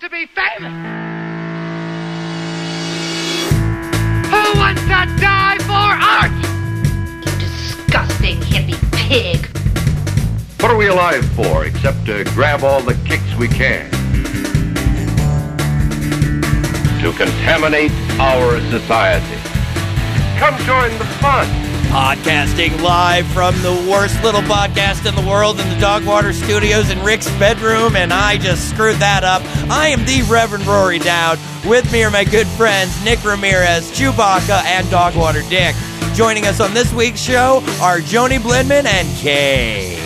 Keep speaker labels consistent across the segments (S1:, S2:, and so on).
S1: to be famous. Who wants to die for art?
S2: You disgusting hippie pig.
S3: What are we alive for except to grab all the kicks we can? To contaminate our society. Come join the fun.
S4: Podcasting live from the worst little podcast in the world in the Dogwater Studios in Rick's bedroom, and I just screwed that up. I am the Reverend Rory Dowd. With me are my good friends Nick Ramirez, Chewbacca, and Dogwater Dick. Joining us on this week's show are Joni Blindman and Kay.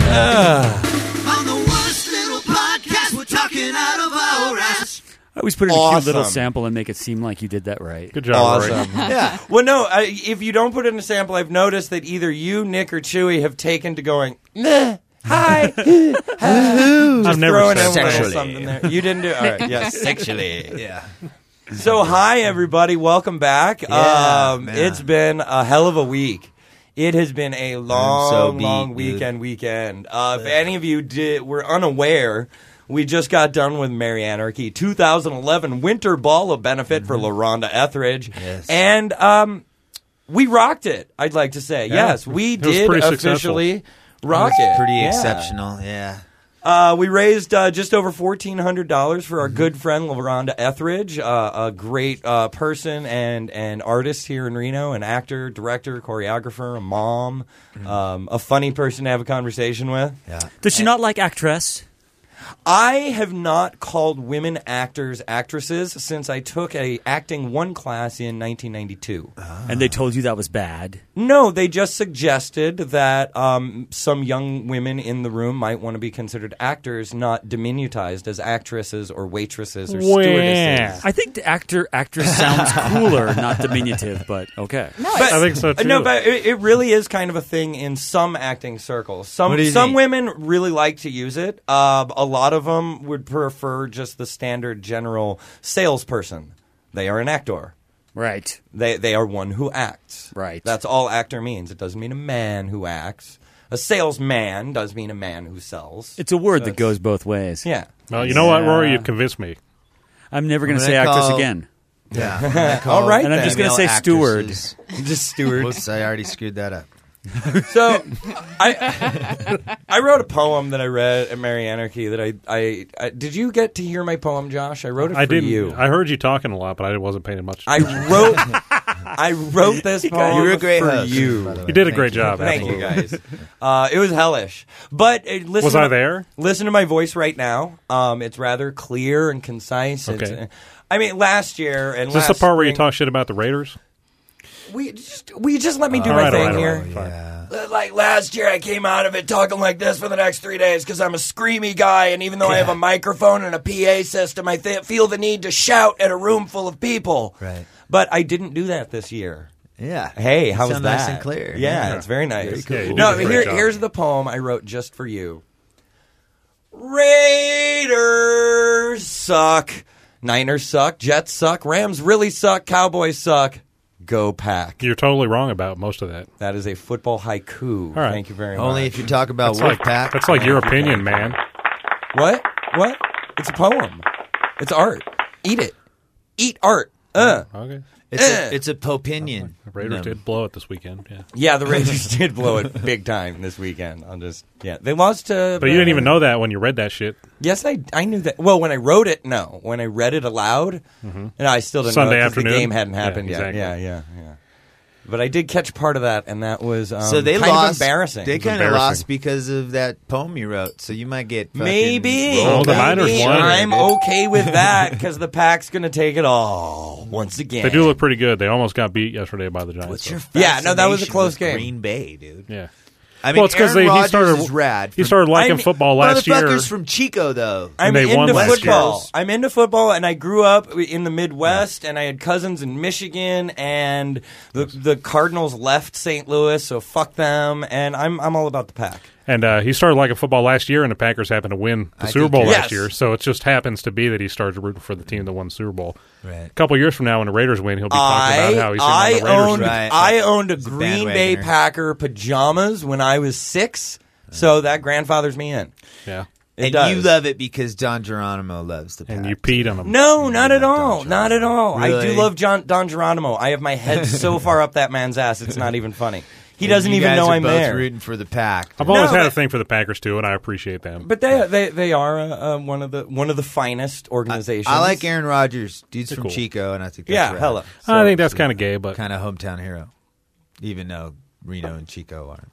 S4: Ugh.
S5: On the worst little podcast, we're talking out of our ass.
S6: I always put in a cute little
S4: Awesome.
S6: sample and make it seem like you did that right.
S7: Good job, Rory.
S4: awesome. yeah. Well, no, I, if you don't put in a sample, I've noticed that either you, Nick, or Chewy have taken to going, meh. Hi. throwing
S7: I've never said
S4: in a little
S7: sexually.
S4: something there. You didn't do it. All right. Yeah, sexually. Yeah. So hi everybody, welcome back. um, it's been a hell of a week. It has been a long, long weekend. Weekend. Uh, if any of you did, were unaware, we just got done with Merry Anarchy 2011 Winter Ball of Benefit for LaRonda Etheridge,
S5: Yes.
S4: and um, we rocked it. I'd like to say yes, we
S7: was
S4: did
S7: pretty successful.
S4: officially rock it.
S5: It's pretty
S4: Yeah.
S5: exceptional, yeah.
S4: Uh, we raised uh, just over fourteen hundred dollars for our good friend LaRonda Etheridge, uh, a great uh, person and and artist here in Reno, an actor, director, choreographer, a mom, um, a funny person to have a conversation with.
S6: Does she not like actress?
S4: I have not called women actors actresses since I took a acting one class in nineteen ninety two.
S5: Uh-huh.
S6: And they told you that was bad.
S4: No, they just suggested that um, some young women in the room might want to be considered actors, not diminutized as actresses or waitresses or
S7: Wah.
S4: stewardesses.
S6: I think the actor actress sounds cooler, not diminutive, but okay.
S4: But-
S7: I think so, too.
S4: Uh, No, but it, it really is kind of a thing in some acting circles. Some
S5: What do you
S4: some
S5: think?
S4: women really like to use it. Uh, a lot of them would prefer just the standard general salesperson. They are an actor.
S6: Right.
S4: They they are one who acts.
S6: Right.
S4: That's all actor means. It doesn't mean a man who acts. A salesman does mean a man who sells.
S6: It's a word that goes both ways.
S4: yeah.
S7: Well, you know what, Rory?
S6: Yeah.
S7: You've convinced me.
S6: I'm never going to
S5: What do
S6: say
S5: they
S6: actress
S5: call-
S6: again.
S5: Yeah.
S4: All right,
S6: And I'm just
S4: then.
S6: going to say steward.
S4: just steward.
S5: Whoops, I already screwed that up.
S4: So, I I wrote a poem that I read at Mary Anarchy that I, I I did you get to hear my poem, Josh? I wrote it
S7: I
S4: for
S7: didn't.
S4: you.
S7: I heard you talking a lot, but I wasn't paying much.
S4: I wrote I wrote this poem
S5: You were a great
S4: for
S5: host,
S4: you.
S5: by the way.
S7: you did a
S5: Thank
S7: great
S5: you.
S7: job.
S4: Thank you
S7: absolutely.
S4: guys. Uh, it was hellish, but uh, listen.
S7: Was
S4: to
S7: I
S4: my-
S7: there?
S4: Listen to my voice right now. Um, it's rather clear and concise. It's- uh,
S7: Okay.
S4: I mean, last year and
S7: Is this the
S4: last
S7: part where you
S4: spring-
S7: talk shit about the Raiders?
S4: We just, we just let me do
S7: Uh, All
S4: my
S7: right, all
S4: thing
S7: right, all
S4: here.
S5: Oh,
S7: right, fine.
S4: Uh, Like last year, I came out of it talking like this for the next three days because I'm a screamy guy, and even though I have a microphone and a PA system, I th- feel the need to shout at a room full of people.
S5: Right.
S4: But I didn't do that this year.
S5: Yeah.
S4: Hey, how
S5: Sound
S4: was that?
S5: nice and clear.
S4: Yeah, it's very nice.
S7: cool. Yeah, you did
S4: no,
S7: a great
S4: here,
S7: job.
S4: here's the poem I wrote just for you. Raiders suck. Niners suck. Jets suck. Rams really suck. Cowboys suck. Go pack.
S7: You're totally wrong about most of that.
S4: That is a football haiku.
S7: All right.
S4: Thank you very much.
S5: Only if you talk about
S7: That's like,
S5: Wolfpack.
S7: that's like your opinion, man.
S4: What? What? It's a poem. It's art. Eat it. Eat art. Uh.
S7: Okay.
S5: It's a, it's a Popinion.
S7: Raiders
S5: No.
S7: did blow it this weekend. Yeah.
S4: Yeah, the Raiders did blow it big time this weekend. I'll just yeah, they lost to.
S7: But you didn't even know that when you read that shit.
S4: Yes, I I knew that. Well, when I wrote it, no. When I read it aloud, and I still didn't.
S7: Mm-hmm. Sunday
S4: know 'cause
S7: afternoon?
S4: the game hadn't
S7: Yeah,
S4: happened
S7: exactly.
S4: yet. Yeah, yeah, yeah. But I did catch part of that, and that was um,
S5: so they
S4: kind
S5: lost.
S4: of embarrassing.
S5: They
S7: was
S5: kind of
S7: embarrassing.
S5: lost because of that poem you wrote. So you might get fucking
S4: Maybe.
S5: rolled
S7: Well, the
S5: out
S7: Niners
S5: of
S4: Maybe.
S7: won.
S4: I'm okay with that because the pack's going to take it all once again.
S7: They do look pretty good. They almost got beat yesterday by the Giants.
S5: What's
S7: so-
S5: your
S4: Yeah, no, that was a
S5: fascination
S4: close
S5: with
S4: game.
S5: Green Bay, dude.
S7: yeah.
S5: I mean,
S7: Well, it's because
S5: Aaron
S7: he
S5: Rodgers
S7: started
S5: is rad.
S7: He
S5: for-
S7: started liking
S4: I'm-
S7: football last year.
S5: Motherfuckers from Chico, though.
S4: I'm
S7: And they
S4: into
S7: won last
S4: football.
S5: year.
S4: I'm into football, and I grew up in the Midwest, and I had cousins in Michigan, and the the Cardinals left St. Louis, so fuck them. And I'm I'm all about the pack.
S7: And uh, he started liking football last year, and the Packers happened to win the
S5: I
S7: Super
S5: think
S7: Bowl
S4: you're- Yes.
S7: last year. So it just happens to be that he started rooting for the team that won the Super Bowl.
S5: Right.
S7: A couple years from now, when the Raiders win, he'll be talking
S4: I
S7: about how he's
S4: I
S7: on the Raiders.
S4: owned
S7: now.
S5: Right.
S4: I owned a
S5: He's a
S4: Green Bay
S5: bandwagoner.
S4: Packer pajamas when I was six, so that grandfathers me in.
S7: Yeah.
S4: It
S8: and
S4: does.
S8: you love it because Don Geronimo loves the.
S7: and
S8: Pact.
S7: you peed on them.
S4: No, not at
S8: Don
S4: all.
S8: Geronimo.
S4: Not at all. I do
S8: Really?
S4: love John Don Geronimo. I have my head so far up that man's ass, it's not even funny. He doesn't
S8: You
S4: even
S8: guys
S4: know
S8: are
S4: I'm
S8: both
S4: there.
S8: Rooting for the pack.
S7: I've always
S4: No,
S7: had a
S4: but-
S7: thing for the Packers too, and I appreciate them.
S4: But they they they are uh, uh, one of the one of the finest organizations.
S8: I like Aaron Rodgers. Dude's from
S7: cool.
S8: Chico, and I think that's
S4: Yeah,
S8: rad.
S4: hella.
S7: I think that's kind of gay, but
S8: kind of hometown hero, even though Reno and Chico aren't.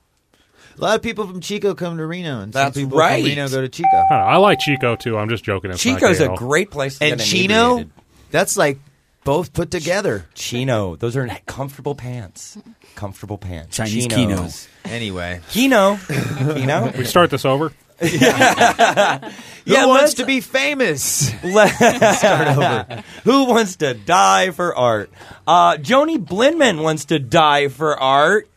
S8: A lot of people from Chico come to Reno, and
S4: That's
S8: some people
S4: right.
S8: from Reno go to Chico.
S7: I, don't know, I like Chico too. I'm just joking. It's not
S4: Chico's
S7: gay
S4: a
S7: at all.
S4: great place to
S8: And
S4: get
S8: Chino,
S4: inebriated.
S8: that's like both put together.
S4: Chino, those are comfortable pants. Comfortable pants.
S6: Chinese
S4: Chino.
S6: Kinos.
S8: Anyway,
S4: Kino. Kino.
S7: We start this over.
S8: who
S4: Yeah,
S8: wants
S4: let's-
S8: to be famous?
S4: Let's start over. Who wants to die for art? Uh, Joni Blinman wants to die for art.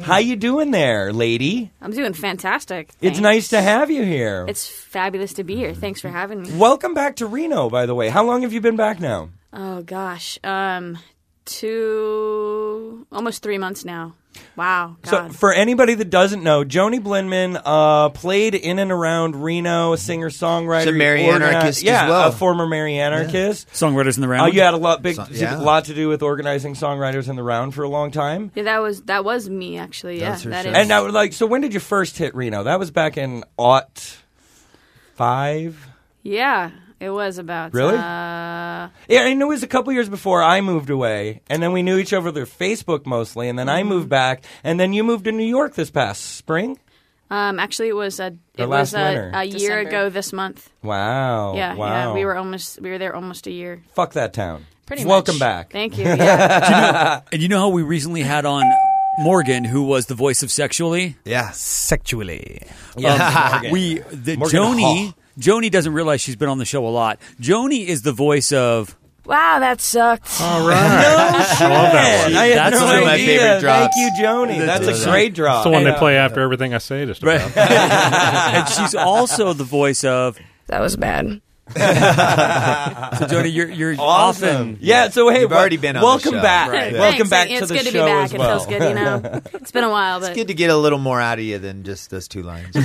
S4: How you doing there, lady?
S9: I'm doing fantastic.
S4: It's
S9: Thanks.
S4: nice to have you here.
S9: It's fabulous to be here. Thanks for having me.
S4: Welcome back to Reno, by the way. How long have you been back now?
S9: Oh gosh, um, two almost three months now. Wow,
S4: So,
S9: God.
S4: for anybody that doesn't know, Joni Blinman uh, played in and around Reno, a singer songwriter,
S8: She's a Mary anarchist as
S4: yeah,
S8: well.
S4: a former Mary anarchist.
S6: Songwriters in the
S4: Uh,
S6: round.
S4: you had a lot big,
S8: So- yeah.
S4: lot to do with organizing songwriters in the round for a long time.
S9: yeah, that was that was me actually. Yeah,
S8: was her
S9: that
S8: show.
S9: is.
S4: And now, like, so when did you first hit Reno? That was back in aught five.
S9: yeah, it was about
S4: Really?
S9: Uh,
S4: Yeah, and it was a couple years before I moved away, and then we knew each other through Facebook mostly, and then I
S9: Mm-hmm.
S4: moved back, and then you moved to New York this past spring.
S9: um, actually, it was a
S4: The
S9: it
S4: last
S9: was
S4: winter.
S9: a, a year
S2: December.
S9: ago this month.
S4: Wow.
S9: Yeah,
S4: wow.
S9: yeah, we were almost we were there almost a year.
S4: Fuck that town.
S2: Pretty
S4: Welcome
S2: much.
S4: back.
S9: Thank you. Yeah.
S6: and you know how we recently had on Morgan, who was the voice of Sexually.
S8: Yeah,
S6: Sexually.
S4: Yeah, Morgan.
S6: we the
S4: Morgan
S6: Joni.
S4: Hall.
S6: Joni doesn't realize she's been on the show a lot. Joni is the voice of
S9: wow, that sucked.
S7: All right, I love that one.
S4: I had
S6: That's
S4: no
S6: one of my
S4: idea.
S8: favorite drops.
S4: Thank you, Joni. That's a great drop.
S7: It's the one
S4: Yeah.
S7: they play after everything I say. Just about.
S6: and she's also the voice of
S9: That was bad.
S6: so Joni. You're you're
S4: Awesome.
S6: often
S4: Yeah. So hey,
S8: You've
S4: wel-
S8: already been on the
S4: welcome
S8: show.
S4: back.
S6: Right.
S4: Welcome
S9: Thanks.
S4: back
S9: It's
S4: to the
S9: good to be
S4: show
S9: back.
S4: as well.
S9: It feels good, you know. it's been a while, but
S8: good to get a little more out of you than just those two lines.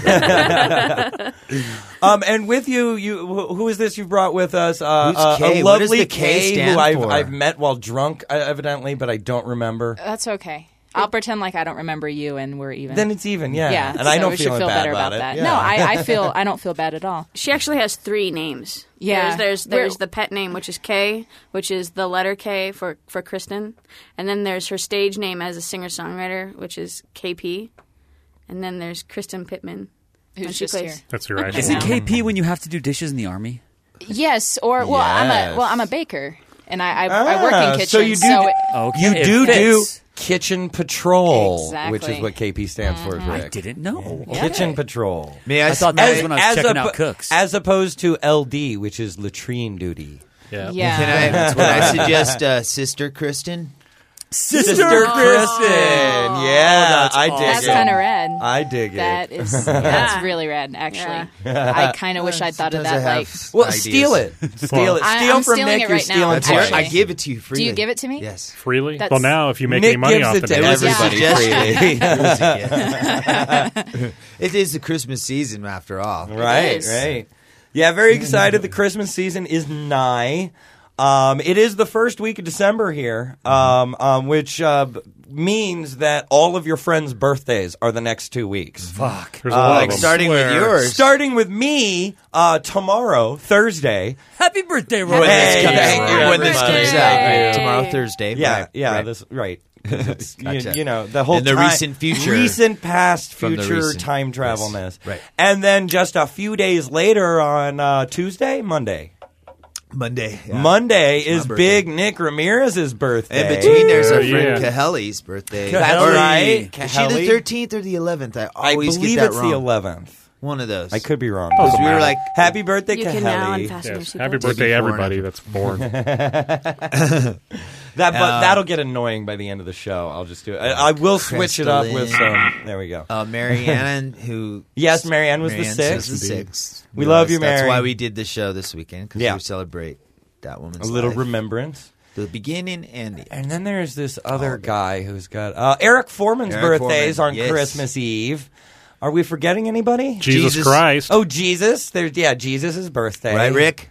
S4: Um, and with you, you wh- who is this you brought with us? Uh,
S8: Who's
S4: uh,
S8: Kay?
S4: a
S8: What does
S4: lovely
S8: the K
S4: Kay
S8: stand
S4: who I've,
S8: for?
S4: I've met while drunk, uh, evidently, but I don't remember.
S2: That's okay. I'll pretend like I don't remember you and we're even.
S4: then it's even, yeah.
S2: yeah,
S4: and I
S2: so
S4: don't
S2: we
S4: feel
S2: should feel
S4: bad
S2: better about,
S4: it.
S2: that.
S4: Yeah.
S2: No, I, I feel I don't feel bad at all.
S9: She actually has three names.
S2: Yeah.
S9: There's there's, there's
S2: We're-
S9: the pet name, which is K, which is the letter K for, for Kristen. And then there's her stage name as a singer songwriter, which is KP. And then there's Kristen Pittman.
S2: Who's
S9: And she
S2: just
S9: plays-
S7: That's your
S6: Is
S7: idea.
S6: it KP when you have to do dishes in the army?
S2: here? Yes, or well, I'm a well, I'm a baker and I I, I work
S4: Ah,
S2: in kitchen.
S4: so you do-
S2: it,
S6: Okay,
S4: You
S6: it
S4: do do
S6: fits.
S4: kitchen patrol,
S2: Exactly. Mm-hmm.
S4: which is what KP stands for.
S6: I
S4: Rick.
S6: didn't know.
S2: Yeah.
S4: Kitchen patrol.
S8: May I,
S6: I thought
S8: may-
S6: that was when I was checking out
S4: oppo-
S6: cooks.
S4: as opposed to LD, which is latrine duty.
S7: Yeah.
S2: yeah.
S8: Can I, can I suggest uh, Sister Kristen?
S6: Sister, Oh,
S4: Kristen, yeah, I dig
S2: That's
S4: it.
S2: kind of rad.
S4: I dig it.
S2: that is that's really rad. Actually, I kind of wish I thought of
S8: Sometimes
S2: that.
S8: I have
S2: Like,
S8: s-
S4: well,
S8: ideas.
S4: steal it, steal it, steal
S2: I- I'm
S4: from
S2: stealing
S4: Nick.
S2: it
S4: you're
S2: right now,
S4: stealing
S8: That's
S4: from
S8: right.
S2: Actually.
S8: I give it to you freely.
S2: do you give it to me?
S8: Yes.
S7: Freely?
S2: That's-
S7: Well, now if you make
S4: Nick
S7: any money
S4: gives
S7: off
S4: it
S7: it,
S4: to
S8: It was
S2: Yeah.
S8: everybody
S4: everybody
S8: freely.
S4: freely.
S8: It was a gift. it is the Christmas season after all.
S4: Right,
S2: is.
S4: right. Yeah, very excited. The Christmas season is nigh. Um, it is the first week of December here, um, um, which uh, b- means that all of your friends' birthdays are the next two weeks. Um,
S6: Fuck.
S7: there's a
S4: uh,
S7: lot
S8: Like
S7: of them.
S8: starting with yours.
S4: Starting with me uh, tomorrow, Thursday.
S6: Happy birthday, Roy.
S8: when this
S4: Hey,
S8: comes,
S4: thank you,
S8: when this
S4: everybody.
S8: comes out.
S9: Yay.
S8: Tomorrow, Thursday.
S4: Yeah,
S8: right,
S4: yeah,
S8: right.
S4: this right. It's- you-
S8: Gotcha.
S4: you, know the whole
S8: In the
S4: time-
S8: recent future.
S4: recent past,
S8: From the
S4: future
S8: recent-
S4: time
S8: yes.
S4: travel ness.
S8: Right.
S4: and then just a few days later on uh, Tuesday, Monday,
S8: Monday. yeah.
S4: Monday is
S8: birthday.
S4: Big Nick Ramirez's birthday.
S8: In between, there's our
S7: Yeah,
S8: friend
S7: yeah.
S8: Caheli's birthday.
S4: That's
S8: Or-
S4: right.
S8: Is she the
S4: Caheli.
S8: 13th or the 11th? I
S4: I
S8: always
S4: believe
S8: get that
S4: it's
S8: wrong.
S4: the 11th.
S8: One of those.
S4: I could be wrong.
S8: Because we were like,
S4: Happy birthday,
S9: You can now
S4: Kaheli.
S9: unfasten your
S7: Yes. Happy
S9: seatbelts.
S7: birthday,
S8: Before and
S7: everybody
S8: after.
S7: that's born.
S4: That, but
S8: Uh,
S4: that'll get annoying by the end of the show. I'll just do it. I, I will switch it up with some. There we go.
S8: uh, Marianne, who
S4: Yes, Marianne was the
S8: Marianne
S4: sixth.
S8: was the sixth.
S4: We love you,
S8: That's
S4: Mary.
S8: why we did the show this weekend because
S4: Yeah.
S8: we celebrate that woman's
S4: A little
S8: life.
S4: remembrance.
S8: the beginning and the end.
S4: And then there's this other guy who's got uh, Eric Foreman's
S8: Oh, Eric
S4: birthdays
S8: Foreman,
S4: on
S8: yes.
S4: Christmas Eve. Are we forgetting anybody?
S7: Jesus,
S8: Jesus.
S7: Christ.
S4: Oh, Jesus. There's yeah, Jesus' birthday.
S8: Right, Rick?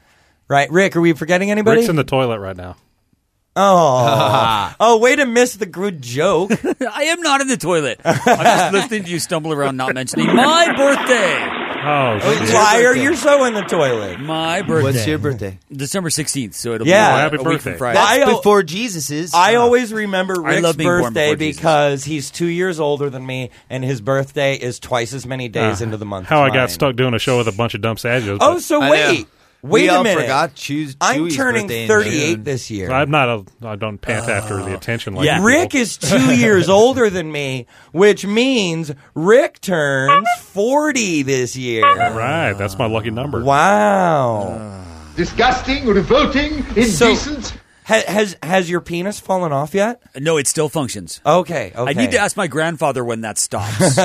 S4: Right, Rick. Are we forgetting anybody?
S7: Rick's in the toilet right now.
S4: oh, oh, way to miss the good joke.
S6: I am not in the toilet. I'm just listening to you stumble around, not mentioning my birthday.
S7: Oh, shit.
S4: Why are
S8: birthday?
S4: you so in the toilet?
S6: My birthday.
S8: What's your birthday?
S6: December 16th, so it'll
S4: Yeah.
S6: be
S4: Oh,
S6: a
S7: happy
S6: week
S7: birthday.
S6: from Friday.
S4: That's- I
S8: That's
S4: al-
S8: before Uh, Jesus's.
S4: I always remember Rick's
S6: love being born
S4: birthday
S6: before Jesus.
S4: because he's two years older than me, and his birthday is twice as many days into the month.
S7: Ah, How
S4: as
S7: I got
S4: mine.
S7: stuck doing a show with a bunch of dumb savages.
S4: Oh, so
S8: I know.
S4: wait, wait
S8: we
S4: a
S8: all
S4: minute.
S8: Forgot choose.
S4: I'm
S8: Chewie's
S4: turning
S8: birthday in
S4: 38
S8: June.
S4: this year.
S7: I'm not a. I don't pant after the attention like
S6: Yeah.
S7: you
S4: Oh. Rick
S7: people.
S4: is two years older than me, which means Rick turns 40 this year.
S7: right. That's my lucky number.
S6: Uh.
S4: Wow.
S1: Disgusting, revolting,
S4: So-
S1: indecent.
S4: Ha- has has your penis fallen off yet?
S6: no, it still functions.
S4: Okay. okay.
S6: I need to ask my grandfather when that stops.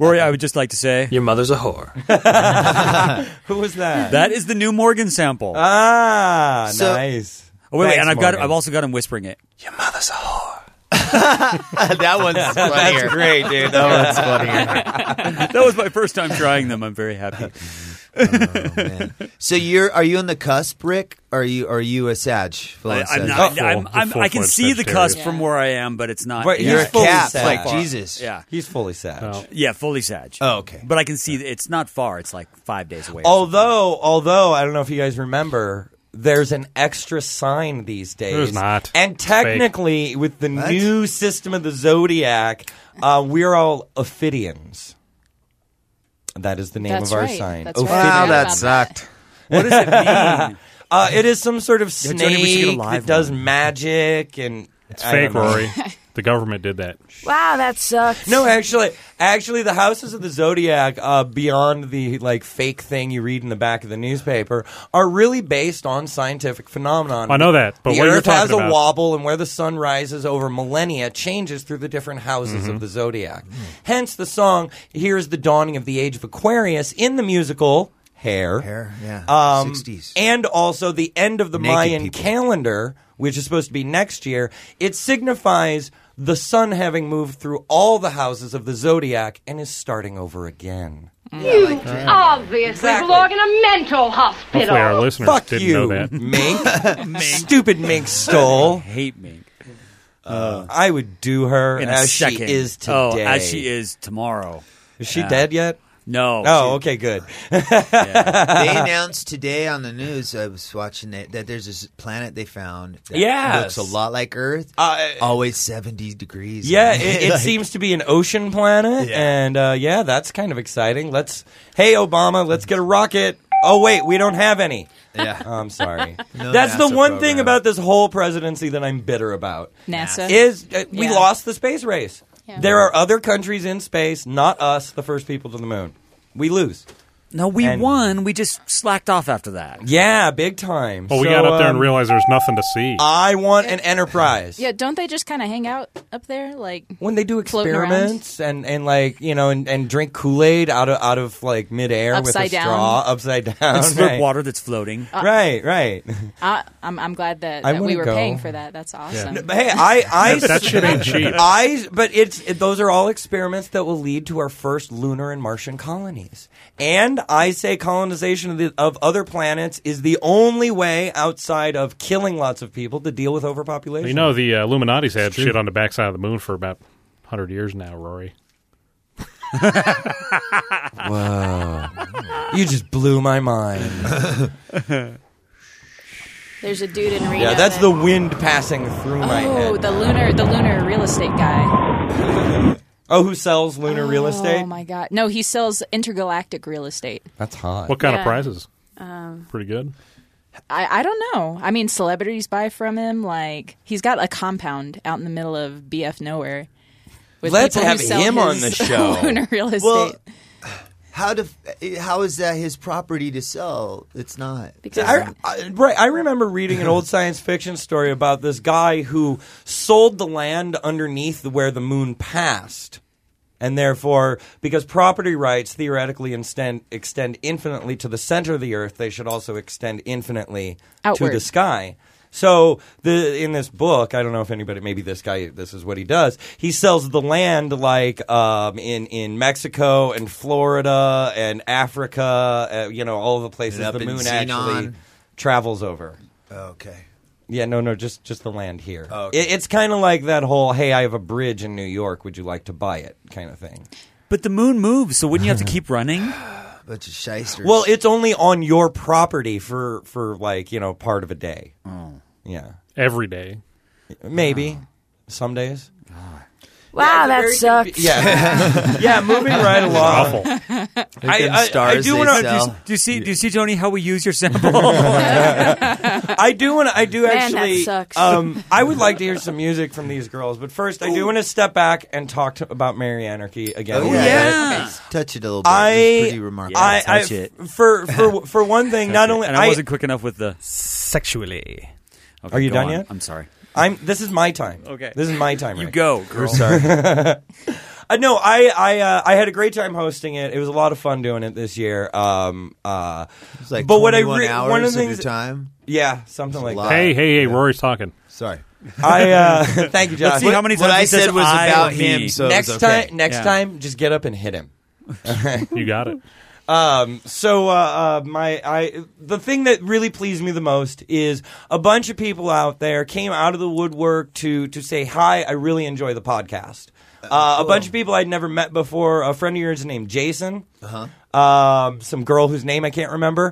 S6: Rory, I would just like to say
S10: Your mother's a whore.
S4: Who was that?
S6: that is the new Morgan sample.
S4: ah,
S8: So-
S4: nice.
S6: oh, wait, wait,
S4: Thanks,
S6: and I've got
S4: Morgan.
S6: I've also got him whispering it.
S10: Your mother's a whore.
S8: that one's funnier.
S4: Great, dude.
S8: that one's funnier.
S6: That was my first time trying them. I'm very happy.
S8: So you're are you on the cusp, Rick? Are you are you a Sag? Full
S6: I,
S8: of
S6: I'm
S8: Sag?
S4: Oh,
S6: not,
S7: You're
S6: I'm,
S7: full-
S6: I'm,
S7: you're
S6: I can
S7: full-fledged
S6: see the
S7: vegetarian.
S6: cusp from where I am, but it's not.
S4: But
S6: yeah.
S8: You're
S4: He's
S8: a
S4: fully
S8: cap
S4: Sag.
S8: like Jesus.
S6: yeah,
S4: He's fully sad.
S6: yeah, fully Sag.
S8: Oh, okay.
S6: But I can see that it's not far. It's like five days away. or
S4: Oh, Although, although I don't know if you guys remember, there's an extra sign these days.
S7: There's not.
S4: And
S7: It's fake.
S4: technically, with the new system of the zodiac, uh, we're all Ophidians. That is the name
S2: That's
S4: of our
S2: right.
S4: sign.
S2: That's right.
S8: Wow,
S2: Forgot about
S8: that sucked.
S4: Uh, it is some sort of snake
S6: Joni, we should get a
S4: that
S6: live
S4: does
S6: one.
S4: magic and it's
S7: Fake Rory. the government did that.
S9: Wow, that sucks.
S4: No, actually, actually, the houses of the zodiac, uh, beyond the like fake thing you read in the back of the newspaper, are really based on scientific phenomenon.
S7: I know that, but
S4: the
S7: what
S4: Earth
S7: you're talking
S4: has
S7: about-
S4: a wobble, and where the sun rises over millennia changes through the different houses of the zodiac. Hence, the song "Here's the Dawning of the Age of Aquarius" in the musical Hair.
S8: Hair, yeah.
S4: Um,
S8: 60s.
S4: and also the end of the
S8: Naked
S4: Mayan
S8: people.
S4: calendar, which is supposed to be next year, it signifies the sun having moved through all the houses of the zodiac and is starting over again.
S11: You obviously
S4: Exactly.
S11: belong in a mental
S7: Hopefully, our
S11: hospital.
S7: listeners
S4: Fuck
S7: didn't
S4: you,
S7: know that.
S4: Mink. Stupid Mink stole.
S6: something. hate me
S4: I would do her
S6: in
S4: as
S6: a second.
S4: she is today.
S6: Oh, as she is tomorrow.
S4: Is she
S6: Yeah.
S4: dead yet?
S6: No.
S4: Oh, okay, good.
S8: they announced today on the news. I was watching it that there's this planet they found. That
S4: Yes.
S8: looks a lot like Earth.
S4: Uh,
S8: always seventy degrees.
S4: Yeah,
S8: Like-
S4: it, it seems to be an ocean planet,
S8: Yeah.
S4: and uh, yeah, that's kind of exciting. Let's, hey Obama, let's get a rocket. Oh wait, we don't have any.
S8: Yeah.
S4: Oh, I'm sorry.
S8: No
S4: that's the
S8: NASA
S4: one
S8: program.
S4: thing about this whole presidency that I'm bitter about.
S2: NASA.
S4: Is uh, we
S2: Yeah.
S4: lost the space race. There are other countries in space, not us, the first people to the moon. We lose.
S6: No, we
S4: And-
S6: won. We just slacked off after that.
S4: Yeah, big time.
S7: Well, we
S4: So,
S7: got up there
S4: um,
S7: and
S4: uh,
S7: realized there's nothing to see.
S4: I want an enterprise.
S2: Yeah, don't they just kind of hang out up there? Like,
S4: When they do
S2: Floating around.
S4: experiments and, and like you know and, and drink Kool Aid out of out of like midair with a
S2: Upside down. Uh,
S4: straw upside down,
S6: And slurp
S4: right.
S6: water that's floating.
S4: Right, right.
S2: I, I'm, I'm glad that,
S4: I
S2: that we
S4: wouldn't
S2: were
S4: go.
S2: paying for that. That's awesome.
S4: But hey, I, I
S7: That- that shit ain't cheap.
S4: I, but it's it, those are all experiments that will lead to our first lunar and Martian colonies. And I say colonization of, the, of other planets is the only way outside of killing lots of people to deal with overpopulation.
S7: you know, the uh, Illuminati's had shit on the backside of the moon for about 100 years now, Rory.
S4: you just blew my mind.
S9: There's a dude in Reno.
S4: Yeah, that's
S9: that-
S4: the wind passing through my
S2: Oh,
S4: head.
S2: the lunar, the lunar real estate guy.
S4: Oh, who sells lunar real estate?
S2: Oh my god! No, he sells intergalactic real estate.
S4: That's hot.
S7: What kind of
S9: Yeah.
S7: prizes? Pretty good.
S2: I, I don't know. I mean, celebrities buy from him. Like he's got a compound out in the middle of BF nowhere. with
S4: Let's
S2: people who
S4: have
S2: sell
S4: him on
S2: his
S4: the show.
S2: lunar real estate.
S8: Well, how do how is that his property to sell? It's not.
S9: because
S4: I, I, right, I remember reading an old science fiction story about this guy who sold the land underneath where the moon passed. And therefore, because property rights theoretically extend, extend infinitely to the center of the earth, they should also extend infinitely to
S2: Outward.
S4: the sky. So the in this book, I don't know if anybody, maybe this guy, this is what he does. He sells the land like um, in in Mexico and Florida and Africa. Uh, you know, all the places
S8: And up
S4: the
S8: in
S4: moon actually
S8: Xenon.
S4: travels over.
S8: Okay.
S4: Yeah, no, no, just just the land here.
S8: Oh, okay.
S4: It, it's kind of like that whole "Hey, I have a bridge in New York. Would you like to buy it?" kind of thing.
S6: But the moon moves, so wouldn't you have to keep running?
S8: Bunch of shysters.
S4: Well, it's only on your property for for like you know part of a day.
S8: Oh.
S4: Yeah,
S7: every day,
S4: maybe some days.
S9: Wow, that sucks.
S4: Yeah, yeah. Moving right along.
S6: Awful.
S4: I,
S6: I,
S4: I, I do want
S6: Do, you-
S4: to.
S6: do you see? Do you see, Tony? How we use your sample?
S4: I do want to. I do
S6: Man, that
S4: actually.
S6: sucks.
S4: Um, I would like to hear some music from these girls, but first, I do want to step back and talk to, about Mary Anarchy again.
S8: Oh,
S4: a little
S8: yeah.
S4: bit.
S8: Okay. Touch it a little bit.
S4: I
S8: It was pretty remarkable.
S4: I, I,
S6: Touch it.
S4: for for for one thing, not only
S6: and I, wasn't quick enough with the sexually. Okay,
S4: Are you
S6: go
S4: done
S6: on.
S4: yet?
S6: I'm sorry.
S4: I'm. This is my time.
S6: Okay.
S4: This is my time.
S6: You
S4: Rick.
S6: go, girl.
S4: We're sorry. Uh, no, I I uh, I had a great time hosting it. It was a lot of fun doing it this year. Um, uh,
S8: It's like
S4: but what I
S8: 21
S4: re-
S8: hours
S4: one of the
S8: of your
S4: things
S8: time?
S4: Yeah, something like that.
S7: hey, hey, hey, Rory's talking.
S8: Sorry.
S4: I uh, thank you, Josh.
S6: Let's see how many
S8: What
S6: times
S8: I
S6: he says
S8: said was
S6: I
S8: about
S6: or me.
S8: him, so it
S4: next
S8: was okay.
S4: time, next
S6: Yeah.
S4: time, just get up and hit him.
S7: You got it.
S4: Um, so uh, uh, my I the thing that really pleased me the most is a bunch of people out there came out of the woodwork to to say hi. I really enjoy the podcast. Uh, a bunch of people I'd never met before. A friend of yours named Jason. Uh-huh. Um, some girl whose name I can't remember.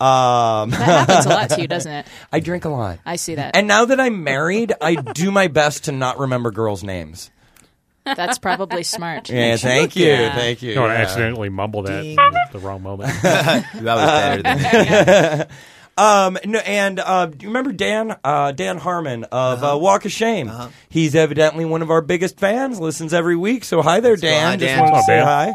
S4: Um,
S2: That happens a lot to you, doesn't it?
S4: I drink a lot.
S2: I see that.
S4: And now that I'm married, I do my best to not remember girls' names.
S2: That's probably smart.
S4: Yeah, thank you,
S2: Yeah.
S4: thank you.
S7: You don't
S4: yeah.
S7: accidentally mumble that at the wrong moment.
S8: that was
S4: Uh,
S8: better than
S4: Um, no, and uh, do you remember Dan uh, Dan Harmon of
S8: Uh-huh.
S4: uh Walk of Shame? He's evidently one of our biggest fans. Listens every week. So hi there, Dan.
S8: hi,
S4: Just
S8: Dan.
S4: wanted to
S7: What's up,
S4: say
S7: Dan?
S4: hi.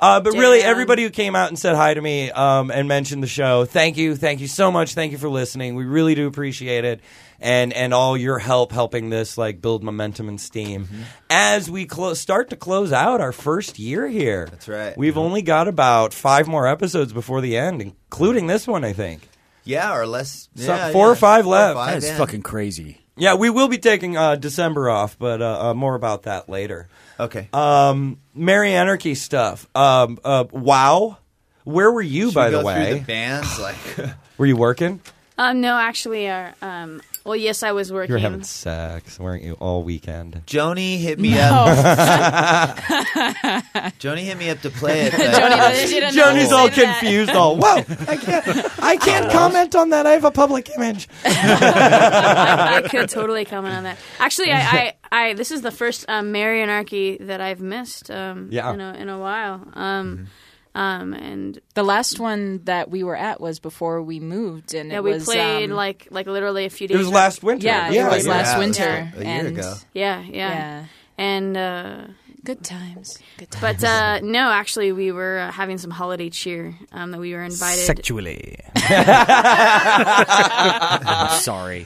S4: Uh, but really,
S2: Dan.
S4: everybody who came out and said hi to me um, and mentioned the show, thank you, thank you so much, thank you for listening. We really do appreciate it, and and all your help helping this like build momentum and steam
S8: Mm-hmm.
S4: as we clo- start to close out our first year here.
S8: That's right. Mm-hmm.
S4: We've only got about five more episodes before the end, including this one, I think.
S8: Yeah, or less.
S4: So-
S8: yeah,
S4: four
S8: yeah.
S4: or five left.
S8: five,
S6: That's
S8: yeah.
S6: fucking crazy.
S4: Yeah, we will be taking uh, December off, but uh, uh, more about that later.
S8: Okay.
S4: Um, Mary Anarchy stuff. Um, uh, wow. Where were you,
S8: Should we
S4: by
S8: go
S4: the
S8: through
S4: way?
S8: the bands like
S4: were you working?
S9: Um, no, actually, uh, um, well, yes, I was working.
S4: You were having sex, weren't you, all weekend?
S8: Joni hit me
S2: Oh,
S8: up. Joni hit me up to play it.
S2: Joni
S8: but-
S2: doesn't- she didn't know
S4: Joni's
S2: what
S4: all
S2: to say to that.
S4: confused. All wow! I can't. I can't comment on that. I have a public image.
S9: I could totally comment on that. Actually, I, I, I this is the first um, Mary Anarchy that I've missed. Um,
S4: Yeah. Mm-hmm.
S9: in a, in a while. Um, um, and
S2: the last one that we were at was before we moved, and
S9: yeah,
S2: it
S9: we
S2: was
S9: played
S2: um,
S9: like like literally a few days.
S4: It was
S9: ago.
S4: last winter.
S2: yeah, it was
S9: yeah.
S2: last
S8: Yeah,
S2: winter
S8: a year
S2: and
S8: ago.
S9: Yeah, yeah,
S2: yeah,
S9: and. Uh,
S2: good times, good times.
S9: But uh, no, actually, we were uh, having some holiday cheer um, that we were invited.
S6: Sexually. I'm sorry.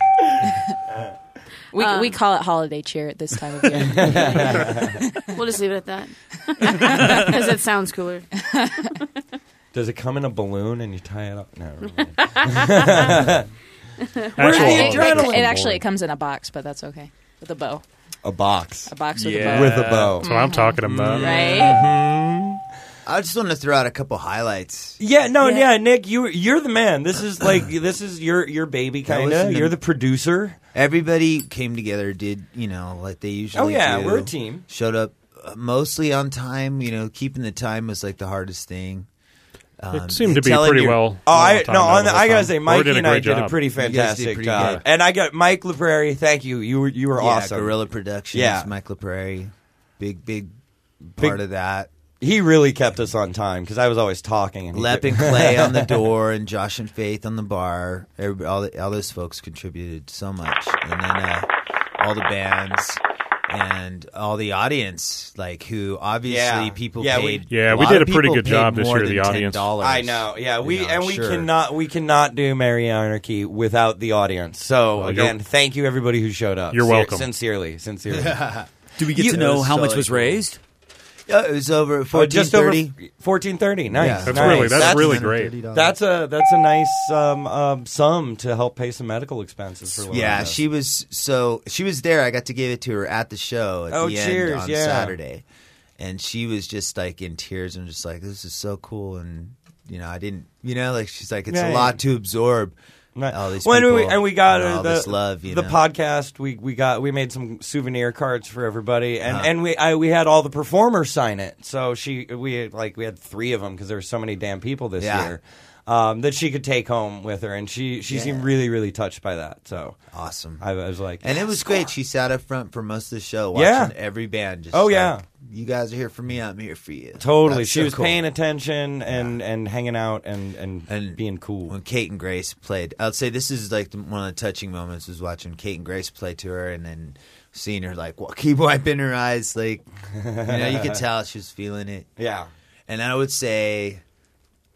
S2: we we call it holiday cheer at this time of year.
S9: We'll just leave it at that because it sounds cooler.
S4: Does it come in a balloon and you tie it up? No. never mind.
S7: Actual-
S4: the adrenaline?
S2: it actually comes in a box, but that's okay with a bow,
S4: a box
S2: a box with a
S6: Yeah.
S2: bow.
S4: with a bow.
S7: That's what I'm talking about.
S2: Right?
S8: Uh, I just want to throw out a couple highlights.
S4: Yeah, no, yeah.
S2: Yeah.
S4: Nick, you you're the man. This is like this is your your baby kind
S8: listen
S4: of.
S8: to-
S4: You're the producer.
S8: Everybody came together, did you know like they usually?
S4: Oh, yeah,
S8: do.
S4: we're a team.
S8: Showed up uh, mostly on time. You know, keeping the time was like the hardest thing. Um,
S7: It seemed to be
S8: telling
S7: pretty
S8: your-
S7: well.
S4: Oh,
S7: all
S4: I
S7: the time,
S4: no, on
S7: the
S4: the, I
S7: whole
S4: gotta
S7: time.
S4: say,
S7: Rory
S4: Mike
S7: did a
S4: and I
S7: great
S4: did a
S7: job. Oh
S4: pretty
S8: did
S4: fantastic
S8: pretty
S4: job,
S8: good.
S4: and I got Mike LaPrairie. Thank you. You were you were
S8: Yeah,
S4: awesome.
S8: Gorilla Productions,
S4: Yeah.
S8: Mike LaPrairie, big big
S4: Big-
S8: part of that.
S4: He really kept us on time because I was always talking. And he
S8: Lep
S4: did-
S8: and Clay on the door, and Josh and Faith on the bar. Everybody, all, the, all those folks contributed so much, and then uh, all the bands and all the audience, like who obviously
S4: Yeah.
S8: people
S4: Yeah, we-
S8: paid.
S7: Yeah,
S8: a
S7: we
S8: lot
S7: did
S8: of
S7: a pretty
S8: people
S7: good job
S8: paid
S7: this
S8: more
S7: year,
S8: than
S7: the audience.
S8: $10.
S4: I know. Yeah, we
S8: You know,
S4: and we
S8: sure.
S4: cannot we cannot do Mary Anarchy without the audience. So
S7: Well, you're-
S4: again, thank you everybody who showed up.
S7: You're welcome.
S4: Sincerely, sincerely.
S6: Do we get
S4: You-
S6: to know
S8: It
S6: how
S8: was
S6: much
S8: so
S6: was
S8: cool.
S6: raised?
S8: Yeah, it was over
S4: Oh, just over
S8: 1430.
S4: fourteen thirty. Nice.
S8: Yeah. That's
S4: nice.
S8: really- that's That's really great. $130.
S4: That's a that's a nice um, um, sum to help pay some medical expenses for. Lorena.
S8: Yeah, she was so she was there. I got to give it to her at the show at
S4: Oh,
S8: the
S4: cheers,
S8: end on
S4: yeah.
S8: Saturday, and she was just like in tears and just like, "This is so cool." And you know, I didn't, you know, like she's like, "It's
S4: Yeah,
S8: a
S4: yeah.
S8: lot to absorb." All these
S4: When
S8: people
S4: we and we got
S8: and
S4: uh,
S8: all
S4: the
S8: this love, you
S4: the
S8: know?
S4: podcast. We we got we made some souvenir cards for everybody, and
S8: Uh-huh.
S4: and we I, we had all the performers sign it. So she we had, like we had three of them because there were so many damn people this
S8: Yeah.
S4: year. Um, that she could take home with her, and she she
S8: Yeah.
S4: seemed really really touched by that. So
S8: awesome.
S4: I, was like,
S8: And it was great. She sat up front for most of the show, watching
S4: Yeah.
S8: every band. Just
S4: Oh,
S8: like,
S4: yeah.
S8: you guys are here for me. I'm here for you.
S4: Totally,
S8: That's
S4: she
S8: so
S4: was
S8: cool.
S4: paying attention and and hanging out and and
S8: and
S4: being cool.
S8: When Kate and Grace played, I'd say this is like the, one of the touching moments was watching Kate and Grace play to her, and then seeing her like wa- keep wiping her eyes, like you know, you could tell she was feeling it.
S4: Yeah,
S8: and I would say,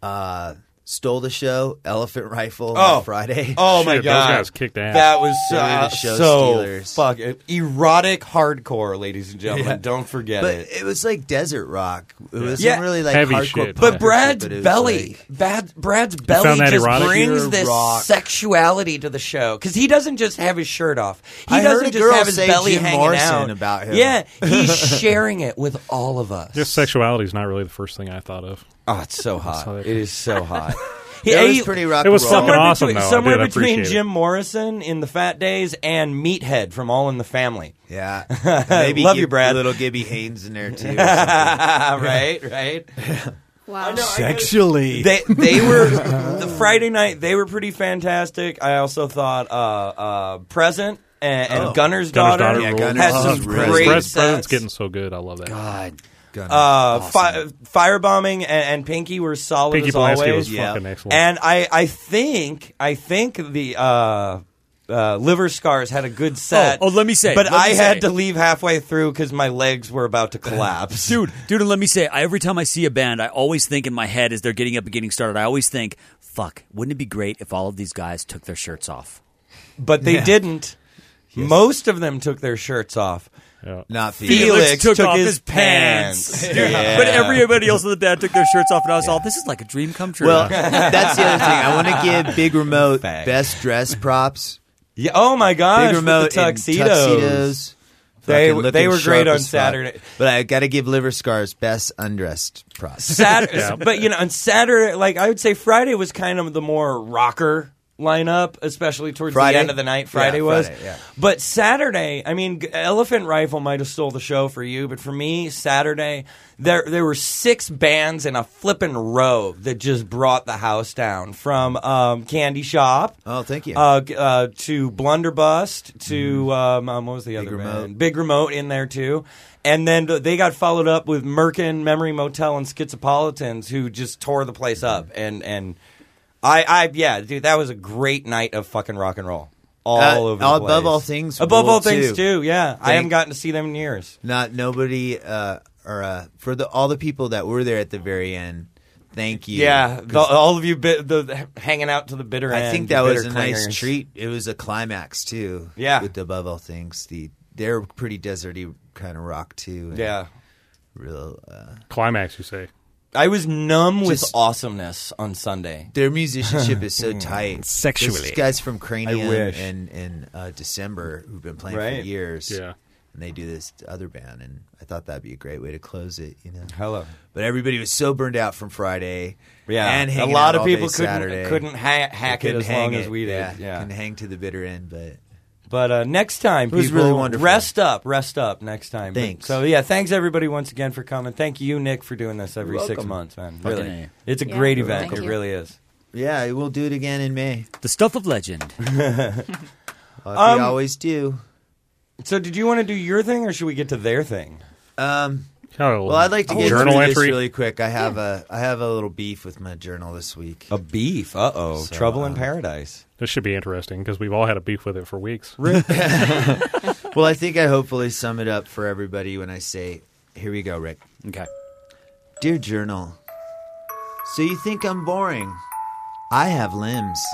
S8: uh, stole the show, Elephant Rifle
S4: Oh.
S8: on Friday.
S4: Oh my god, That was so,
S8: They were the
S4: uh,
S8: show
S4: so
S8: stealers.
S4: fuck e-, erotic hardcore, ladies and gentlemen.
S8: Yeah.
S4: Don't forget
S8: But
S4: it.
S8: it was like desert rock. It wasn't
S4: Yeah.
S8: really like
S4: Heavy
S8: hardcore.
S4: shit.
S8: punk
S4: But
S8: shit,
S4: Brad's
S8: it was
S4: belly,
S8: like-
S4: Brad, Brad's
S8: found
S4: belly
S8: that
S4: just
S8: erotic?
S4: brings
S8: Pure
S4: this
S8: rock.
S4: sexuality to the show because he doesn't just have his shirt off. He
S8: I heard
S4: doesn't
S8: a
S4: just
S8: girl
S4: have his
S8: say
S4: belly
S8: Jim
S4: hanging
S8: Morrison
S4: out.
S8: about him.
S4: Yeah, he's sharing it with all of us.
S7: Just sexuality is not really the first thing I thought of.
S4: Oh,
S8: Ah,
S4: it's so hot.
S7: It
S4: is so hot.
S7: It
S4: Yeah,
S7: was
S4: he-
S7: pretty rock It was and roll. fucking
S4: somewhere
S7: awesome,
S4: between,
S7: though. I
S4: Somewhere
S7: did appreciate
S4: between
S7: it.
S4: Jim Morrison in the Fat Days and Meathead from All in the Family.
S8: Yeah,
S4: maybe love
S8: Gib-
S4: you, Brad.
S8: Little Gibby Haynes in there too, or something.
S4: right, right.
S9: Wow.
S12: Sexually.
S4: They they were the Friday night. They were pretty fantastic. I also thought uh, uh, present and, and
S7: Oh.
S4: Gunner's,
S7: Gunner's
S4: daughter,
S7: Daughter Yeah, rules.
S4: had
S7: Gunner's
S4: some
S7: Daughter
S4: great
S7: rules.
S4: sets.
S7: Present's getting so good. I love that.
S4: God.
S8: Uh,
S4: fi- firebombing and, and Pinky were solid
S7: Pinky
S4: as
S7: Pulaski
S4: always.
S7: was Yeah. fucking excellent.
S4: And I, I think, I think the uh, uh, liver scars had a good set.
S6: Oh, oh, let me say,
S4: but
S6: let me
S4: I
S6: say.
S4: had to leave halfway through because my legs were about to collapse.
S6: Dude, dude, and let me say, I, every time I see a band, I always think in my head as they're getting up and getting started, I always think, fuck, wouldn't it be great if all of these guys took their shirts off?
S4: but they
S6: Yeah.
S4: didn't. Most of them took their shirts off.
S8: Not
S4: Felix, took,
S6: off
S4: his, pants.
S6: Dude, But everybody else in the band took their shirts off, and I was all, this is like a dream come true.
S8: Well, that's the other thing. I want to give Big Remote best dress props.
S4: Yeah, oh my gosh,
S8: Big
S4: with
S8: Remote
S4: the
S8: in
S4: tuxedos.
S8: tuxedos.
S4: They-
S8: Fucking looking
S4: they were
S8: sharp
S4: great on
S8: as fuck.
S4: Saturday.
S8: But I got to give Liver Scars best undressed props.
S4: Saturday, but you know, on Saturday, like I would say, Friday was kind of the more rocker lineup, especially towards
S8: Friday?
S4: the end of the night.
S8: Yeah,
S4: Friday was,
S8: Friday, yeah.
S4: but Saturday, I mean, G- Elephant Rifle might have stole the show for you, but for me, Saturday there there were six bands in a flippin' row that just brought the house down from um, Candy Shop.
S8: Oh, thank you.
S4: Uh, g- uh, to Blunderbust, to um, um, what was the other
S8: Mm-hmm. Remote.
S4: band? Big Remote in there too. And then th- they got followed up with Merkin, Memory Motel, and Schizopolitans, who just tore the place up. And and I, I yeah, dude, that was a great night of fucking rock and roll all
S8: Uh,
S4: over. The
S8: above
S4: place.
S8: all things
S4: above
S8: rule,
S4: all things
S8: too.
S4: too. Yeah, I
S8: Thank-
S4: haven't gotten to see them in years.
S8: Not nobody uh, or uh, for the all the people that were there at the very end. Thank you.
S4: Yeah,
S8: 'Cause
S4: the, all of you bit, the, the- hanging out to the bitter end.
S8: I think
S4: the
S8: that was
S4: bitter
S8: a nice
S4: clingers.
S8: treat. It was a climax too.
S4: Yeah.
S8: with the above all things, the they're pretty deserty kind of rock too. and
S4: Yeah.
S8: real. Uh,
S7: Climax, you say?
S4: I was numb with
S8: Just-
S4: awesomeness on Sunday.
S8: their musicianship is so tight.
S4: Sexually.
S8: There's guys from Cranium
S4: I wish.
S8: and and uh, December who've been playing
S4: Right.
S8: for years.
S4: Yeah.
S8: and they do this other band, and I thought that'd be a great way to close it. You know,
S4: hello.
S8: But everybody was so burned out from Friday.
S4: Yeah,
S8: and
S4: a
S8: hanging
S4: lot
S8: out
S4: of
S8: all
S4: people
S8: day
S4: couldn't
S8: Saturday.
S4: couldn't ha- hack
S8: They
S4: it
S8: couldn't
S4: as long
S8: hang
S4: as we did.
S8: Yeah,
S4: Yeah.
S8: couldn't hang to the bitter end, but.
S4: But uh, next time,
S8: It
S4: people,
S8: was really wonderful.
S4: rest up, rest up next time. But-
S8: Thanks.
S4: so yeah, thanks everybody once again for coming. Thank you, Nick, for doing this every
S8: You're
S4: six
S8: welcome.
S4: months, man.
S8: Fucking
S4: Really,
S8: A.
S4: it's a
S8: Yeah.
S4: great
S8: You're
S4: event.
S8: welcome.
S4: It really is.
S8: Yeah, we'll do it again in May.
S6: The stuff of legend.
S8: Like
S4: Um,
S8: we always do.
S4: So, did you want to do your thing, or should we get to their thing?
S8: Um, Well, I'd like to get
S7: Oh, journal
S8: through
S7: entry?
S8: this really quick. I have a I have a little beef with my journal this week.
S4: A beef? Uh oh, trouble in paradise.
S7: This should be interesting because we've all had a beef with it for weeks.
S8: well, I think I hopefully sum it up for everybody when I say, "Here we go, Rick."
S6: Okay.
S8: Dear journal, so you think I'm boring? I have limbs.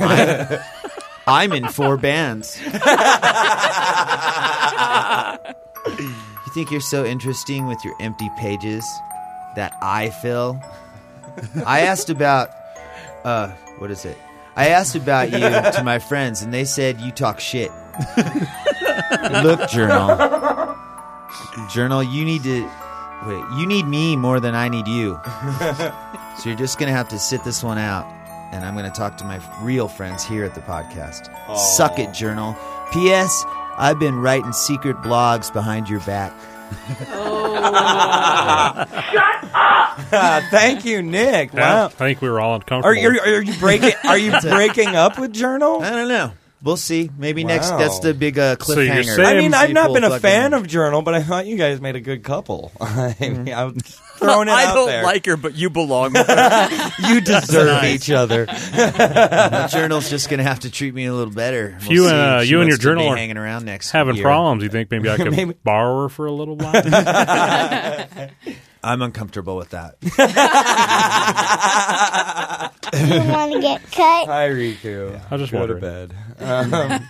S8: I'm, I'm in four bands. you think you're so interesting with your empty pages that I fill? I asked about, uh, what is it? I asked about you to my friends, and they said you talk shit. Look, journal, journal, you need to wait. You need me more than I need you. So you're just gonna have to sit this one out, and I'm gonna talk to my real friends here at the podcast.
S12: Aw.
S8: Suck it, journal. P.S. I've been writing secret blogs behind your back.
S4: Thank you, Nick.
S7: Yeah,
S4: Wow.
S7: I think we were all uncomfortable.
S4: Are you are you breaking are you breaking up with Journal? I
S8: don't know. We'll see. Maybe next. That's the big uh,
S4: So you're
S8: cliffhanger.
S4: I mean, I've not been a fan of Journal, but I thought you guys made a good couple. I mean, I'm throwing it
S6: I
S4: out
S6: don't
S4: there.
S6: like her, but you belong with her.
S4: you deserve
S6: Nice.
S4: each other.
S8: the journal's just gonna have to treat me a little better.
S7: If
S8: We'll
S7: you
S8: see.
S7: and uh,
S8: She
S7: you
S8: wants
S7: and your
S8: to
S7: journal
S8: be
S7: are
S8: hanging around next
S7: having
S8: year.
S7: problems, you think maybe I could
S8: Maybe-
S7: borrow her for a little while?
S8: I'm uncomfortable with that.
S13: You want to get cut?
S4: Hi, Riku.
S7: I just
S4: go
S7: wondering.
S4: to bed. Um,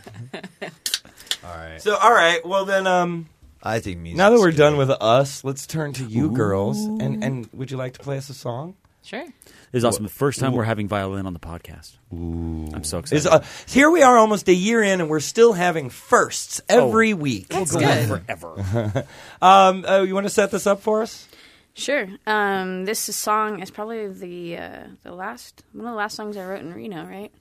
S4: So, all right. Well, then, um,
S8: I think music.
S4: now that we're done with us, let's turn to you girls. And and would you like to play us a song?
S2: Sure.
S6: This is awesome. The first time
S4: Ooh.
S6: we're having violin on the podcast. Ooh. I'm so excited.
S4: Is, uh, here we are, almost a year in, and we're still having firsts every
S6: Oh,
S4: week.
S6: That's we'll go on good. forever.
S4: um, uh, you want to set this up for us?
S9: Sure. Um, this is- song is probably the uh, the last one of the last songs I wrote in Reno, right?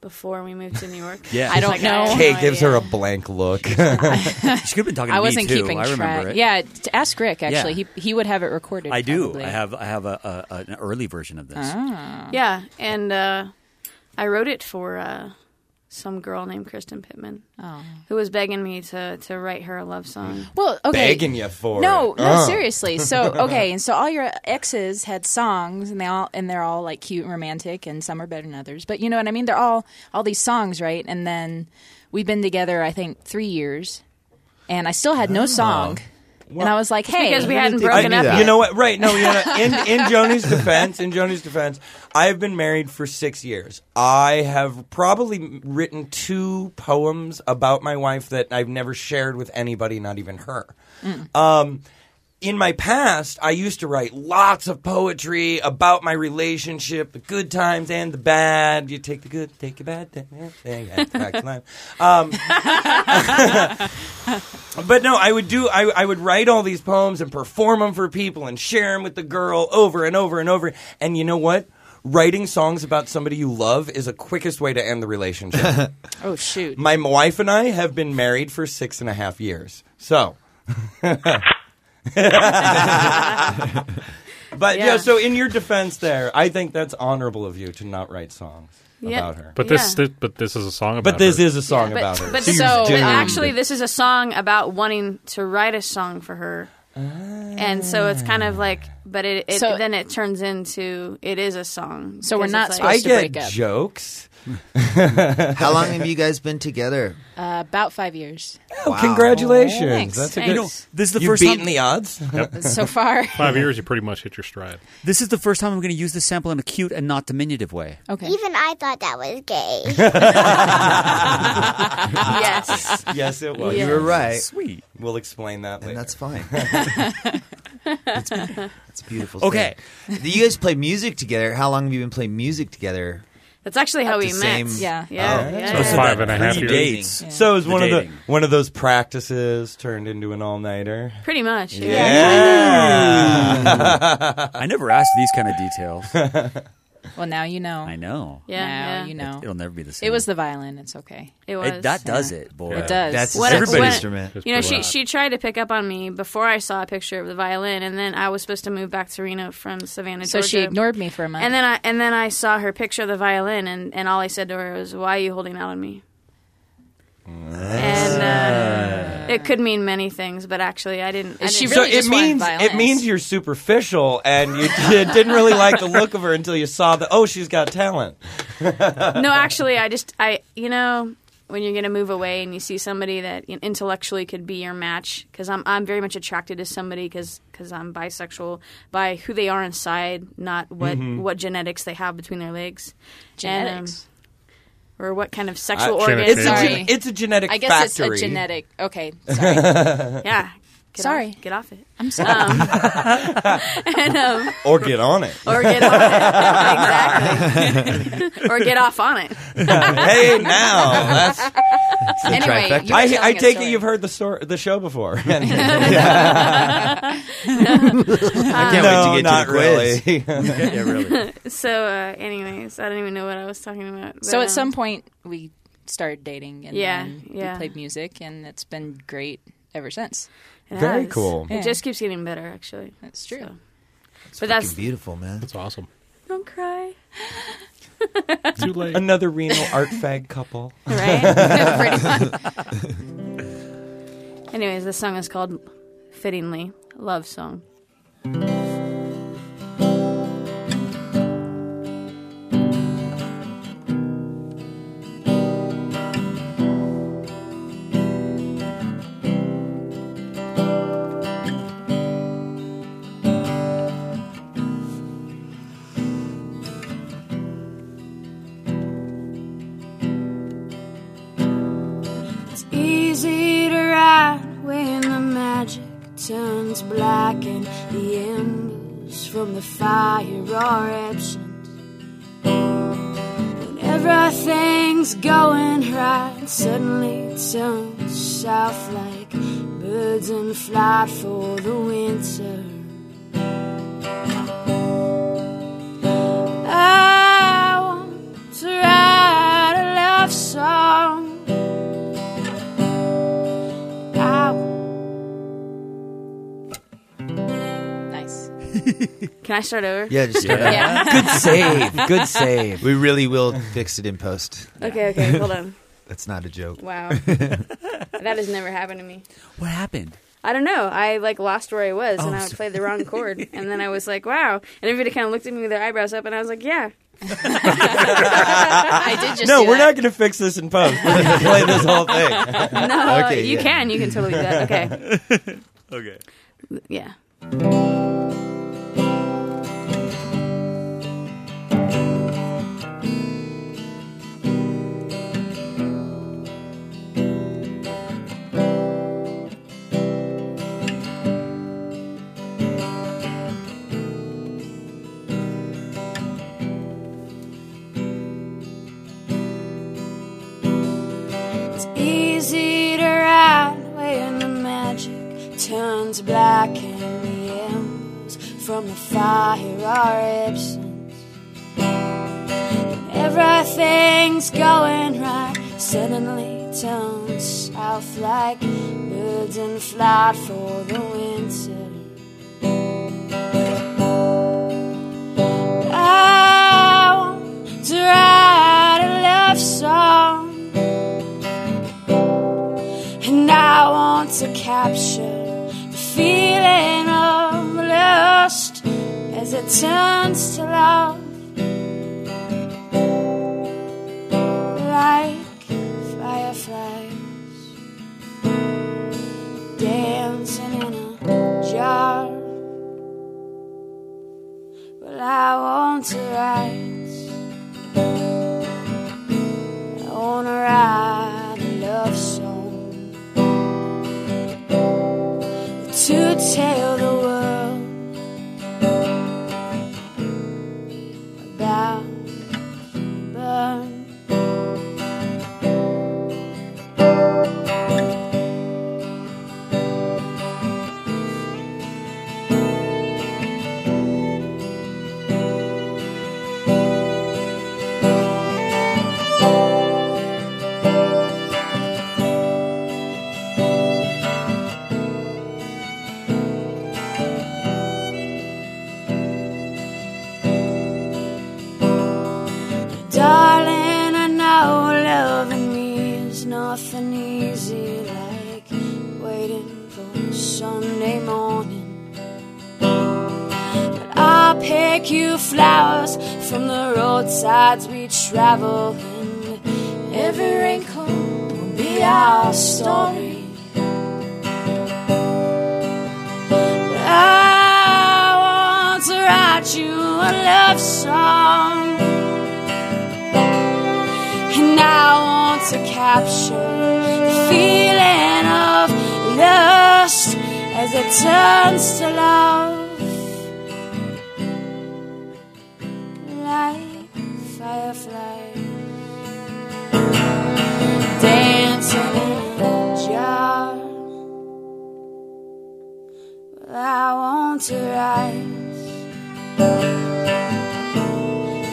S9: Before we moved to New York.
S2: I don't
S9: Like,
S2: know.
S9: have
S4: Kay
S9: no
S4: gives
S9: idea.
S4: her a blank look. she could have
S6: been talking
S2: I wasn't keeping track. Yeah, t- Uh, ask Rick. Actually,
S6: Yeah.
S2: he he would have it recorded.
S6: I do.
S2: probably.
S6: I have I have a, a, an early version of this.
S2: Ah.
S9: Yeah, and uh, I wrote it for uh, some girl named Kristen Pittman,
S2: Oh.
S9: who was begging me to to write her a love song.
S2: Well, okay.
S4: Begging you for
S2: no,
S4: it.
S2: no,
S4: Oh.
S2: seriously. So okay, and so all your exes had songs, and they all and they're all like cute and romantic, and some are better than others. But you know what I mean? They're all all these songs, right? And then we've been together, I think, three years, and I still had no song. and I was like, hey,
S9: because we hadn't broken up.
S4: You know what? Right? No. You know, in in Joni's defense, in Joni's defense, I have been married for six years. I have probably written two poems about my wife that I've never shared with anybody, not even her.
S12: Mm.
S4: Um, in my past, I used to write lots of poetry about my relationship, the good times and the bad. You take the good, take the bad. Take the bad, back to life. Um, but no, I would do. I, I would write all these poems and perform them for people and share them with the girl over and over and over. And you know what? Writing songs about somebody you love is the quickest way to end the relationship.
S2: Oh shoot!
S4: My wife and I have been married for six and a half years. So. but yeah.
S9: Yeah.
S4: so in your defense, there, I think that's honorable of you to not write songs
S9: Yeah,
S4: about her.
S7: but this, thi- but this is a song about.
S4: But this
S7: her.
S4: is a song
S9: But,
S4: about her.
S9: but so but actually, this is a song about wanting to write a song for her, and so it's kind of like, but it, it
S2: So-
S9: then it turns into it is a song.
S2: So we're
S9: because
S2: not
S9: it's
S2: supposed
S9: like,
S2: to break up.
S4: jokes.
S8: How long have you guys been together?
S2: Uh, about five years.
S4: Oh, congratulations.
S2: Thanks.
S4: That's a
S2: Thanks.
S4: good.
S2: You know,
S6: this is the
S4: You've
S6: first
S4: beaten
S6: time-
S4: the odds.
S7: Yep.
S2: So far.
S7: Five years, you pretty much hit your stride.
S6: This is the first time I'm going to use this sample in a cute and not diminutive way.
S2: Okay.
S13: Even I thought that was gay.
S9: yes.
S4: yes, it was.
S8: Well, you were right.
S6: Sweet.
S4: We'll explain that later.
S8: And that's fine.
S9: It's,
S8: It's beautiful.
S6: Okay.
S8: stuff. you guys play music together. How long have you been playing music together?
S9: That's actually how
S8: The
S9: we met.
S8: same-
S9: Yeah,
S8: Oh.
S9: yeah,
S8: So
S9: yeah.
S7: it's five and a half years.
S6: Predates
S7: Yeah.
S4: So it was
S7: The
S4: one of
S7: dating.
S4: the one of those practices turned into an all nighter.
S9: Pretty much. Yeah.
S4: Yeah.
S6: I never asked these kind of details.
S2: Well, now you know.
S6: I know.
S2: Yeah, Now yeah. you know.
S6: It, will never be the same.
S2: It was the violin. It's okay.
S9: It
S6: It- was. that does it, boy.
S2: It does.
S6: That's What- everybody's what- instrument.
S9: You know, she
S6: Wow.
S9: she tried to pick up on me before I saw a picture of the violin, and then I was supposed to move back to Reno from Savannah,
S2: So
S9: Georgia.
S2: she ignored me for a month.
S9: And then I and then I saw her picture of the violin, and, and all I said to her was, "Why are you holding out on me?" And uh, it could mean many things, but actually, I didn't. I didn't
S4: so it means it means you're superficial and you did, didn't really like the look of her until you saw the oh she's got talent.
S9: no, actually, I just I you know when you're gonna move away and you see somebody that you know, intellectually could be your match because I'm I'm very much attracted to somebody because I'm bisexual by who they are inside, not what
S2: Mhm.
S9: what genetics they have between their legs, And, um,
S2: Genetics.
S9: or what kind of sexual
S4: I-
S9: organs.
S4: It's a gen- it's a genetic
S2: I guess it's
S4: factory.
S2: a genetic. Okay. Sorry.
S9: yeah,
S14: Get
S15: Sorry.
S14: off, get off it.
S15: I'm sorry.
S14: and, um,
S4: Or get on it.
S14: Or get on it. exactly. or get off on it.
S4: hey, now that's,
S14: That's the Anyway, trifecta. you were
S4: I,
S14: telling
S4: I
S14: a
S4: take
S14: story.
S4: that you've heard the story, the show before.
S14: I
S8: can't
S4: No,
S8: wait to get
S4: not
S8: to the quiz.
S4: really.
S8: yeah,
S14: so, uh, anyways, I don't even know what I was talking about. but,
S15: So
S14: um,
S15: at some point we started dating and
S14: Yeah,
S15: then
S14: yeah.
S15: we played music and it's been great ever since.
S14: it has. It just keeps getting better, actually.
S15: That's true.
S14: but that's
S8: beautiful, man.
S16: That's awesome.
S14: don't cry.
S16: Too late.
S4: Another renal art fag couple.
S14: Right? Pretty much. Anyways, this song is called Fittingly Love Song.
S9: It's easy to ride when the magic turns black and the embers from the fire are absent. When everything's going right, suddenly it turns south like birds in flight for the winter. I want to write a love song. Ow.
S15: Nice.
S14: Can I start over?
S8: Yeah, just start
S14: Yeah.
S8: out. Good save. Good save. We really will fix it in post.
S14: Okay, okay, hold on.
S8: That's not a joke.
S14: Wow. that has never happened to me.
S6: What happened?
S14: I don't know. I like lost where I was, and
S6: Oh,
S14: I
S6: so-
S14: played the wrong chord, and then I was like, "Wow!" And everybody kind of looked at me with their eyebrows up, and I was like, "Yeah." I did
S4: no, we're not going to fix this in post. We're going to play this whole thing.
S14: No, Uh, you can. You can totally do that. Okay.
S6: Okay.
S14: Yeah.
S9: It's easy to ride when the magic turns black and the embers from the fire are absent. When everything's going right, suddenly it turns south like birds in flight for the winter. I want to write a love song. And I want to capture the feeling of lust as it turns to love. Like fireflies dancing in a jar. Well, I want to rise. I want to ride a love song to tell the world about burn. Darling, I know loving me is nothing easy like waiting for Sunday morning. But I'll pick you flowers from the roadsides we travel, and every wrinkle will be our story. But I want to write you a love song. And I want to capture the feeling of lust as
S12: as it turns to love. Like fireflies dancing in a jar. Well, I want to rise.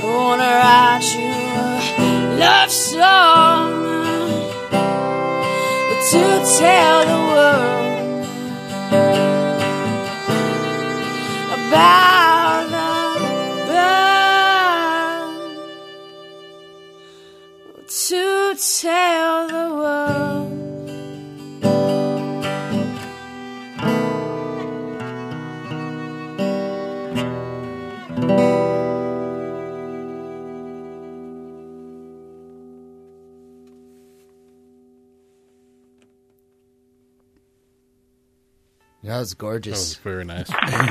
S12: I wanna write you a love song to tell the world about the bird. To tell the world.
S8: That was gorgeous.
S7: That was very nice.
S4: very,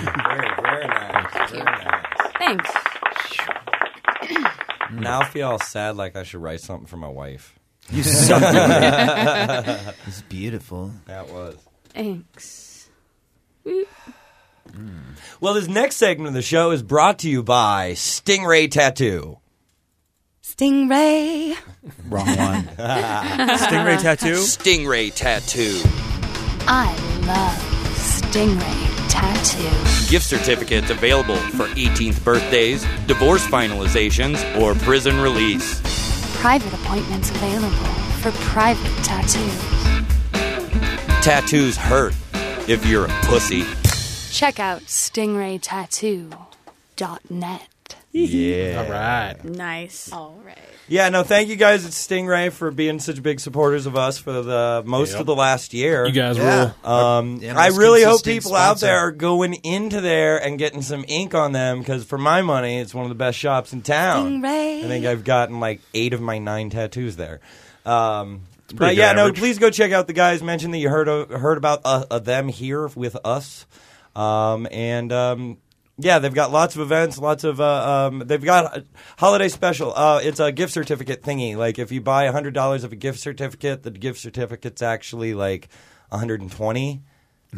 S4: very nice. Very nice.
S9: Thanks.
S4: Now I feel all sad like I should write something for my wife.
S8: You suck. It's beautiful.
S4: That was.
S9: Thanks.
S4: Well, this next segment of the show is brought to you by Stingray Tattoo.
S17: Stingray.
S4: Wrong one. Stingray Tattoo? Stingray Tattoo.
S17: I love Stingray Tattoo.
S18: Gift certificates available for 18th birthdays, divorce finalizations, or prison release.
S17: Private appointments available for private tattoos.
S18: Tattoos hurt if you're a pussy.
S17: Check out stingraytattoo.net.
S4: Yeah.
S17: All
S4: right.
S9: Nice. All right.
S4: Yeah, no, thank you guys at Stingray for being such big supporters of us for the most
S7: Yep.
S4: of the last year.
S7: You guys
S4: Yeah.
S7: rule.
S4: Um,
S7: Yeah,
S4: I
S7: most
S4: really hope
S7: consistent
S4: people out
S7: sponsor.
S4: there are going into there and getting some ink on them because for my money, it's one of the best shops in town.
S17: Stingray.
S4: I think I've gotten like eight of my nine tattoos there. Um,
S7: pretty
S4: but
S7: good
S4: yeah, no,
S7: average.
S4: please go check out the guys mentioned that you heard o- heard about uh, uh, them here with us, um, and um, yeah, they've got lots of events, lots of uh, um, they've got a holiday special. Uh, it's a gift certificate thingy. Like if you buy hundred dollars of a gift certificate, the gift certificate's actually like one hundred and twenty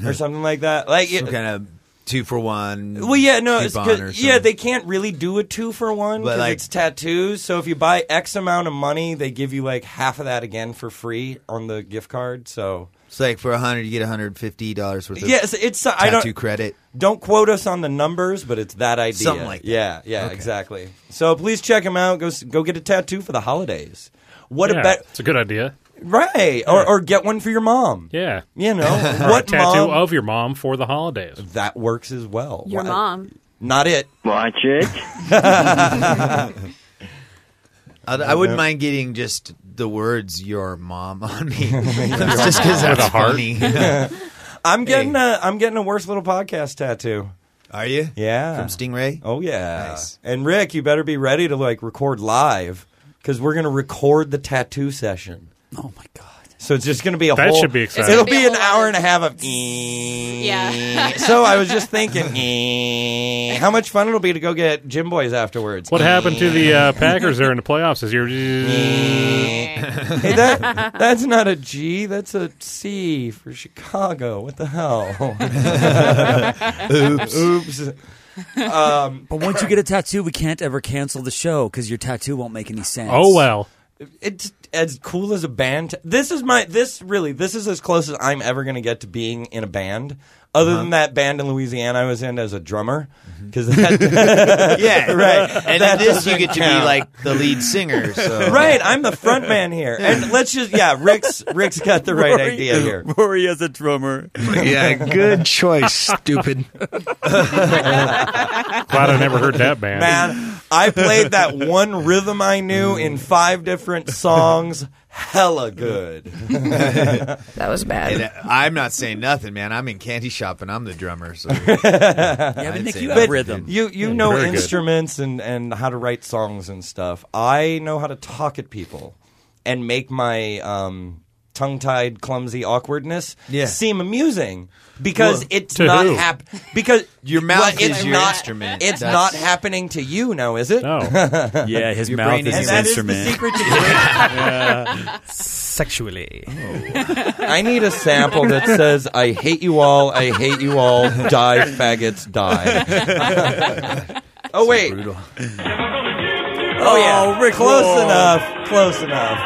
S4: or something like that. Like it,
S8: Some kind of two for one.
S4: well, yeah, no, it's
S8: coupon
S4: 'cause-
S8: or
S4: yeah,
S8: something.
S4: they can't really do a two for one
S8: But,
S4: because
S8: like-
S4: it's tattoos. So if you buy X amount of money, they give you like half of that again for free on the gift card. So
S8: It's like for a hundred, you get one hundred fifty dollars worth of
S4: yes, it's
S8: tattoo
S4: I don't
S8: credit.
S4: Don't quote us on the numbers, but it's that idea.
S8: Something like that.
S4: yeah, yeah,
S8: Okay.
S4: exactly. So please check them out. Go s- go get a tattoo for the holidays. What
S7: Yeah,
S4: about
S7: It's a good idea.
S4: right or or get one for your mom?
S7: Yeah.
S4: You know
S7: Or
S4: what
S7: a tattoo
S4: mom-
S7: of your mom for the holidays.
S4: That works as well.
S9: Your
S4: Why-
S9: mom.
S4: Not it.
S7: Watch it.
S8: I'd, I wouldn't mind getting just the words "your mom" on me, just
S4: With
S8: because that's
S4: a heart.
S8: funny.
S4: I'm getting a I'm getting a worst little podcast tattoo.
S8: Are you?
S4: Yeah.
S8: From Stingray?
S4: Oh yeah. And Rick, you better be ready to like record live because we're gonna record the tattoo session. Oh my god. So it's just gonna be a
S7: That
S4: whole.
S7: should be exciting.
S4: It'll
S7: It's gonna
S4: be
S7: be a
S4: an hour and a half of. Yeah. so I was just thinking, how much fun it'll be to go get Jim Boys afterwards. Eh,
S7: What happened to the uh, Packers there in the playoffs this year?
S4: hey, that that's not a G. That's a C for Chicago. What the hell?
S6: Oops.
S4: Oops. Um,
S6: but once you get a tattoo, we can't ever cancel the show because your tattoo won't make any sense.
S7: Oh, well.
S4: it's as cool as a band. This is my this really this is as close as I'm ever going to get to being in a band. Other
S8: Uh-huh.
S4: than that band in Louisiana, I was in as a drummer because
S8: Yeah.
S4: right.
S8: And
S4: That
S8: in this, you
S4: doesn't
S8: get to be
S4: count.
S8: like the lead singer. So
S4: Right, I'm the front man here, and let's just yeah, Rick's Rick's got the right
S6: Rory-
S4: idea here.
S6: Rory as a drummer.
S10: Yeah, good choice, stupid.
S7: Glad I never heard that band.
S4: Man, I played that one rhythm I knew in five different songs. Hella good. that
S9: was bad.
S8: And, uh, I'm not saying nothing, man. I'm in candy shop and I'm the drummer. So
S4: Yeah,
S8: I'd say
S4: But
S8: nothing.
S4: You you know
S8: Mm. Very good.
S4: instruments and and how to write songs and stuff. I know how to talk at people and make my um, tongue tied, clumsy awkwardness
S8: Yeah.
S4: seem amusing because
S8: Well,
S4: it's
S8: to
S4: not
S8: who?
S4: hap- because
S8: Your mouth
S4: well, it's
S8: is your
S4: not-
S8: instrument.
S4: It's
S8: That's-
S4: not happening to you now, is it?
S7: No.
S6: Yeah, his
S4: Your
S6: mouth
S4: brain
S6: is
S4: is-
S6: his
S4: That is the
S6: instrument.
S4: secret to great-
S6: Yeah.
S19: sexually.
S4: Oh. I need a sample that says, I hate you all, I hate you all, die, faggots, die. oh, wait. Oh, yeah. we're close enough. Close enough.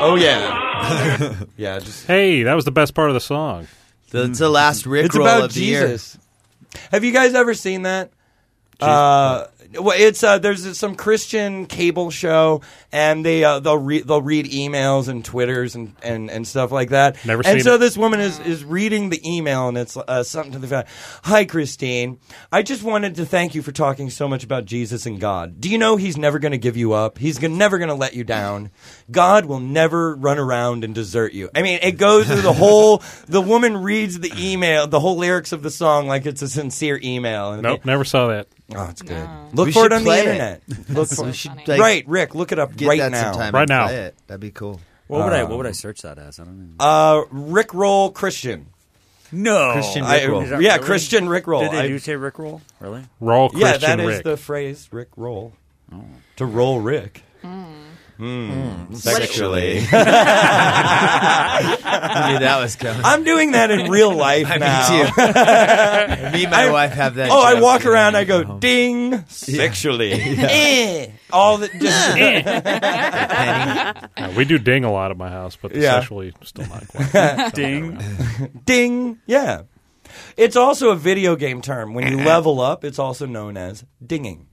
S4: Oh, yeah. yeah, just.
S7: Hey, that was the best part of the song.
S8: It's the last Rick
S4: Hmm. It's about Jesus. Have you guys ever seen that? Uh, well, it's uh, there's some Christian cable show, and they uh, they'll re- they'll read emails and twitters and, and, and stuff like that.
S7: Never
S4: and
S7: seen
S4: so
S7: it.
S4: this woman is is reading the email, and it's uh, something to the fact. Hi, Christine. I just wanted to thank you for talking so much about Jesus and God. Do you know He's never going to give you up? He's gonna, never going to let you down. God will never run around and desert you. I mean, it goes through the whole. The woman reads the email, the whole lyrics of the song, like it's a sincere email. And
S7: Nope, never saw that.
S4: Oh, it's good. Look for it on the internet. Look for it. right, Rick. Look it up
S8: Get
S4: right
S8: that
S4: now.
S8: sometime and play it. That'd be cool.
S6: What would I What would I search that as? I don't know.
S4: Uh, Rick Roll Christian.
S6: No,
S4: Christian I- Rickroll.
S6: Is that
S4: yeah, Christian Rickroll.
S6: Did they
S4: I-
S6: do say Rickroll? Really?
S7: Roll
S4: yeah,
S7: Christian
S4: that is
S7: Rick.
S4: the phrase. Rick Roll. To roll Rick. Mm.
S8: Mm.
S4: Sexually.
S8: Sexually. I knew that was coming.
S4: I'm doing that in real life
S8: I mean,
S4: now.
S8: too. Me and my wife have that
S4: Oh, I
S8: joke
S4: walk
S8: when
S4: around. I go ding sexually.
S8: Yeah.
S4: Eh. All the just.
S7: Yeah, Uh, we do ding a lot at my house, but the
S4: Yeah.
S7: sexually still not quite.
S6: Ding.
S4: ding. Yeah. It's also a video game term. When you level up, it's also known as dinging.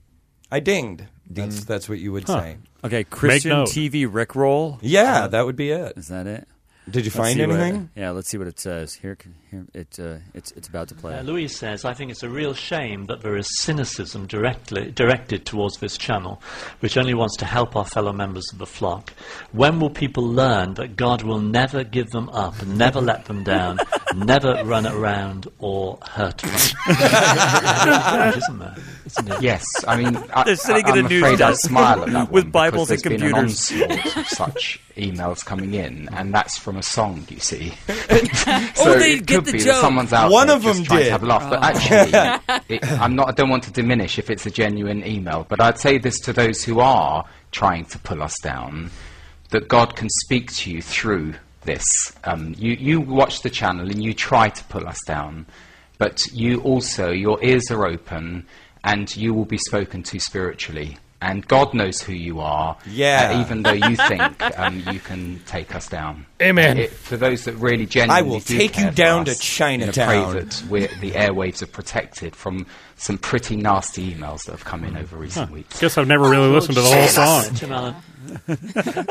S4: I dinged. That's, that's what you would
S6: Huh.
S4: say.
S6: Okay, Christian TV Rickroll.
S4: Yeah, that would be it.
S6: Is that it?
S4: Uh, Did you
S6: Let's
S4: find
S6: see what-
S4: anything?
S6: yeah, let's see what it says. Here, here it uh, it's it's about to play.
S20: Uh, Louise says, I think it's a real shame that there is cynicism directly directed towards this channel, which only wants to help our fellow members of the flock. When will people learn that God will never give them up, never let them down, never run around or hurt them? Isn't there? Isn't it?
S21: Yes, I mean, I,
S6: They're sitting
S21: I,
S6: in
S21: I'm
S6: a news
S21: afraid I
S6: desk
S21: smile at that
S6: with
S21: one
S6: Bibles
S21: because
S6: and
S21: there's
S6: computers.
S21: Been an onslaught of such emails coming in, and that's from a song, you see.
S6: Oh,
S21: so
S6: they
S21: it
S6: get
S21: could
S6: the
S21: be
S6: joke.
S21: that someone's out
S6: One
S21: there
S6: of
S21: just
S6: them
S21: trying
S6: did.
S21: to have a laugh. But
S6: Oh.
S21: actually, it, I'm not. I don't want to diminish if it's a genuine email, but I'd say this to those who are trying to pull us down: that God can speak to you through this. Um, you you watch the channel and you try to pull us down, but you also your ears are open and you will be spoken to spiritually. And God knows who you are,
S4: Yeah.
S21: uh, even though you think um, you can take us down.
S4: Amen.
S21: It- for those that really genuinely
S4: I will
S21: do
S4: take
S21: care
S4: you
S21: for
S4: down to
S21: us,
S4: Chinatown.
S21: And pray that we're, the airwaves are protected from some pretty nasty emails that have come in over recent
S7: Huh.
S21: weeks.
S7: Guess I've never really listened to the whole song.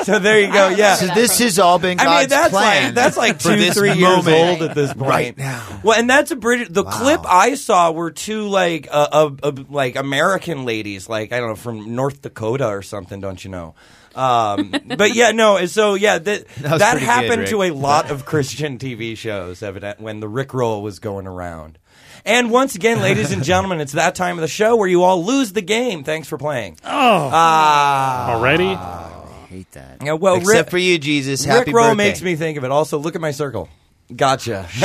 S4: So there you go. Yeah.
S8: So this has all been
S4: I mean,
S8: God's
S4: that's like
S8: plan
S4: that's like
S8: for
S4: two,
S8: this
S4: three years
S8: moment
S4: old at this point.
S8: right
S4: now. Well, and that's a British. The clip I saw were two like uh, uh, uh, like American ladies, like I don't know, from North Dakota or something. Don't you know? Um, but yeah, no. So yeah, th-
S8: That was
S4: that,
S8: pretty good,
S4: happened
S8: Rick.
S4: to a lot of Christian TV shows evident when the Rick roll was going around. And once again, ladies and gentlemen, it's that time of the show where you all lose the game. Thanks for playing.
S7: Oh.
S4: Ah.
S7: Already?
S6: hate that.
S4: Yeah, well,
S8: Except
S4: Rick-
S8: for you, Jesus. Happy
S4: Rick Roll
S8: birthday.
S4: makes me think of it. Also, look at my circle. Gotcha.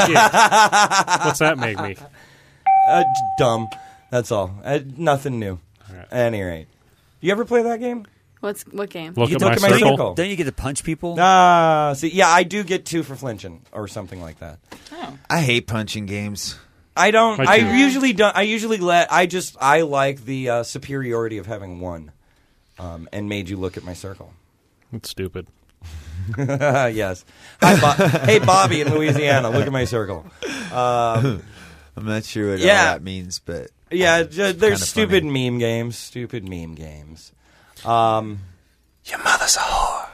S7: What's that make me?
S4: Uh, j- dumb. That's all. Uh, nothing new. At any rate, you ever play that game?
S9: What's what game?
S4: you look at my circle.
S6: Don't you get to punch people?
S4: Ah, see, yeah, I do get two for flinching or something like that.
S8: I hate punching games.
S4: I don't.
S8: Me
S4: I
S8: too.
S4: usually don't. I usually let. I just. I like the uh, superiority of having one, um, and made you look at my circle.
S7: That's stupid.
S4: yes. Hi, Bo- hey, Bobby in Louisiana. Look at my circle. Um,
S8: I'm not sure what
S4: yeah.
S8: all that means, but
S7: Oh,
S4: yeah,
S8: it's
S4: ju-
S8: kinda
S4: there's stupid meme games. Stupid meme games. Um, Your mother's a whore.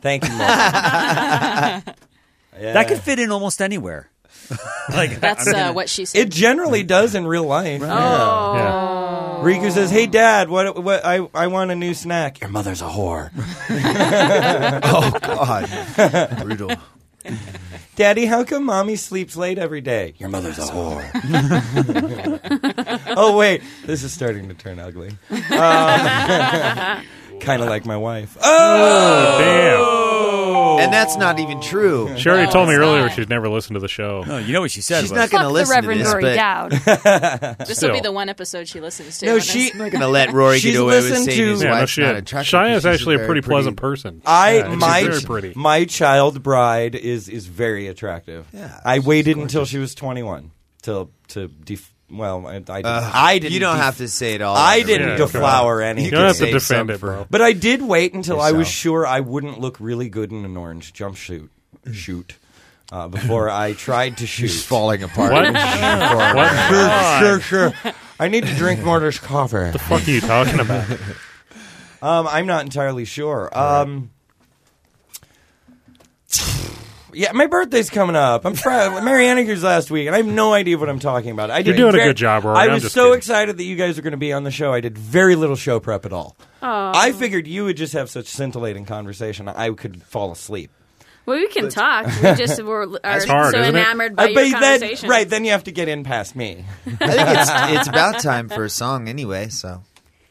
S4: Thank you, mom.
S6: That could fit in almost anywhere. like
S2: That's
S6: I'm gonna-
S2: uh, what she said.
S4: It generally does in real life.
S2: Oh.
S4: Yeah. Riku says, "Hey, Dad, what? What? I I want a new snack. Your mother's a whore.
S8: oh God, brutal.
S4: Daddy, how come mommy sleeps late every day? Your mother's a whore. oh wait, this is starting to turn ugly. Uh, Um, kind of like my wife. Oh,
S7: damn. Oh.
S8: and that's not even true.
S7: She already told me earlier she's never listened to the show.
S6: No, you know what she said.
S8: She's was- not gonna
S2: Fuck
S8: listen
S2: the
S8: to
S2: Reverend
S8: this,
S2: Rory
S8: but-
S2: Dowd. this will be
S7: Still.
S2: the one episode she listens to.
S8: No,
S2: when
S8: she-
S2: it's-
S8: I'm not gonna let Rory get away with saying his
S7: yeah, no
S8: wife's not
S7: shit.
S8: attractive.
S7: Shia's
S8: because she's
S7: actually a
S8: very
S7: pretty pleasant person.
S4: I
S7: Yeah, she's
S4: my
S7: very pretty.
S4: my child bride is is very attractive.
S8: Yeah,
S4: I waited until she was twenty one to to def- well I, I didn't.
S8: Ugh.
S4: Uh, I didn't
S8: You don't
S4: def-
S8: have to say it all
S4: I
S8: out.
S4: didn't
S8: Yeah,
S4: deflower
S8: come on.
S4: anything.
S8: You don't have to Save defend some it, for bro.
S4: But I did wait until I was
S8: yourself.
S4: sure I wouldn't look really good in an orange jumpsuit shoot. Uh, before I tried to shoot,
S8: She's falling apart. What?
S7: What?
S4: Sure, sure, sure. I need to drink Mortar's coffee.
S7: The fuck are you talking about?
S4: Um, I'm not entirely sure. Um, yeah, my birthday's coming up. I'm trying. Mariana Gears last week, and I have no idea what I'm talking about. I
S7: You're
S4: did
S7: doing a
S4: very-
S7: good job, Rory.
S4: I
S7: I'm
S4: was
S7: just
S4: so
S7: kidding.
S4: excited that you guys were going to be on the show. I did very little show prep at all.
S9: Aw.
S4: I figured you would just have such scintillating conversation. I could fall asleep.
S9: Well, we can talk. We just were are so enamored
S8: Uh,
S9: by
S4: I
S9: your
S4: bet
S9: conversation.
S4: Uh, Then, right, then you have to get in past me.
S8: I think it's it's about time for a song anyway. So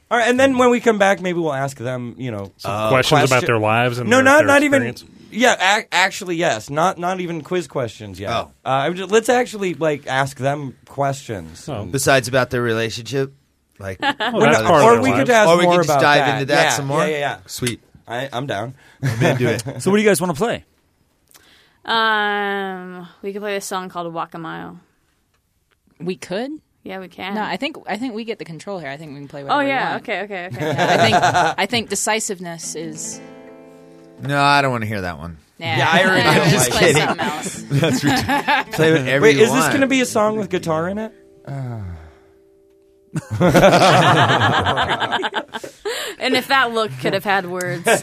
S4: All right, and then when we come back, maybe we'll ask them, you know,
S7: Some questions about their lives and
S4: Uh, no,
S7: their-
S4: not
S7: their
S4: not
S7: experience.
S4: even. Yeah, ac actually, yes. Not not even quiz questions yet.
S8: Oh.
S4: Uh, I'm just, let's actually like ask them questions.
S8: besides about their relationship, like
S4: Well,
S8: what
S4: that's
S8: other
S4: part of
S8: stuff?
S4: their Or we lives. could ask
S8: or we
S4: more
S8: could just
S4: about
S8: dive
S4: that.
S8: into that
S4: Yeah,
S8: some more.
S4: yeah, yeah.
S8: Sweet.
S4: I, I'm down.
S8: I'm into it.
S6: So what do you guys want to play?
S9: Um, we could play this song called "Walk a Mile."
S2: We could.
S9: Yeah, we can.
S2: No, I think I think we get the control here. I think we can play.
S9: Oh,
S2: Whatever we
S9: yeah.
S2: want.
S9: Okay, okay, okay.
S2: Yeah, I think I think decisiveness is.
S8: No, I don't want to hear that one.
S2: Nah. Yeah, I already
S8: am
S2: don't
S8: just
S2: like
S8: kidding.
S2: it. Let's play something else.
S8: That's ridiculous. Play whatever
S4: Wait,
S8: you
S4: is this
S8: want.
S4: going to be a song with guitar in it?
S9: and if that look could have had words.
S8: that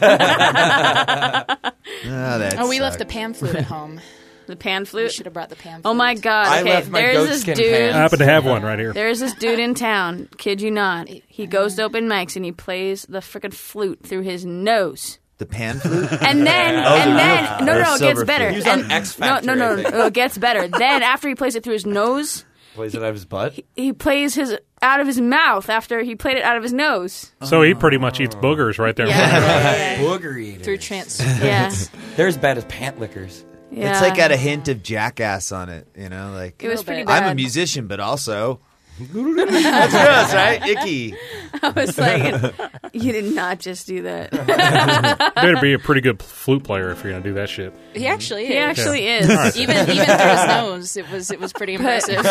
S2: oh, we left the
S9: sucked.
S2: pan flute at home.
S9: the pan flute.
S2: Should have brought the pan.
S9: Oh my god!
S2: I
S9: Okay,
S2: left my
S9: there's this
S2: goatskin
S9: dude.
S7: I happen to have one right here.
S9: There's this dude in town. Kid you not? He goes to open mics and he plays the frickin' flute through his nose.
S8: the pan flute?
S9: And then,
S8: Oh, the
S9: and
S8: real-
S9: then, no,
S8: or
S9: no, it
S8: silver
S9: gets better.
S8: flute. He was
S9: And-
S8: on X
S9: no,
S8: Factor,
S9: no, no,
S8: I think.
S9: no, it gets better. Then after he plays it through his nose,
S4: Plays it out of his butt.
S9: he plays his out of his mouth after he played it out of his nose.
S7: So he pretty much eats boogers right there.
S4: Booger eater.
S2: Through trans.
S9: Yeah.
S4: They're as bad as pant lickers.
S8: It's
S9: Yeah.
S8: like got a hint of jackass on it, you know? Like
S9: It was pretty
S8: I'm a
S9: bad.
S8: musician, but also That's gross, right? Icky.
S9: I was like, you did not just do that.
S7: Better be a pretty good flute player if you're gonna do that shit.
S2: He actually is.
S9: He actually
S7: Yeah. is. All right.
S2: Even even through his nose, it was it was pretty impressive.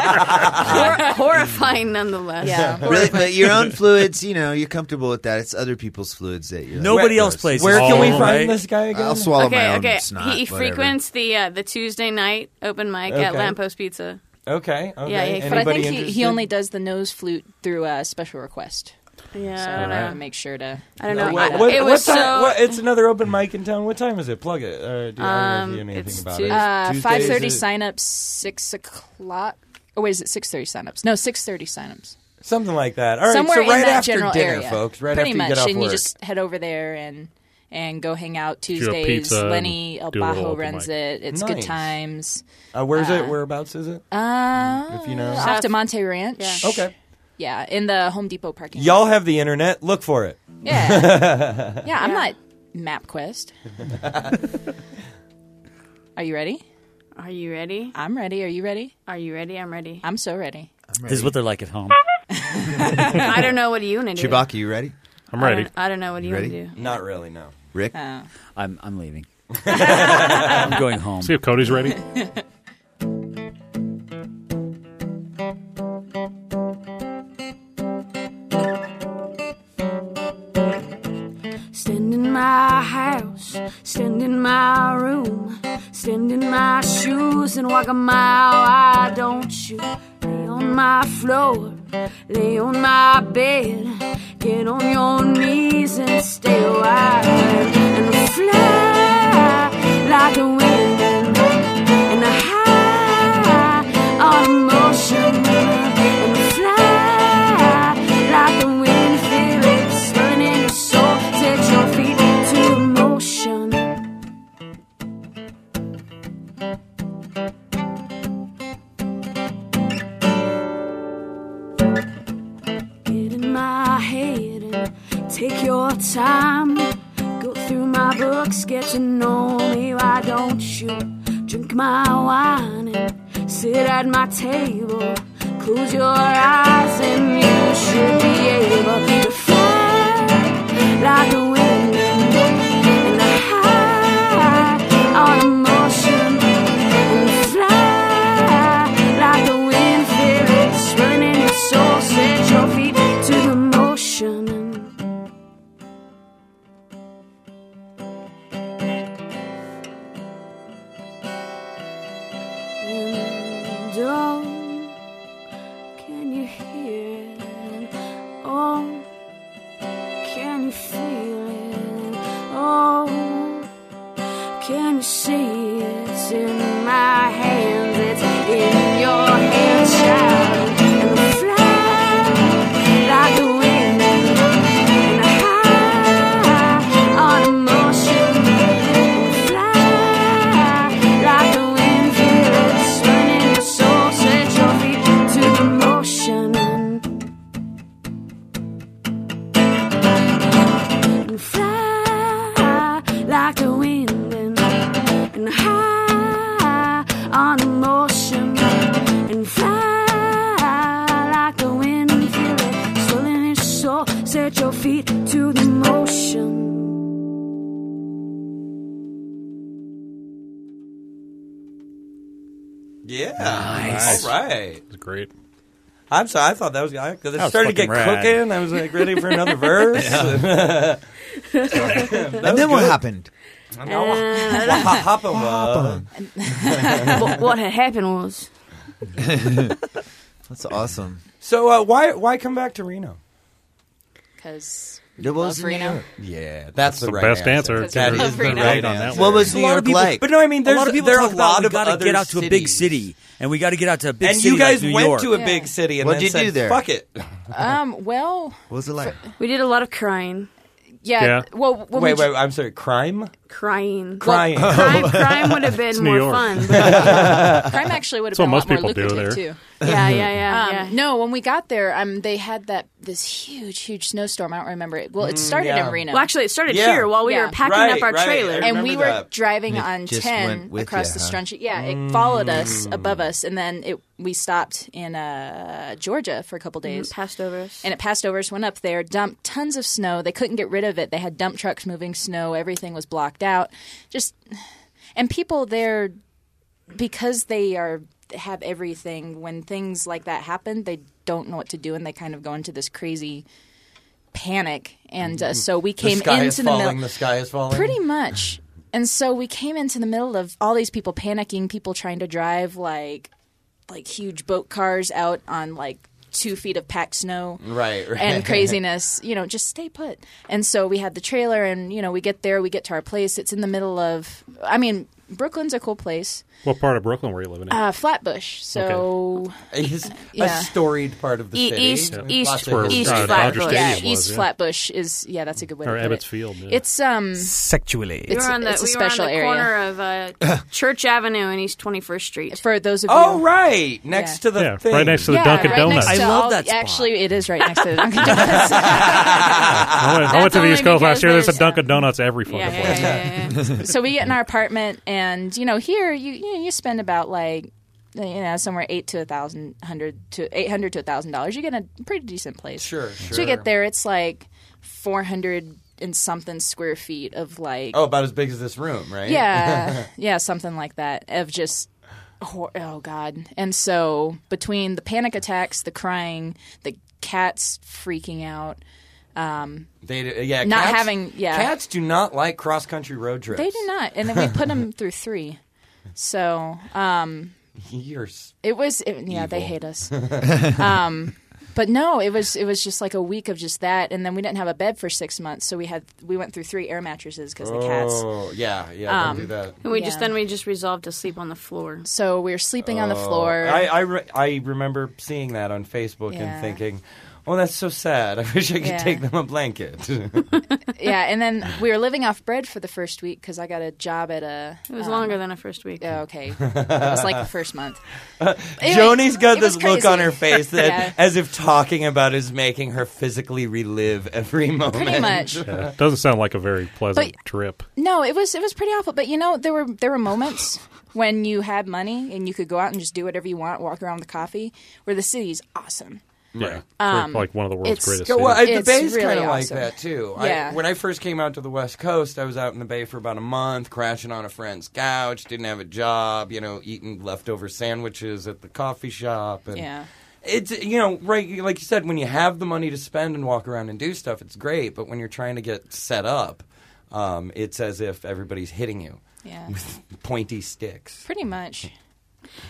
S9: Hor- horrifying nonetheless.
S2: Yeah.
S8: Really, but your own fluids, you know, you're comfortable with that. It's other people's fluids that you.
S6: Nobody else plays
S4: Where
S6: this
S4: can we
S6: song,
S4: find
S6: right?
S4: this guy again?
S8: I'll swallow
S9: okay,
S8: my own
S9: okay.
S8: snot.
S9: he he
S8: whatever.
S9: frequents the uh, the Tuesday night open mic at
S4: Okay.
S9: Lamppost Pizza.
S4: Okay. okay.
S9: Yeah, yeah,
S4: Anybody
S2: but I think he,
S4: interested?
S2: he only does the nose flute through a special request.
S9: Yeah,
S2: so
S9: I
S2: I
S9: don't
S2: want
S9: know.
S2: to make sure to.
S9: I don't know.
S4: What,
S9: I-
S4: what-
S9: it
S4: what
S9: was
S4: time,
S9: so.
S4: what- it's another open mic in town. What time is it? Plug it. Or do you, I don't know if you
S9: Um,
S4: know anything
S9: it's
S4: about
S9: Tues-
S4: it.
S2: Uh,
S4: Tuesdays
S2: five thirty
S4: at-
S2: sign ups, six o'clock. Oh wait, is it six thirty sign ups? No, six thirty sign ups.
S4: Something like that. All right,
S2: Somewhere
S4: so right
S2: in that
S4: after
S2: general
S4: dinner,
S2: area,
S4: folks. Right
S2: pretty
S4: after
S2: much,
S4: you get off
S2: and
S4: work.
S2: you just head over there and and go hang out
S4: a
S2: Tuesdays.
S4: pizza and
S2: Lenny El
S4: do a little
S2: Bajo
S4: open
S2: runs
S4: mic.
S2: it. It's good
S4: Nice.
S2: times.
S4: uh, where's
S2: uh,
S4: it? Whereabouts is it?
S2: Uh,
S4: If you know.
S2: off to Monte Ranch.
S9: Yeah.
S4: Okay.
S2: Yeah, in the Home Depot parking. lot.
S4: Y'all have the internet. Look for it.
S2: Yeah. Yeah, I'm
S9: Yeah.
S2: not MapQuest. Are you ready?
S9: Are you ready?
S2: I'm ready. Are you ready?
S9: Are you ready? I'm ready.
S2: I'm so ready.
S6: This is what they're like at home.
S9: I don't know what do you want to do.
S8: Chewbacca, you ready?
S7: I'm
S9: I don't, I don't know what do you want to do.
S4: Not really. No.
S8: Rick,
S6: I'm I'm leaving. I'm going home.
S7: See if Cody's ready.
S12: Stand in my house, stand in my room, stand in my shoes and walk a mile. Why don't you lay on my floor, lay on my bed, get on your knees and stay a while and fly like a wind and high on motion and fly like the wind. Feel it swirling in your soul. Set your feet to motion. Get in my head and take your time. Go through my
S22: my books, get to know me. Why don't you drink my wine and sit at my table? Close your eyes and you should be able to fly like the wind and high on emotion and fly like the wind. Feel it swirling in your soul. Set your feet to the motion. And oh, can you hear it? And oh, can you feel it? And oh, can you see it's in my hands? It's in your hands, child. And fly like the wind. And high on emotion. Fly like the wind. Feel it swirling in your soul. Set your feet to the motion. And fly like the wind and high on emotion and fly like the wind feel it swirling in your soul set your feet to the motion
S4: Yeah.
S7: Nice.
S4: All right.
S7: It's great.
S4: I'm sorry. I thought that was because
S7: That
S4: it
S7: was
S4: started to get
S7: fucking rad.
S4: cooking. I was like ready for another verse.
S7: Yeah.
S4: That
S8: And
S4: was
S8: then what
S4: good.
S8: happened?
S4: And now what- what ha- happened was-
S23: what, what had happened was
S8: That's awesome.
S4: So uh, why why come back to Reno?
S9: because
S8: It was
S9: Love Reno.
S4: Yeah, that's,
S7: That's
S4: the,
S7: the
S4: right
S7: best answer.
S4: answer. That
S7: Because
S4: is the
S7: Reno.
S4: right
S7: On that
S4: answer.
S7: one. What
S8: was
S6: A
S8: New
S6: lot of
S8: York
S6: people-
S8: like?
S6: But no, I mean, there's
S8: A lot of people
S6: there
S8: talk
S6: are a
S8: about
S6: lot
S8: we
S6: of
S8: gotta
S6: other
S8: get out to a big
S6: city, and we got to get out to a big
S4: And
S6: city.
S4: you guys
S6: like New
S4: went
S6: York.
S4: to a big city and
S8: What
S4: then
S8: did you
S4: said,
S8: do there?
S4: "Fuck it."
S9: Um. Well.
S8: What was it like?
S23: we did a lot of crying.
S9: Yeah. Well. when
S4: wait,
S9: we-
S4: wait. I'm sorry. Crime.
S23: Crying.
S4: Crying.
S23: Well, crime, crime would have
S4: It's
S23: been
S4: New
S23: more
S4: York.
S23: fun.
S9: crime actually would have
S4: That's what
S9: been a
S4: most
S9: lot
S4: people
S9: more
S4: do
S9: lucrative
S4: there.
S9: too.
S23: Yeah, yeah, yeah,
S9: Um,
S23: yeah.
S9: No, when we got there, um, they had that this huge, huge snowstorm. I don't remember it. Well, it
S23: Mm,
S9: started
S23: yeah.
S9: in Reno.
S23: Well, actually, it started Yeah. here while we were packing up Right, our right. I trailer.
S9: and we
S23: remember
S9: were
S23: that.
S9: driving
S23: It
S9: on
S23: just
S9: ten
S23: went with
S9: across
S23: ya,
S9: the
S23: huh?
S9: Strunch. Yeah, it followed
S4: Mm.
S9: us above us, and then it we stopped in uh, Georgia for a couple days.
S23: Mhm, passed over us.
S9: and it passed over us. Went up there, dumped tons of snow. They couldn't get rid of it. They had dump trucks moving snow. Everything was blocked out. Just and people there because they are have everything when things like that happen they don't know what to do and they kind of go into this crazy panic and uh, so we
S4: Mm-hmm.
S9: came
S4: the sky
S9: into
S4: is
S9: the
S4: falling.
S9: middle
S4: The sky is falling.
S9: pretty much and so we came into the middle of all these people panicking people trying to drive like like huge boat cars out on like two feet of packed snow
S4: Right, right.
S9: and craziness you know just stay put and so we had the trailer and you know we get there we get to our place it's in the middle of i mean brooklyn's a cool place
S7: What part of Brooklyn were you living in?
S9: uh, Flatbush. So
S4: It's
S9: yeah.
S4: a storied part of the
S9: E-
S4: city.
S9: east-
S4: Lots
S9: east-
S4: of
S7: Where,
S4: history.
S7: uh, Dodger Stadium
S9: yeah,
S7: was,
S9: East
S7: yeah.
S9: Flatbush is yeah, that's a good way
S7: Or
S9: to put
S7: Ebbets
S9: it.
S7: Field, yeah.
S9: Oh, It's um
S24: Sexually.
S9: It's,
S23: we were on the,
S9: it's
S23: we
S9: a special
S23: were on the
S9: area.
S23: corner of uh, Church Avenue and East 21st Street.
S9: For those of
S4: Oh
S9: you-
S4: right, next to the
S7: Yeah,
S4: thing.
S7: right next to the
S9: yeah,
S7: Dunkin'
S9: right
S7: Donuts.
S9: next to all- Actually, it is right next to the Dunkin' Donuts.
S7: I went, I went to the East Coast last year. There's a Dunkin' Donuts every fucking
S9: Yeah,
S7: place.
S9: yeah, so we get in our apartment, and you know, here you you, know, you spend about like you know somewhere eight to a thousand hundred to eight hundred to a thousand dollars. You get in a pretty decent place.
S4: Sure,
S9: So
S4: sure.
S9: we get there, it's like four hundred and something square feet of like
S4: Oh, about as big as this room, right?
S9: yeah, yeah, something like that. Of just, hor- oh god. And so between the panic attacks, the crying, the cats freaking out, um,
S4: They yeah,
S9: not
S4: cats-
S9: having yeah,
S4: Cats do not like cross country road trips.
S9: they do not. And then we put them through three. So um,
S4: You're s-
S9: it was it, yeah, they
S4: Evil.
S9: hate us. um, but no, it was it was just like a week of just that, and then we didn't have a bed for six months, so we had we went through three air mattresses because the cats.
S4: Oh yeah, yeah.
S9: Um,
S4: don't do that.
S23: And we just
S9: Yeah.
S23: then we just resolved to sleep on the floor.
S9: So we were sleeping on the
S4: Oh,
S9: floor.
S4: I I, re- I remember seeing that on Facebook
S9: Yeah.
S4: and thinking, Oh, that's so sad. I wish I could
S2: Yeah.
S4: take them a blanket.
S2: yeah, and then we were living off bread for the first week because I got a job at a. It
S9: was longer than a um, Oh, first week.
S2: Yeah, okay, it was like the first month. Anyway,
S4: Joni's got
S2: it was
S4: this look on
S2: crazy.
S4: her face that,
S2: Yeah.
S4: as if talking about is making her physically relive every moment.
S2: much.
S7: Yeah, it doesn't sound like a very pleasant trip.
S2: No, it was it was pretty awful. But you know, there were there were moments when you had money and you could go out and just do whatever you want, walk around with coffee, where the city's awesome.
S7: Yeah,
S2: Um,
S7: like one of the world's
S2: it's-
S7: greatest.
S4: Yeah, well, I- the
S2: It's
S4: Bay's
S2: really
S4: kind of like
S2: awesome.
S4: that too.
S2: Yeah.
S4: I, when I first came out to the West Coast, I was out in the Bay for about a month, crashing on a friend's couch, didn't have a job, you know, eating leftover sandwiches at the coffee shop, and
S2: Yeah.
S4: It's you know right like you said when you have the money to spend and walk around and do stuff it's great but when you're trying to get set up um, it's as if everybody's hitting you
S2: Yeah.
S4: with pointy sticks
S2: Pretty much.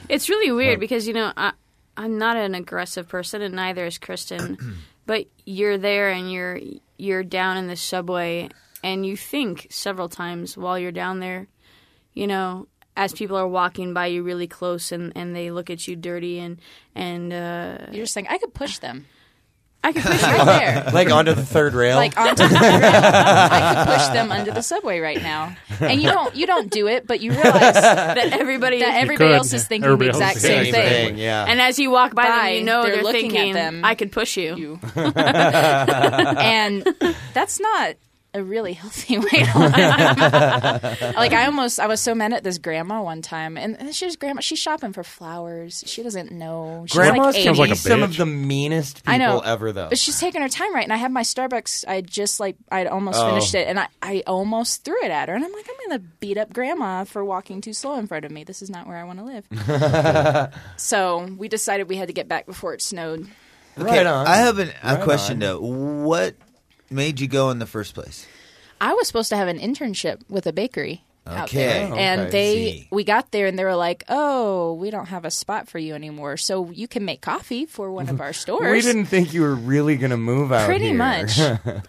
S9: It's really
S4: But-
S9: weird because you know I, I'm not an aggressive person, and neither is Kristen. but you're there, and you're you're down in the subway, and you think several times while you're down there, you know, as people are walking by you really close, and, and they look at you dirty, and and uh,
S2: you're just saying I could push them.
S9: I could push right there.
S4: like onto the third rail
S2: Like onto the rail. I could push them under the subway right now, and you don't. You don't do it, but you realize
S9: that everybody
S2: that
S9: You
S2: everybody
S9: could.
S2: else is thinking
S9: Everybody
S2: the
S9: else
S2: exact
S9: is
S2: same
S9: thinking
S2: thing.
S9: the same thing,
S4: yeah.
S9: And as you walk by them, you know
S2: they're,
S9: they're,
S2: looking
S9: thinking,
S2: at them.
S9: "I could push you."
S2: and that's not a really healthy way to live. like I almost I was so mad at this grandma one time and and she was grandma she's shopping for flowers. She doesn't know. She's
S4: grandmas
S2: like
S4: can
S2: 80.
S4: be some of the meanest people
S2: I know.
S4: ever though
S2: But she's taking her time right and I had my Starbucks I just like I'd almost
S4: Oh.
S2: finished it and I, I almost threw it at her and I'm like, I'm gonna beat up grandma for walking too slow in front of me. This is not where I wanna live. so we decided we had to get back before it snowed.
S8: I have an, a
S2: Right
S8: question
S2: on.
S8: though. What made you go in the first place?
S2: I was supposed to have an internship with a bakery. Out there.
S8: Okay. Oh,
S2: And
S8: okay.
S2: they,
S8: See.
S2: we got there and they were like, oh, we don't have a spot for you anymore. So you can make coffee for one of our stores.
S4: we didn't think you were really going to move out
S2: Pretty
S4: here.
S2: much.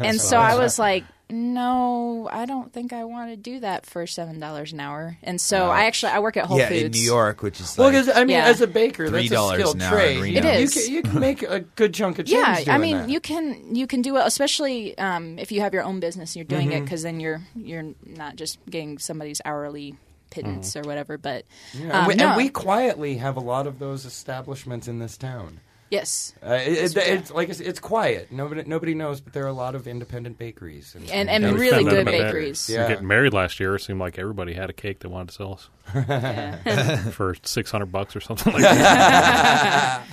S2: and so I was like, no, I don't think I want to do that for $7 an hour. And so I actually, I work at Whole
S8: yeah,
S2: Foods.
S8: in New York, which is
S4: Well,
S8: like
S4: 'cause, I mean,
S2: Yeah.
S4: as a baker, that's
S8: three
S4: a
S8: dollars
S4: skilled
S8: an hour
S4: trade.
S8: in
S4: You
S8: Reno.
S2: It
S4: can-
S2: is.
S4: You can, you can make a good chunk of change
S2: yeah,
S4: doing
S2: I mean,
S4: that.
S2: you can you can do it, especially um, if you have your own business. and You're doing it
S4: Mhm.
S2: because then you're you're not just getting somebody's hourly pittance or whatever. But
S4: Yeah,
S2: um,
S4: and, we,
S2: no.
S4: and we quietly have a lot of those establishments in this town.
S2: Yes.
S4: Uh, it,
S2: That's
S4: it,
S2: right.
S4: it's like I said, it's quiet. Nobody nobody knows, but there are a lot of independent bakeries
S2: And- and
S7: we
S2: really
S7: found out
S2: good
S7: about that.
S2: bakeries.
S7: We
S4: Yeah.
S7: were getting married last year, it seemed like everybody had a cake they wanted to sell us
S2: Yeah.
S7: for six hundred bucks or something like that.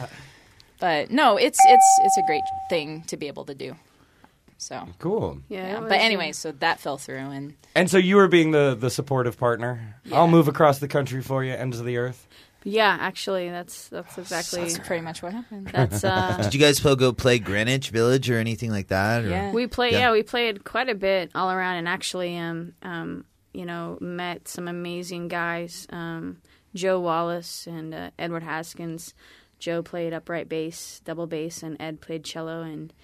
S2: but no, it's it's it's a great thing to be able to do. So
S4: Cool.
S9: Yeah, it was, uh,
S2: But anyway, so that fell through, and
S4: And so you were being the, the supportive partner. I'll move across the country for you, ends of the earth.
S9: Yeah, actually, that's that's exactly
S2: that's pretty much what happened.
S9: That's uh,
S8: Did you guys po- go play Greenwich Village or anything like that? or-
S9: We play, yeah. we played quite a bit all around, and actually, um, um, you know, met some amazing guys. Um, Joe Wallace and uh, Edward Haskins. Joe played upright bass, double bass, and Ed played cello. And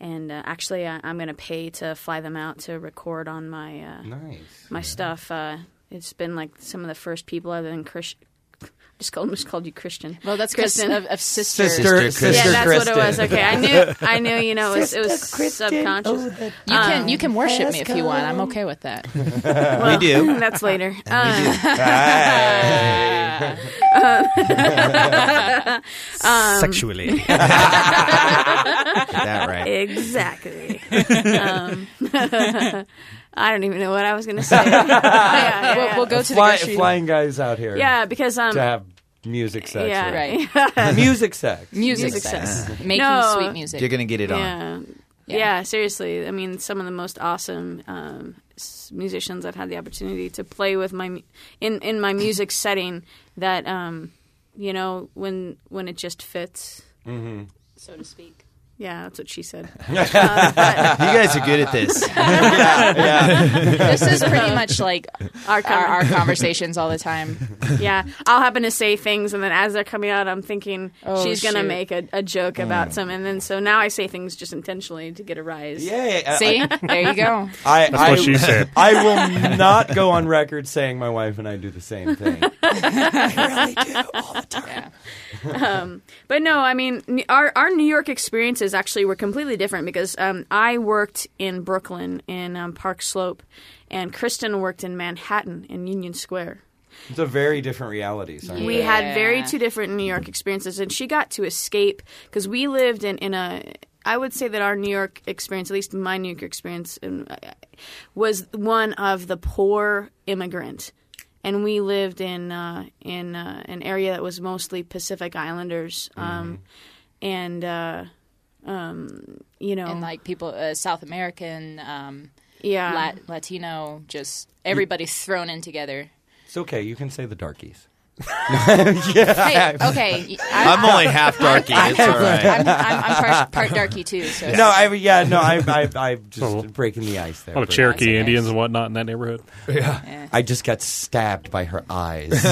S9: and uh, actually, I, I'm going to pay to fly them out to record on my uh,
S4: Nice.
S9: my stuff. Uh, it's been like some of the first people other than Chris. Just called, just called you Christian.
S2: Well, that's 'cause of- of sister-
S4: Sister- Sister
S9: Yeah,
S4: Kristen.
S9: that's what it was. Okay, I knew, I knew. You know, it was, it was
S2: Sister Kristen, oh,
S9: subconscious.
S4: Oh,
S9: Um,
S2: you can you can worship me if you want. I'm okay with that.
S9: Well,
S8: we do.
S9: That's later. Uh,
S8: Hey.
S9: Um, um,
S8: Sexually. Get that right.
S9: Exactly. um, I don't even know what I was going to say. Oh, yeah, yeah,
S2: We'll-
S9: yeah.
S2: we'll go to the
S4: Fly,
S2: grocery-
S4: flying guys out here.
S9: Yeah, because um,
S4: to have music sex.
S9: yeah,
S4: with.
S9: right.
S4: music sex.
S2: Music
S9: Music
S2: sex.
S9: sex.
S2: making
S9: No.
S2: sweet music.
S8: You're gonna get it on.
S9: yeah. Yeah. seriously. I mean, some of the most awesome um, s- musicians I've had the opportunity to play with my mu- in in my music setting. That um, you know, when when it just fits,
S8: Mm-hmm.
S9: so to speak. Yeah, that's what she said.
S8: you guys are good at this.
S9: Yeah, yeah.
S2: This is pretty much like our
S9: con-
S2: our, our conversations all the time.
S9: yeah, I'll happen to say things, and then as they're coming out, I'm thinking
S2: Oh,
S9: she's gonna
S2: shoot.
S9: make a, a joke
S4: Mm.
S9: about some, and then so now I say things just intentionally to get a rise.
S4: Yeah, I-
S2: See,
S4: I-
S2: there you go.
S4: I,
S7: That's
S4: I,
S7: what she said.
S4: I will not go on record saying my wife and I do the same thing.
S9: um, but no, I mean n- our our New York experiences is actually were completely different because um, I worked in Brooklyn in um, Park Slope, and Kristen worked in Manhattan in Union Square.
S4: It's a very different realities. aren't
S9: We
S4: they?
S9: had very two different New York experiences, and she got to escape because we lived in, in a. I would say that our New York experience, at least my New York experience, um, was one of the poor immigrant, and we lived in uh, in uh, an area that was mostly Pacific Islanders, um, and uh, um, you know,
S2: Mm-hmm. and like people, uh, South American, um,
S9: Yeah.
S2: Lat- Latino, just everybody's thrown in together.
S4: It's okay. You can say the darkies. Yeah.
S2: Hey, okay,
S4: I'm only half darky, it's all right.
S2: I'm, I'm, I'm part, part darky too. So
S4: No, I yeah, no, I, I, I'm just breaking the ice there.
S7: A lot of
S4: for-
S7: Cherokee Indians and whatnot in that neighborhood.
S4: Yeah. I just got stabbed by her eyes.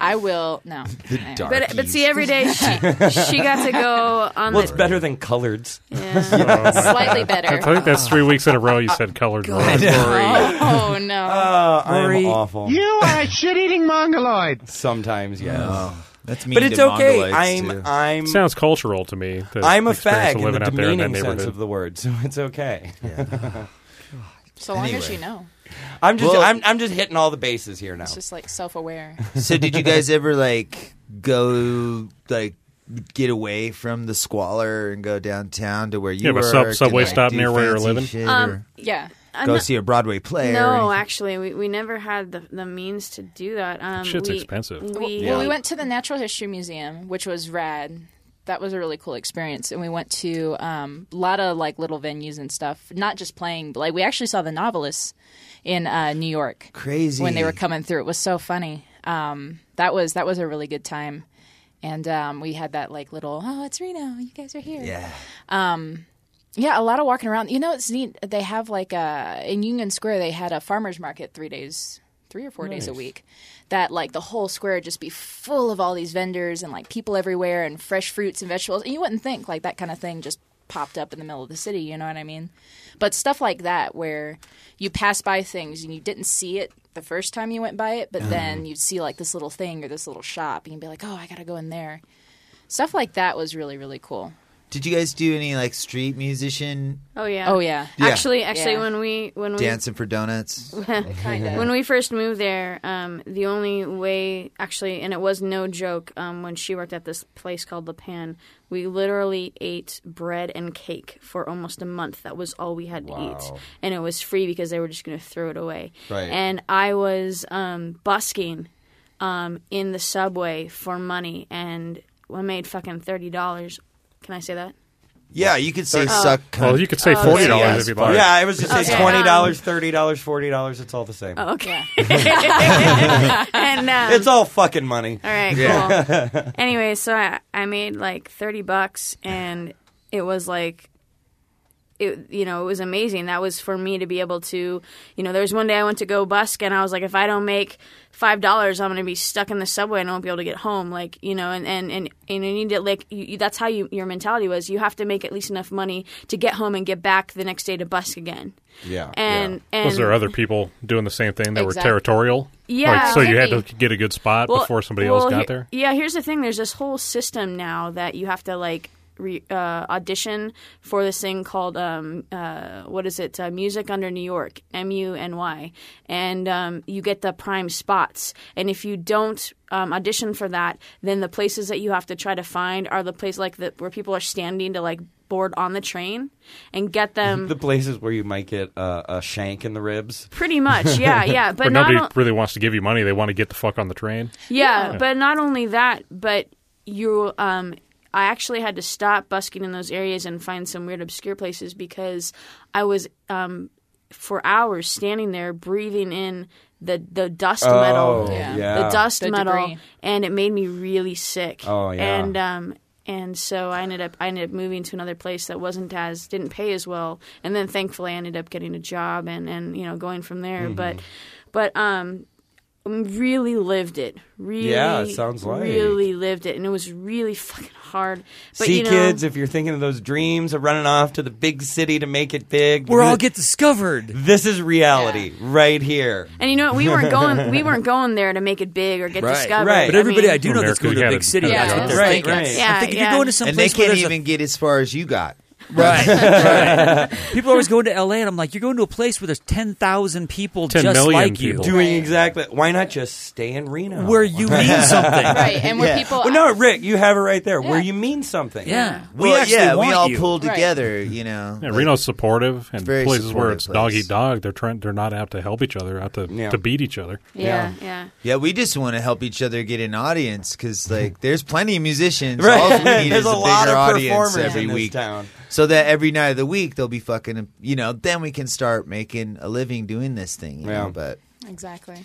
S2: I will no.
S4: The
S2: I-
S4: dark.
S9: but but see, every day she she got to go
S4: well,
S9: on the
S4: it's better than coloreds.
S9: Slightly better.
S7: I think that's three weeks in a row you said colored wrong.
S2: Oh, no.
S4: Uh, I'm
S7: Ari.
S4: awful.
S10: You are a shit-eating mongoloid.
S4: Sometimes, yes.
S8: Oh,
S10: that's
S4: Uh, But
S10: mean
S4: it's
S10: to
S4: okay.
S10: Mongoloids,
S4: I'm, uh,
S10: too.
S4: I'm.
S7: Sounds cultural to me. the
S4: I'm a
S7: experience
S4: fag
S7: of
S4: in the
S7: living out there in that
S4: demeaning sense
S7: neighborhood.
S4: of the word, so it's okay.
S2: so long as you know,
S4: I'm just,
S2: Well-
S4: I'm, I'm just hitting all the bases here now.
S2: it's just like self-aware.
S8: so did you guys ever like go like get away from the squalor and go downtown to where you
S7: You have
S8: were
S7: a sub-
S8: or
S7: subway
S8: can, like,
S7: stop
S8: do
S7: near where you're
S8: fancy
S7: living?
S8: shit
S9: Um,
S8: or
S9: yeah. I'm
S8: go
S9: not-
S8: see a Broadway play. or
S9: No,
S8: anything?
S9: actually, we, we never had the, the means to do that. Um,
S8: Shit's
S9: we-
S8: expensive.
S9: We,
S2: Well, we went to the Natural History Museum, which was rad. That was a really cool experience, and we went to um, a lot of like little venues and stuff. Not just playing, but like we actually saw the novelists in uh, New York.
S8: Crazy.
S2: when they were coming through. It was so funny. Um, that was that was a really good time, and um, we had that like little oh it's Reno, you guys are here.
S8: Yeah.
S2: Um, yeah, a lot of walking around. You know, it's neat. They have like a in Union Square. They had a farmers market three days, three or four days a
S9: Nice.
S2: week. That like the whole square would just be full of all these vendors and like people everywhere and fresh fruits and vegetables. And you wouldn't think like that kind of thing just popped up in the middle of the city. You know what I mean? But stuff like that where you pass by things and you didn't see it the first time you went by it, but then you'd see like this little thing or this little shop and you'd be like, oh, I gotta go in there. Stuff like that was really really cool.
S8: Did you guys do any like street musician
S9: Oh yeah.
S2: Oh, yeah.
S8: Yeah.
S9: Actually, actually,
S2: Yeah.
S9: when we when we
S8: dancing for donuts? Kinda.
S9: when we first moved there, um, the only way actually, and it was no joke, um, when she worked at this place called Le Pan, we literally ate bread and cake for almost a month. That was all we had to
S19: Wow.
S9: eat, and it was free because they were just going to throw it away.
S19: Right.
S9: And I was um, busking um, in the subway for money, and I made fucking thirty dollars. Can I say that?
S8: Yeah, you could say
S9: Oh.
S8: suck.
S7: Well,
S8: cunt.
S7: you could say Oh, $40
S8: Yeah,
S7: if you'd
S8: fuck.
S7: like.
S4: Yeah, I was just say
S9: Okay,
S4: twenty dollars,
S9: um,
S4: thirty dollars, forty dollars. It's all the same.
S9: Oh, okay. and um,
S4: it's all fucking money.
S9: All right,
S4: Yeah.
S9: cool. anyway, so I, I made like 30 bucks and it was like it you know, it was amazing. That was for me to be able to, you know, there was one day I went to go busk and I was like if I don't make $5, I'm going to be stuck in the subway and I won't be able to get home like, you know, and and and, and you need to like you, you- that's how you your mentality was. You have to make at least enough money to get home and get back the next day to busk again.
S7: Yeah.
S9: And and
S7: was there other people doing the same thing that
S9: Exact-
S7: were territorial?
S9: Yeah,
S7: Like, so you had to
S9: maybe.
S7: get a good spot
S9: Well-
S7: before somebody
S9: well,
S7: else got
S9: he-
S7: there.
S9: Yeah, here's the thing: there's this whole system now that you have to like re, uh, audition for this thing called um, uh, what is it? Uh, Music Under New York, M U N Y, and um, you get the prime spots. And if you don't um, audition for that, then the places that you have to try to find are the place like the, where people are standing to like board on the train and get them.
S4: the places where you might get uh, a shank in the ribs.
S9: Pretty much, yeah, yeah. But
S7: Where
S9: not
S7: nobody
S9: on-
S7: really wants to give you money. They want to get the fuck on the train.
S9: Yeah,
S7: Yeah.
S9: but not only that, but you um I actually had to stop busking in those areas and find some weird obscure places because I was um for hours standing there breathing in the the dust
S19: Oh,
S9: metal.
S19: Yeah.
S9: The
S19: yeah.
S9: dust
S19: The
S9: metal
S19: debris.
S9: and it made me really sick.
S19: Oh, yeah.
S9: And um and so I ended up I ended up moving to another place that wasn't as didn't pay as well. And
S19: Mm-hmm.
S9: then thankfully I ended up getting a job and and you know going from there,
S19: Mhm.
S9: but but um really lived it. Really,
S4: Yeah, it sounds like.
S9: really lived it, and it was really fucking hard. But
S4: See,
S9: you know,
S4: kids, if you're thinking of those dreams of running off to the big city to make it big,
S9: We're all
S6: get discovered.
S4: This is reality right here.
S9: And you know what? We weren't going. We weren't going there to make it big or get discovered.
S6: But everybody I do know that's going to a big city,
S9: Yeah,
S6: that's what they're
S9: right,
S6: thinking.
S9: right. Yeah,
S6: I'm thinking
S9: yeah.
S6: you're going to some
S8: and they
S6: place where
S8: can't
S6: there's a
S8: even get as far as you got.
S6: Right. right. People are always going to LA, and I'm like, you're going to a place where there's 10,000 people just like you.
S4: Doing exactly. Why not just stay in Reno?
S6: Where you mean something. Right,
S2: and where Yeah. people-
S4: Well, no, Rick, you have it right there. Where you mean something.
S6: Yeah.
S4: We
S8: Well,
S4: actually
S8: yeah, we
S4: want
S8: all
S4: you.
S8: pulled together, you know.
S7: Yeah,
S8: like-
S7: Reno's supportive, and
S8: very
S7: places
S8: supportive
S7: where it's dog
S8: place.
S7: eat dog, they're trying. They're not out to help each other, out to, to beat each other.
S9: Yeah, yeah.
S8: Yeah, we just want to help each other get an audience because, like, there's plenty of musicians.
S4: Right.
S8: All we need
S4: There's
S8: is
S4: a
S8: a,
S4: lot
S8: bigger
S4: of
S8: audience
S4: performers
S8: every
S4: in this
S8: week,
S4: town.
S8: so that every night of the week they'll be fucking. You know, then we can start making a living doing this thing. You
S4: Yeah.
S8: know, but
S2: Exactly.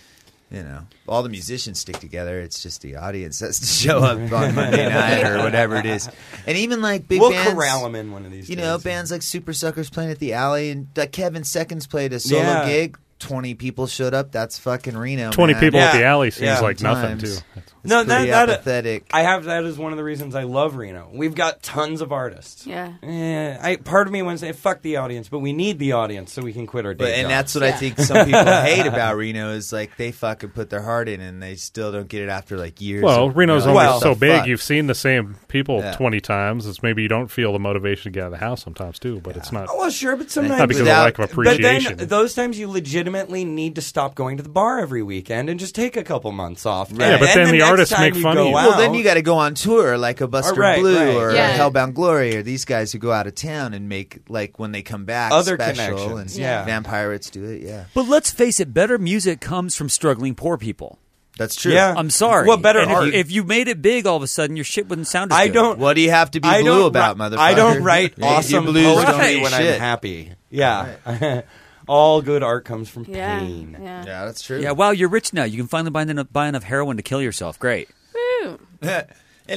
S8: you know, all the musicians stick together. It's just the audience that's to show up on Monday night or whatever it is. And even like big
S4: We'll
S8: bands,
S4: corral 'em in one of these
S8: You know, bands like Super Suckers playing at the Alley and like Kevin Seconds played a solo
S4: Yeah.
S8: gig. Twenty people showed up. That's fucking Reno.
S7: 20
S8: man.
S7: people at the Alley seems like nothing, too.
S8: It's
S4: No, that,
S8: pretty
S4: that
S8: apathetic.
S4: I have that as one of the reasons I love Reno. We've got tons of artists.
S9: Yeah.
S4: Eh, I part of me wants to say fuck the audience, but we need the audience so we can quit our day
S8: But, and
S4: jobs.
S8: that's what I think some people hate about Reno is like they fucking put their heart in and they still don't get it after like years.
S7: Well,
S8: of-
S7: Reno's
S8: you know,
S7: only
S8: what
S7: so
S8: the
S7: big.
S8: fuck?
S7: You've seen the same people
S8: Yeah.
S7: twenty times. It's maybe you don't feel the motivation to get out of the house sometimes too. But it's not.
S4: Oh, well, sure, but sometimes
S7: not because of lack of appreciation.
S4: But then those times you legitimately need to stop going to the bar every weekend and just take a couple months off.
S7: Yeah, but then the
S4: next
S7: artists
S4: time
S7: make
S4: you
S7: fun
S4: go
S7: of you.
S4: out-
S8: Well, then you got to go on tour like a Buster
S4: Oh, right,
S8: Blue
S4: right.
S8: or a
S4: Yeah.
S8: Hellbound Glory or these guys who go out of town and make like when they come back
S4: Other
S8: special and
S4: connections, yeah.
S8: Vampirates do it. Yeah,
S6: But let's face it, better music comes from struggling poor people.
S8: that's true.
S6: I'm sorry.
S4: What better
S6: And if you-
S4: art?
S6: If, you made it big, all of a sudden your shit wouldn't sound as
S4: I
S6: good.
S4: don't.
S8: What do you have to be
S4: I
S8: blue
S4: don't
S8: about,
S4: wri-
S8: motherfucker?
S4: I don't write
S8: Your
S4: awesome
S8: blues don't
S4: poetry
S8: mean
S4: when
S8: shit.
S4: I'm happy. Yeah, all good art comes from
S9: Yeah,
S4: pain.
S9: yeah.
S8: Yeah, that's true.
S6: Yeah, wow, you're rich now. You can finally buy enough, buy enough heroin to kill yourself. Great.
S9: Woo.
S8: and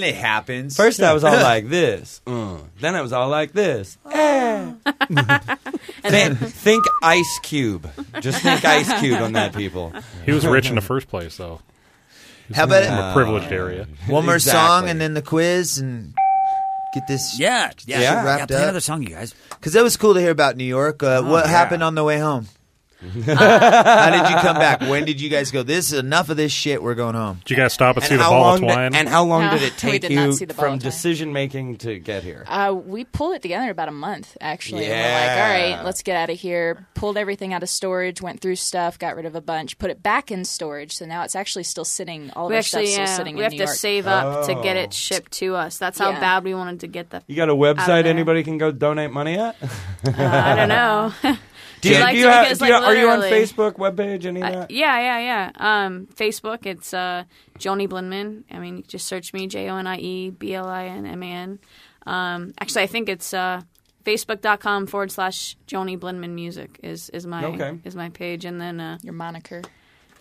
S8: it happens.
S4: First, I was all like this. Mm. Then I was all like this.
S9: Oh.
S4: Eh. Think- think Ice Cube. Just think Ice Cube on that, people.
S7: He was rich in the first place, though. He was
S8: How about
S7: from
S8: it-
S7: a privileged area?
S8: one more
S7: Exactly.
S8: song and then the quiz and get this.
S6: Yeah,
S8: shit
S6: yeah, yeah.
S8: wrapped
S6: play
S8: up.
S6: another song, you guys.
S8: Because that was cool to hear about New York.
S4: Oh,
S8: Uh, what
S6: yeah.
S8: happened on the way home? How did you come back? When did you guys go? This is enough of this shit. We're going home.
S7: Did you guys stop and, see the
S4: how
S7: ball of
S4: long did-
S7: twine?
S4: and how long
S2: No,
S4: did it
S2: we
S4: take
S2: did not
S4: you
S2: see the ball
S4: from
S2: of twine.
S4: decision making to get here?
S2: Uh, we pulled it together in about a month, actually. And we're like,
S4: Yeah.
S2: all right, let's get out of here. Pulled everything out of storage, went through stuff, got rid of a bunch, put it back in storage. So now it's actually still sitting. All of
S9: we
S2: our
S9: actually
S2: stuff's
S9: yeah,
S2: still sitting
S9: we
S2: in
S9: have
S2: New
S9: to
S2: York.
S9: save up to get
S4: Oh.
S9: it shipped to us. That's how
S2: Yeah.
S9: bad we wanted to get the.
S4: You got a
S9: out of
S4: website
S9: there.
S4: anybody can go donate money at?
S9: I don't know.
S4: Do you,
S9: Like,
S4: do you have-
S9: because,
S4: do you-
S9: like,
S4: are you on
S9: literally-
S4: Facebook webpage? Any of
S9: Uh,
S4: that?
S9: yeah, yeah, yeah. Um, Facebook, it's uh, Joni Blinman. I mean, just search me, J O N I E B L I N M A N. Um, actually, I think it's uh, facebook.com forward slash Joni Blinman Music is, is my
S8: Okay.
S9: is my page. And then uh,
S2: your moniker.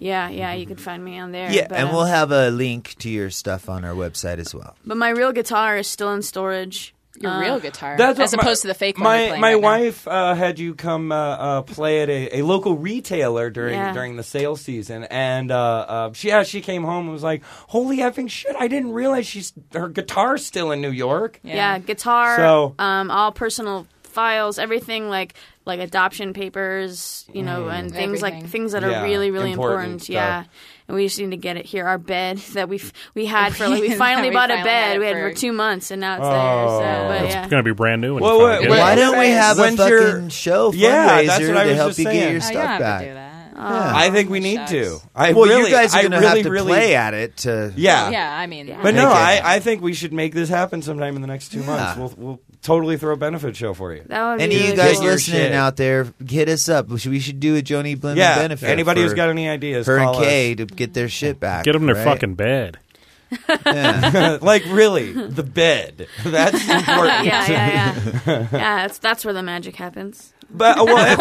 S9: Yeah, yeah, you can find me on there.
S8: Yeah,
S9: but,
S8: and
S9: uh,
S8: we'll have a link to your stuff on our website as well.
S9: But my real guitar is still in storage.
S2: Your
S9: Uh,
S2: real guitar,
S4: That's
S2: as
S4: what my-
S2: opposed to the fake one.
S4: My
S2: you're playing
S4: my
S2: right now.
S4: wife uh, had you come uh, uh, play at a, a local retailer during
S2: Yeah.
S4: during the sale season, and uh, uh, she yeah, she came home and was like, "Holy effing shit! I didn't realize she's her guitar's still in New York."
S9: Yeah, guitar.
S4: So-
S9: um, all personal files, everything like like adoption papers, you know,
S19: Mm.
S9: and things
S19: Everything.
S9: like things that are
S19: Yeah,
S9: really really important.
S19: important stuff.
S9: yeah. And we just need to get it here. Our bed that we f- we had for like we
S19: We-
S9: finally
S19: we
S9: bought a
S19: finally had
S9: bed.
S19: it
S9: we had
S19: for-
S9: for two months, and now it's
S7: Oh.
S9: there. So, but
S7: It's
S9: yeah.
S7: going to be brand new. When
S8: Well,
S7: you
S8: what-
S7: finally get
S8: what-
S7: it.
S8: Why don't we have a
S4: When's your-
S8: fucking show
S4: Yeah, that's
S8: fundraiser
S4: what I
S8: to
S4: was
S8: help
S4: just
S8: you get
S4: saying.
S8: your
S4: Oh, you
S8: stuff
S4: don't have to
S8: back?
S4: do
S2: that.
S8: Yeah.
S4: I think we need to. I
S8: well,
S4: really,
S8: you guys are
S4: I
S8: gonna
S4: really,
S8: have to
S4: really,
S8: play at it to.
S4: Yeah.
S2: Yeah, I mean,
S4: But no,
S8: Make it-
S4: I, I think we should make this happen sometime in the next two months. We'll, we'll totally throw a benefit show for you.
S9: That would
S8: Any of you guys listening out there, hit us up. We should, we should do a Joni Blinman
S4: Yeah,
S8: benefit.
S4: anybody
S8: for
S4: who's got any ideas,
S8: Her and
S4: call us.
S8: Kay to get their shit back.
S7: Get them their
S8: right?
S7: fucking bed.
S4: like really, the bed. That's important.
S9: yeah, yeah, yeah. yeah, that's that's where the magic happens.
S4: But uh, well,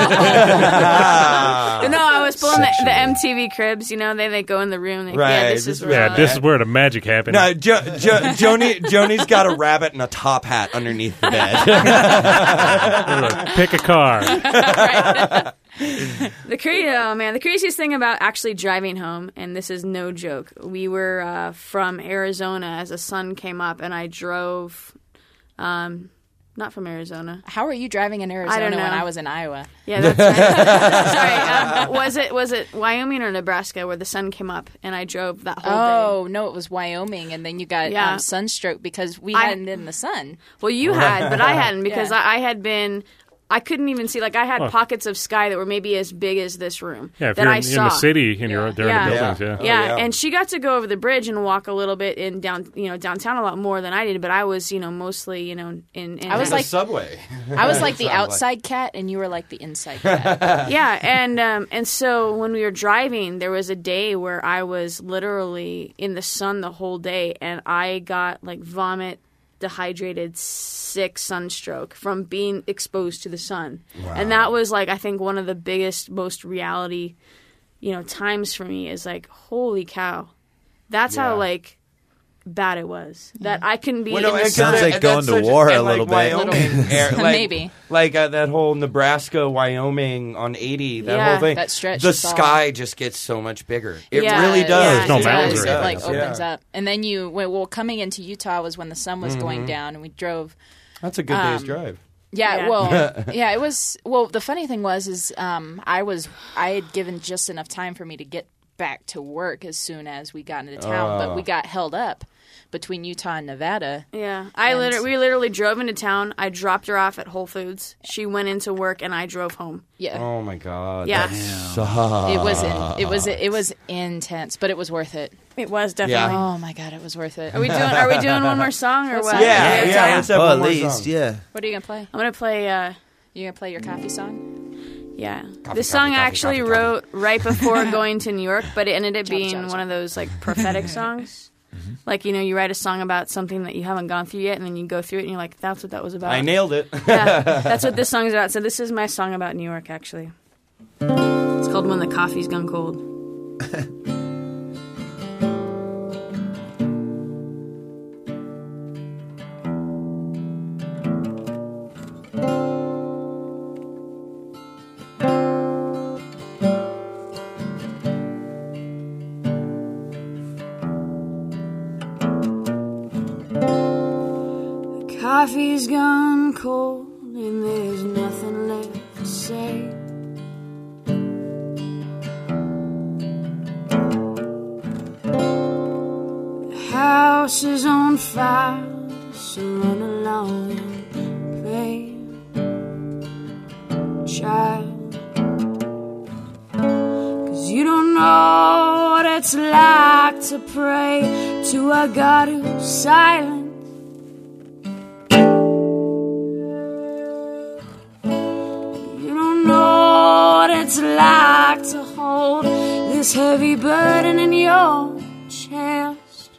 S9: no, I was pulling on the, the
S4: sexually.
S9: MTV Cribs, you know, they they go in the room. They, Yeah, this is
S7: yeah,
S9: real.
S7: this is where the magic happened.
S4: No, jo- jo- Joni Joni's got a rabbit and a top hat underneath the bed.
S7: Pick a car.
S9: the cra- oh man, the craziest thing about actually driving home, and this is no joke. We were uh, from Arizona as the sun came up, and I drove. Um, not from Arizona.
S2: How were you driving in Arizona
S9: I don't know.
S2: when I was in Iowa?
S9: Yeah, that's right. Sorry. Um, was it was it Wyoming or Nebraska where the sun came up and I drove that whole day?
S2: Oh no, it was Wyoming, and then you got
S9: Yeah.
S2: um, sunstroke because we
S9: I-
S2: hadn't been in the sun.
S9: Well, you had, but I hadn't because I, I had been. I couldn't even see. Like I had
S7: Huh.
S9: pockets of sky that were maybe as big as this room
S7: Yeah, if
S9: that
S7: you're
S9: I
S7: in, in
S9: saw.
S7: the city and you're there in the buildings, yeah.
S9: Yeah, and she got to go over the bridge and walk a little bit in down, you know, downtown a lot more than I did. But I was, you know, mostly, you know, in. in
S2: I was like I was like the
S9: Subway.
S2: outside cat, and you were like the inside cat.
S9: yeah, and um, and so when we were driving, there was a day where I was literally in the sun the whole day, and I got like vomit, dehydrated, sick sunstroke from being exposed to the sun,
S19: Wow.
S9: and that was like I think one of the biggest, most reality, you know, times for me is like holy cow, that's
S4: Yeah.
S9: how like bad it was that I couldn't be.
S4: Well, no,
S9: in the
S4: and
S9: sun.
S4: consider- and that's such- and, like, Wyoming air- like-
S9: Maybe.
S4: Like uh, that whole Nebraska, Wyoming on 80, that
S9: Yeah,
S4: whole thing.
S2: that stretch
S4: the
S2: is all-
S4: sky just gets so much bigger. It
S2: Yeah,
S4: really does.
S2: yeah,
S4: It
S2: it does.
S4: really
S2: It like
S4: does.
S2: opens
S4: Yeah.
S2: up, and then you well, well, coming into Utah was when the sun was going
S4: Mhm.
S2: down, and we drove.
S4: That's a good day's
S2: um,
S4: drive.
S2: Yeah,
S4: Yeah.
S2: well, yeah, it was. Well, the funny thing was, is um, I was I had given just enough time for me to get back to work as soon as we got into town,
S9: Oh.
S2: but we got held up between Utah and Nevada.
S9: Yeah, I
S2: And-
S9: literally we literally drove into town. I dropped her off at Whole Foods. She went into work, and I drove home.
S2: uh, Yeah.
S4: Oh my god.
S9: Yeah.
S4: that
S9: Damn.
S4: sucks.
S2: It was in, it was it was intense, but it was worth it.
S9: It was definitely.
S2: Oh my god, it was worth it.
S9: Are we doing? Are we doing one more song or
S2: Let's
S9: what?
S2: do it. Yeah,
S9: Do we have
S2: yeah,
S9: time?
S2: let's have
S8: Oh,
S2: one
S8: at
S2: more
S8: least,
S2: song.
S8: yeah.
S2: What are you gonna play?
S9: I'm gonna play. Uh,
S2: you gonna play your coffee song?
S9: Yeah,
S2: Coffee,
S9: this song
S2: coffee,
S9: I
S2: coffee,
S9: actually
S2: coffee,
S9: wrote right before going to New York, but it ended up being one of those like prophetic songs.
S2: Mm-hmm.
S9: Like you know, you write a song about something that you haven't gone through yet, and then you go through it, and you're like, "That's what that was about."
S4: I nailed it.
S9: yeah, that's what this song's about. So this is my song about New York, actually. It's called "When the Coffee's Gone Cold."
S12: Coffee's gone cold and there's nothing left to say. The house is on fire, so run along and play. Child, cause you don't know what it's like to pray to a God who's silent. You don't know what it's like to hold this heavy burden in your chest.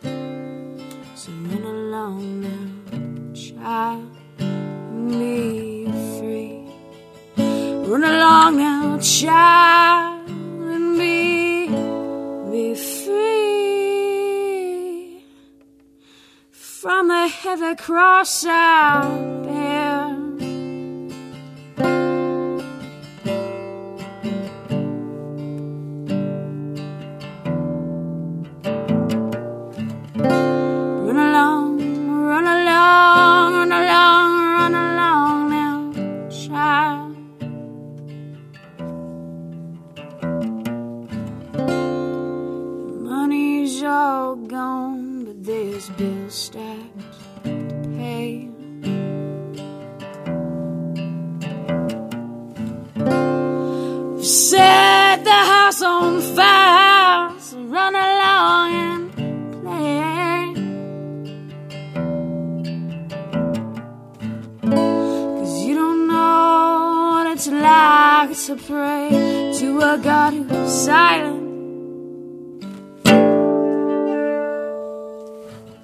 S12: So run along now, child, and be free. Run along now, child, and be, be free from the heavy cross I bear. Run along, run along, run along, run along now, child. Money's all gone, but there's bills stacked to pay. Set the house on fire, so run along and play. Cause you don't know what it's like to pray to a God who's silent.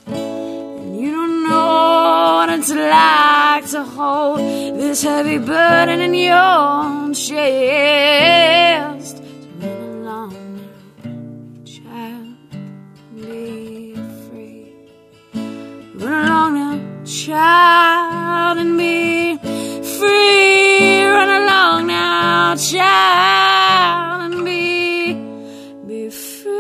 S12: And you don't know what it's like to hold this heavy burden in your chest. So run child, and be free. Run along now, child, and be be free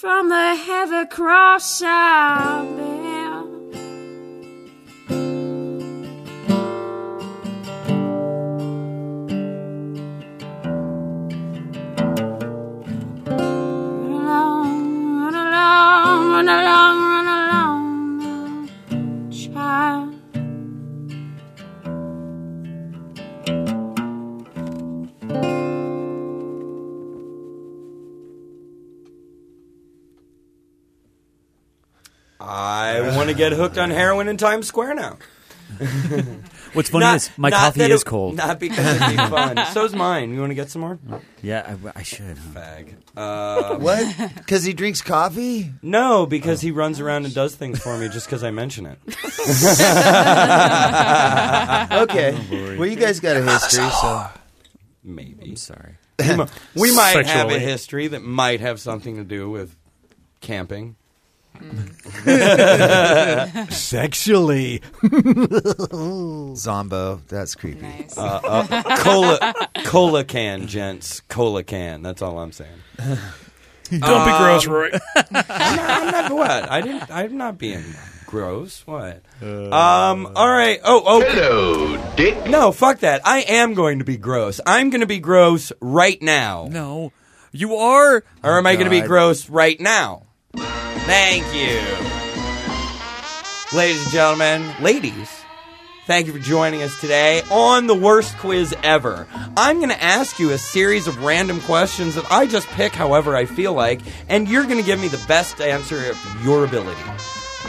S12: from the heavy cross I bear. Run along, run along, run along, run along, child.
S4: I want to get hooked on heroin in Times Square now.
S6: What's funny
S4: Not-
S6: is my
S4: not
S6: coffee
S4: that
S6: is
S4: it-
S6: cold. Oh,
S4: Not because it'd be fun. So's mine. You want to get some more?
S6: Yeah, I, I should.
S4: Fag. Uh,
S8: What? Because he drinks coffee?
S4: No, because he runs around and does things for me just because I mention it.
S8: okay.
S4: Oh, boy.
S8: well, you guys got a history, so.
S4: Maybe. I'm sorry.
S8: We
S4: We,
S8: mi-
S4: might have
S8: Sexually.
S4: a history that might have something to do with camping.
S8: Sexually. Zombo. That's creepy.
S4: Uh, uh, cola, cola can, gents. Cola can. That's all I'm saying. Uh,
S7: Don't be gross, Roy.
S4: I'm not, I'm not what? I didn't. I'm not being gross. What? um. All right. Oh. Oh. Hello, Dick. No. Fuck that. I am going to be gross. I'm going to be gross right now.
S6: No, you are.
S4: Or
S7: Oh,
S4: am I going to be
S6: God.
S4: gross right now? Thank you, ladies and gentlemen, ladies. Thank you for joining us today on the worst quiz ever. I'm going to ask you a series of random questions that I just pick however I feel like, and you're going to give me the best answer of your ability.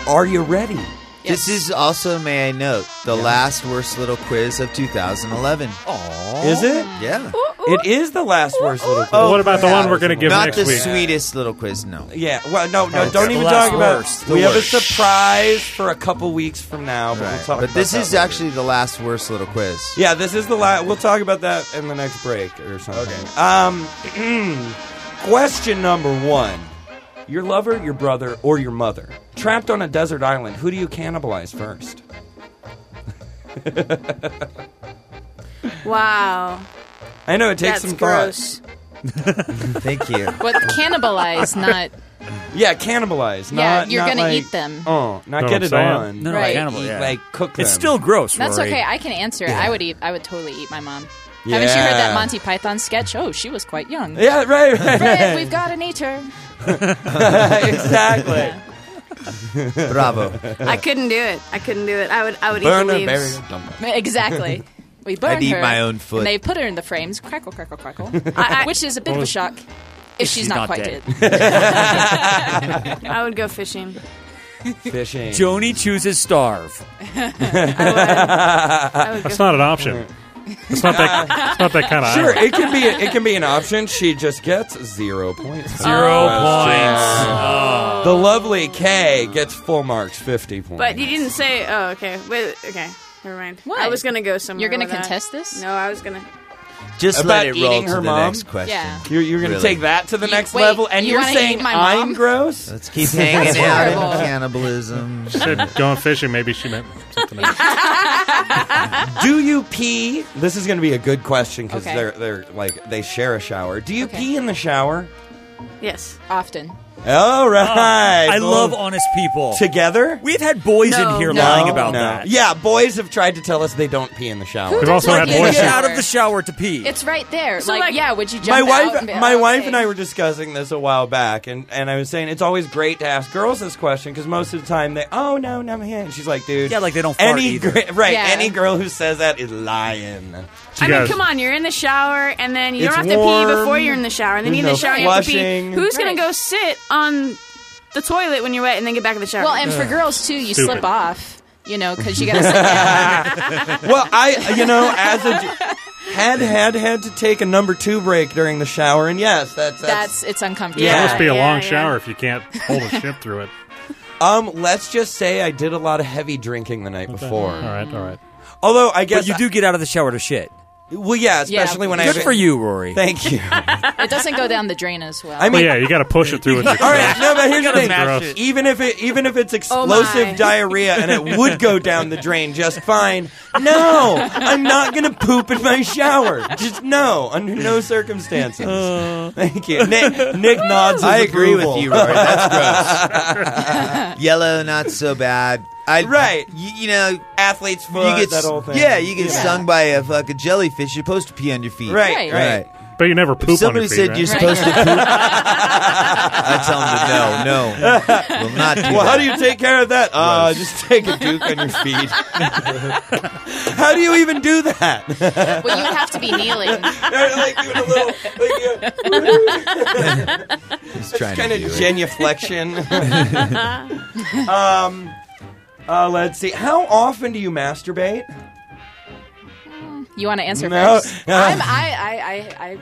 S4: Are you ready?
S8: This is also, may I note, the last worst little quiz of 2011.
S4: Aww. Is it?
S8: Yeah.
S4: It is the last worst little quiz.
S8: Oh,
S7: What about the one we're gonna give
S8: Not
S7: next
S8: the
S7: week?
S8: sweetest little quiz, no.
S4: Yeah. Well, no, no.
S8: Oh,
S4: don't
S8: the
S4: even
S8: last
S4: talk about.
S8: worst.
S4: We
S8: The
S4: have a
S8: worst.
S4: surprise for a couple weeks from now, but we'll
S8: Right.
S4: talk.
S8: But
S4: about
S8: this
S4: that
S8: is
S4: later.
S8: actually the last worst little quiz.
S4: Yeah, this is the last. We'll talk about that in the next break or something. Okay. Um, question number one: Your lover, your brother, or your mother trapped on a desert island. Who do you cannibalize first?
S9: Wow.
S4: I know it takes
S9: That's
S4: some
S9: gross.
S4: thought. Thank you.
S2: But cannibalize, not
S4: Yeah, cannibalize.
S2: Yeah,
S4: not-
S2: you're
S4: not
S2: gonna
S4: like-
S2: eat them.
S4: Oh, not
S6: Know
S4: get
S6: what
S4: it
S6: I'm saying?
S4: on.
S6: No, no,
S2: Right.
S6: cannibal,
S4: Eat,
S6: yeah.
S4: Like cook.
S6: It's
S4: them.
S6: still gross,
S2: That's
S6: Rory.
S2: okay. I can answer.
S6: Yeah.
S2: I would eat. I would totally eat my mom. Haven't you heard
S6: Yeah.
S2: that Monty Python sketch? Oh, she was quite young.
S4: Yeah, right, right,
S2: Fred,
S4: right.
S2: we've got an eater.
S4: exactly.
S8: Bravo.
S9: I couldn't do it. I couldn't do it. I would. I would
S8: Burn
S9: eat the
S8: her,
S9: leaves.
S8: bury her, dump
S2: Exactly. We burned
S8: I'd eat
S2: her,
S8: my own foot.
S2: And they put her in the frames. Crackle, crackle, crackle.
S9: I- I-
S2: which is a bit of a shock if, she's, not, quite dead.
S9: I would go fishing.
S4: Fishing.
S6: Joni chooses starve.
S7: That's not an option. It's not that. It's not that kind of.
S4: Sure,
S7: island.
S4: it can be it can be an option. She just gets zero points.
S7: Zero
S6: Oh.
S4: points. The lovely Kay gets full marks, fifty points.
S9: But you didn't say. Oh, okay. Wait. Okay. Never mind.
S2: What?
S9: I was gonna go somewhere.
S2: You're gonna
S9: with that.
S2: contest this?
S9: No, I was gonna.
S8: Just
S4: About
S8: let it roll
S4: eating
S8: to
S4: her
S8: the
S4: mom?
S8: next question.
S2: Yeah.
S4: You're, you're going to
S8: Really.
S4: take that to the next
S2: wait,
S4: level, and
S2: you
S4: you are
S2: wanna eat
S4: saying
S2: my
S4: I'm
S2: mom?
S4: gross?
S8: Let's keep
S2: That's
S8: hanging out
S2: horrible.
S8: in cannibalism.
S7: She said going fishing. Maybe she meant something else.
S4: Do you pee? This is going to be a good question because
S2: Okay.
S4: they're they're like they share a shower. Do you pee in the shower?
S9: Yes.
S2: Often.
S4: All right.
S6: Oh, I
S4: Well,
S6: love honest people.
S4: Together,
S6: We've had boys in here lying about that.
S4: Yeah, boys have tried to tell us they don't pee in the shower.
S2: Who We've also doesn't had pee in boys- the
S6: Get out of
S2: shower?
S6: the shower to pee.
S2: It's right there.
S9: So,
S2: like,
S9: like,
S2: yeah, would you jump
S4: my
S2: out
S4: wife,
S2: and be-
S4: my
S2: oh,
S4: wife
S2: okay.
S4: and I were discussing this a while back, and, and I was saying it's always great to ask girls this question because most of the time they, oh no, no, I'm here, and she's like, dude,
S6: Yeah, like they don't fart
S4: any
S6: either.
S4: gr- right,
S9: Yeah.
S4: any girl who says that is lying.
S9: I mean, come on. You're in the shower, and then you
S4: It's
S9: don't have to pee
S4: warm.
S9: before you're in the shower, and then
S4: There's
S9: you're
S4: no
S9: in the shower. and You have to pee.
S4: flushing.
S9: Who's gonna go sit on the toilet when you're wet, and then get back in the shower?
S2: Well, and for girls too, you
S4: Stupid.
S2: slip off. You know, because you got to sit down.
S4: well, I, you know, as a had had had to take a number two break during the shower, and yes, that's that's.
S2: That's it's uncomfortable.
S7: Yeah, it must be a
S4: yeah,
S7: long
S4: yeah.
S7: shower if you can't hold a shit through it.
S4: Um, let's just say I did a lot of heavy drinking the night before.
S7: All right, all right.
S4: Although I guess
S6: but you do get out of the shower to shit.
S4: Well, yeah, especially when I
S6: Good for you, Rory.
S4: Thank you.
S2: it doesn't go down the drain as well.
S4: I mean-
S7: yeah, you got to push it through with your
S4: All right, no, but here's the
S7: Gotta
S4: thing.
S7: mash it.
S4: Even if it, even if it's explosive
S2: my.
S4: diarrhea and it would go down the drain just fine, no, I'm not gonna poop in my shower. Just no, under no circumstances.
S7: Uh.
S4: Thank you, Nick. Nick nods.
S8: I
S4: his
S8: agree
S4: approval.
S8: with you, Rory. That's gross. Yellow, not so bad. I,
S4: right.
S8: You, you know,
S4: athlete's foot.
S8: you get
S4: that
S8: s-
S4: whole thing.
S8: Yeah, you get
S4: Yeah.
S8: stung by a fucking jellyfish. You're supposed to pee on your feet.
S4: Right, Right. right.
S7: But you never
S8: If
S7: poop on
S8: somebody
S7: your feet,
S8: said
S7: right?
S8: you're supposed to poop, I tell them to no, no, will not. Do
S4: well,
S8: that.
S4: how do you take care of that? Uh, just take a duke on your feet. how do you even do that?
S2: well, you would have to be kneeling.
S4: He's
S8: trying to
S4: kind of
S8: do it.
S4: genuflection. um, uh, let's see. How often do you masturbate?
S2: You want to answer
S4: No.
S2: first?
S4: No.
S2: I'm, I, I, I, I,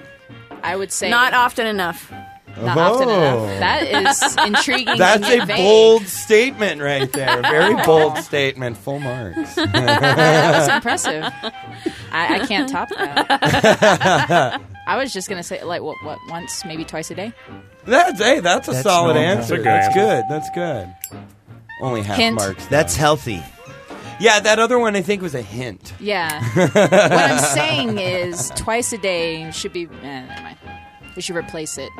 S2: I would say
S9: Not often enough.
S2: Not often enough. That is intriguing.
S4: Oh. That's
S2: and
S4: a
S2: yet vague.
S4: bold statement right there. Very bold statement. Full marks.
S2: Uh, that was impressive. I, I can't top that. I was just gonna say like what, what once, maybe twice a day.
S4: That's hey, that's a
S8: That's
S4: solid
S8: normal.
S4: answer.
S8: That's
S4: That's,
S8: a
S4: good.
S8: good
S4: That's good. Only half
S2: Hint.
S4: marks.
S8: That's healthy.
S4: Yeah, that other one I think was a hint.
S2: Yeah. what I'm saying is twice a day should be. Eh, never mind. We should replace it.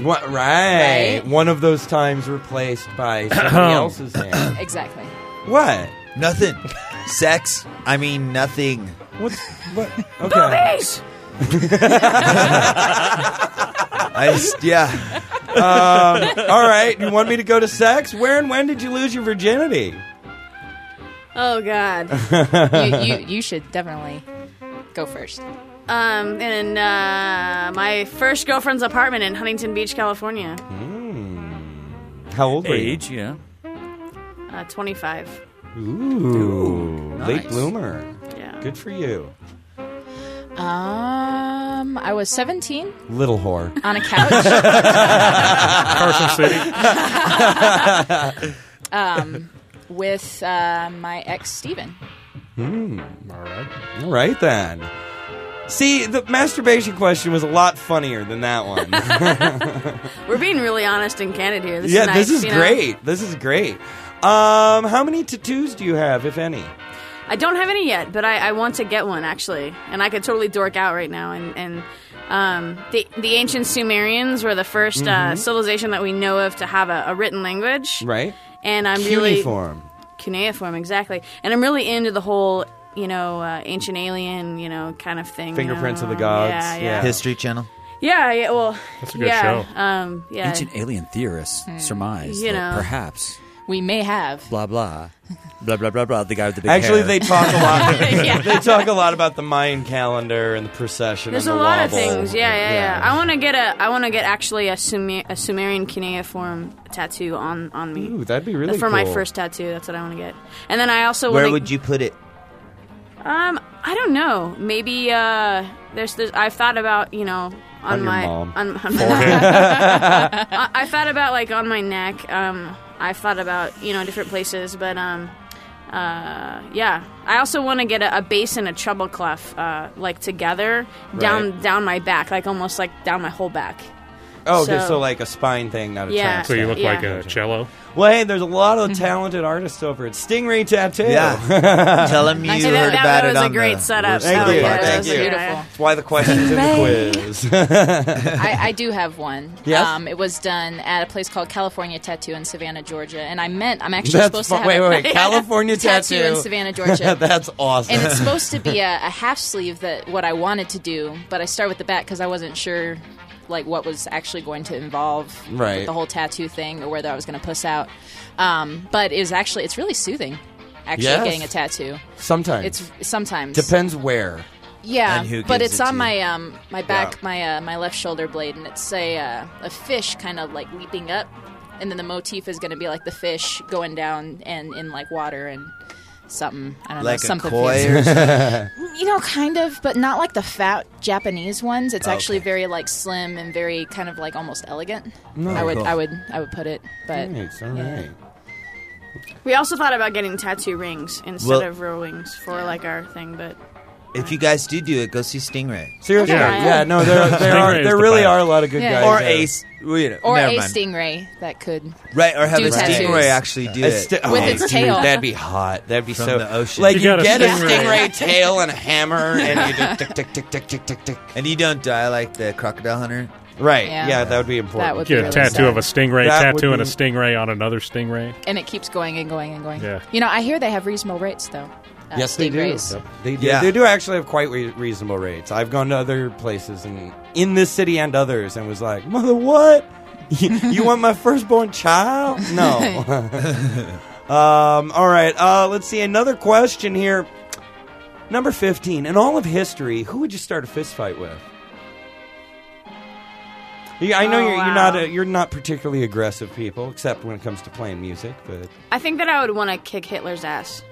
S4: What, right.
S2: Right?
S4: One of those times replaced by somebody else's name.
S2: Exactly.
S4: What?
S8: Nothing. Sex. I mean nothing.
S4: What? What?
S9: Boobies!
S8: I just, yeah.
S4: Um, all right. You want me to go to sex? Where and when did you lose your virginity?
S9: Oh God.
S2: You, you, you should definitely go first.
S9: Um, in uh, my first girlfriend's apartment in Huntington Beach, California.
S4: How old were you?
S6: Age, yeah.
S9: Uh, 25.
S4: Ooh,
S9: nice.
S4: late bloomer.
S9: Yeah.
S4: Good for you,
S2: Um, I was 17
S4: little whore.
S2: on a couch.
S4: City.
S2: um, with uh, my ex Steven.
S4: Hmm. All right. All right then. See, the masturbation question was a lot funnier than that one.
S9: We're being really honest and candid here. This
S4: yeah,
S9: is nice,
S4: this is
S9: you know?
S4: great. This is great. Um, how many tattoos do you have, if any?
S9: I don't have any yet, but I, I want to get one actually, and I could totally dork out right now. And and um, the the ancient Sumerians were the 1st uh,
S4: Mhm.
S9: civilization that we know of to have a, a written language.
S4: Right.
S9: And I'm really
S4: Cuneiform.
S9: cuneiform exactly, and I'm really into the whole you know uh, ancient alien you know kind of thing. you
S4: Fingerprints
S9: know?
S4: of the gods.
S9: Yeah, yeah,
S8: History Channel.
S9: yeah. yeah, well,
S6: That's a good
S9: yeah,
S6: show.
S9: Um, yeah,
S6: Ancient alien theorists
S2: Hmm.
S6: surmise
S9: You
S6: that
S9: know.
S6: perhaps
S2: We may have.
S6: blah blah blah blah blah blah. The guy with the big
S4: Actually,
S6: hair.
S4: they talk a lot. They talk a lot about the Mayan calendar and the procession.
S9: There's
S4: and
S9: a
S4: the
S9: lot of
S4: wobble.
S9: things. Yeah, yeah, yeah. I want to get a. I want to get actually a, Sumer, a Sumerian cuneiform tattoo on on me.
S4: Ooh, that'd be really
S9: for my
S4: cool.
S9: first tattoo. That's what I want to get. And then I also
S8: Where
S9: wanna,
S8: would you put it?
S9: um I don't know. Maybe uh there's there's I've thought about you know on,
S4: On your
S9: my
S4: mom.
S9: on, on
S4: Forehead.
S9: I, I've thought about like on my neck. Um, I've thought about you know different places, but um. Uh, yeah. I also want to get a, a bass and a treble clef, uh, like together down
S4: Right.
S9: down my back, like almost like down my whole back.
S4: Oh, okay, so, like a spine thing, not a
S9: Yeah.
S4: trance
S7: So you
S4: thing.
S7: look like a cello.
S4: Well, hey, there's a lot of talented artists over at Stingray Tattoo.
S8: Yeah. Tell 'em Nice. you heard about
S9: That was
S8: it
S9: a
S8: on
S9: great
S8: the
S9: setup.
S8: worst
S4: Thank
S9: That
S4: you.
S9: was- that
S4: Thank
S9: was
S4: you.
S9: beautiful.
S4: That's why the question's in
S2: Hooray.
S4: the quiz.
S2: I, I do have one.
S4: Yes?
S2: Um, it was done at a place called California Tattoo in Savannah, Georgia, and I meant I'm actually
S4: That's
S2: supposed
S4: fu-
S2: to have
S4: wait,
S2: a
S4: wait, wait. California
S2: tattoo,
S4: tattoo,
S2: in Savannah, Georgia.
S4: That's awesome.
S2: And it's supposed to be a, a half sleeve that what I wanted to do, but I start with the back because I wasn't sure like what was actually going to involve with
S4: Right.
S2: the whole tattoo thing or whether I was going to puss out. Um, but it was actually it's really soothing. Actually,
S4: Yes.
S2: getting a tattoo
S4: Sometimes.
S2: it's sometimes
S4: Depends where.
S2: yeah,
S4: And who
S2: but
S4: gives
S2: it's
S4: it
S2: on
S4: to
S2: my
S4: you.
S2: um my back my uh, my left shoulder blade, and it's a uh, a fish kind of like leaping up, and then the motif is going to be like the fish going down and in like water and something I don't
S8: Like
S2: know
S8: a
S2: something
S8: koi or something?
S2: you know kind of, but not like the fat Japanese ones.
S4: Ah,
S2: It's actually
S8: Okay.
S2: very like slim and very kind of like almost elegant.
S4: No,
S2: I would
S4: cool. Mm.
S2: I would I would put it, but
S4: Nice, all
S2: yeah.
S4: right.
S9: We also thought about getting tattoo rings instead
S4: Well-
S9: of real wings for like our thing, but um,
S8: If you guys do do it, go see Stingray.
S4: Seriously, yeah, no, there, there
S8: Stingray
S4: are
S8: is
S4: there
S8: the
S4: really
S8: best.
S4: are a lot of good
S2: Yeah.
S4: guys.
S2: Or
S4: there.
S8: Ace.
S4: We-
S2: Or
S4: never
S2: a
S4: mind.
S2: stingray that could.
S8: Right, or have
S2: do
S8: a
S2: tattoos.
S8: stingray actually do
S4: A
S8: it
S4: sti- oh,
S2: With its tail.
S4: that'd be hot. That'd be
S8: From
S4: so
S8: the ocean.
S4: Like
S8: You
S4: you,
S8: got a
S4: get a
S8: stingray.
S4: stingray tail and a hammer, and you just
S8: tick, tick, tick, tick, tick, tick. And you don't die like the crocodile hunter.
S4: Right. Yeah. Yeah, that would be important. That would
S7: Get a tattoo of a stingray,
S4: That would
S7: tattoo and a
S4: be-
S7: stingray on another stingray.
S2: And it keeps going and going and going.
S7: Yeah.
S2: You know, I hear they have reasonable rates though. Uh,
S4: yes, they do.
S2: stingrays.
S4: Yep. They do.
S8: Yeah.
S4: They do actually have quite re- reasonable rates. I've gone to other places and in this city and others, and was like, "Mother, what? You, you want my firstborn child? No." um, all right. Uh, let's see another question here. Number fifteen. In all of history, who would you start a fist fight with? You- I know
S9: Oh,
S4: you're, you're not
S9: wow.
S4: a, you're not particularly aggressive people, except when it comes to playing music. But
S9: I think that I would want to kick Hitler's ass.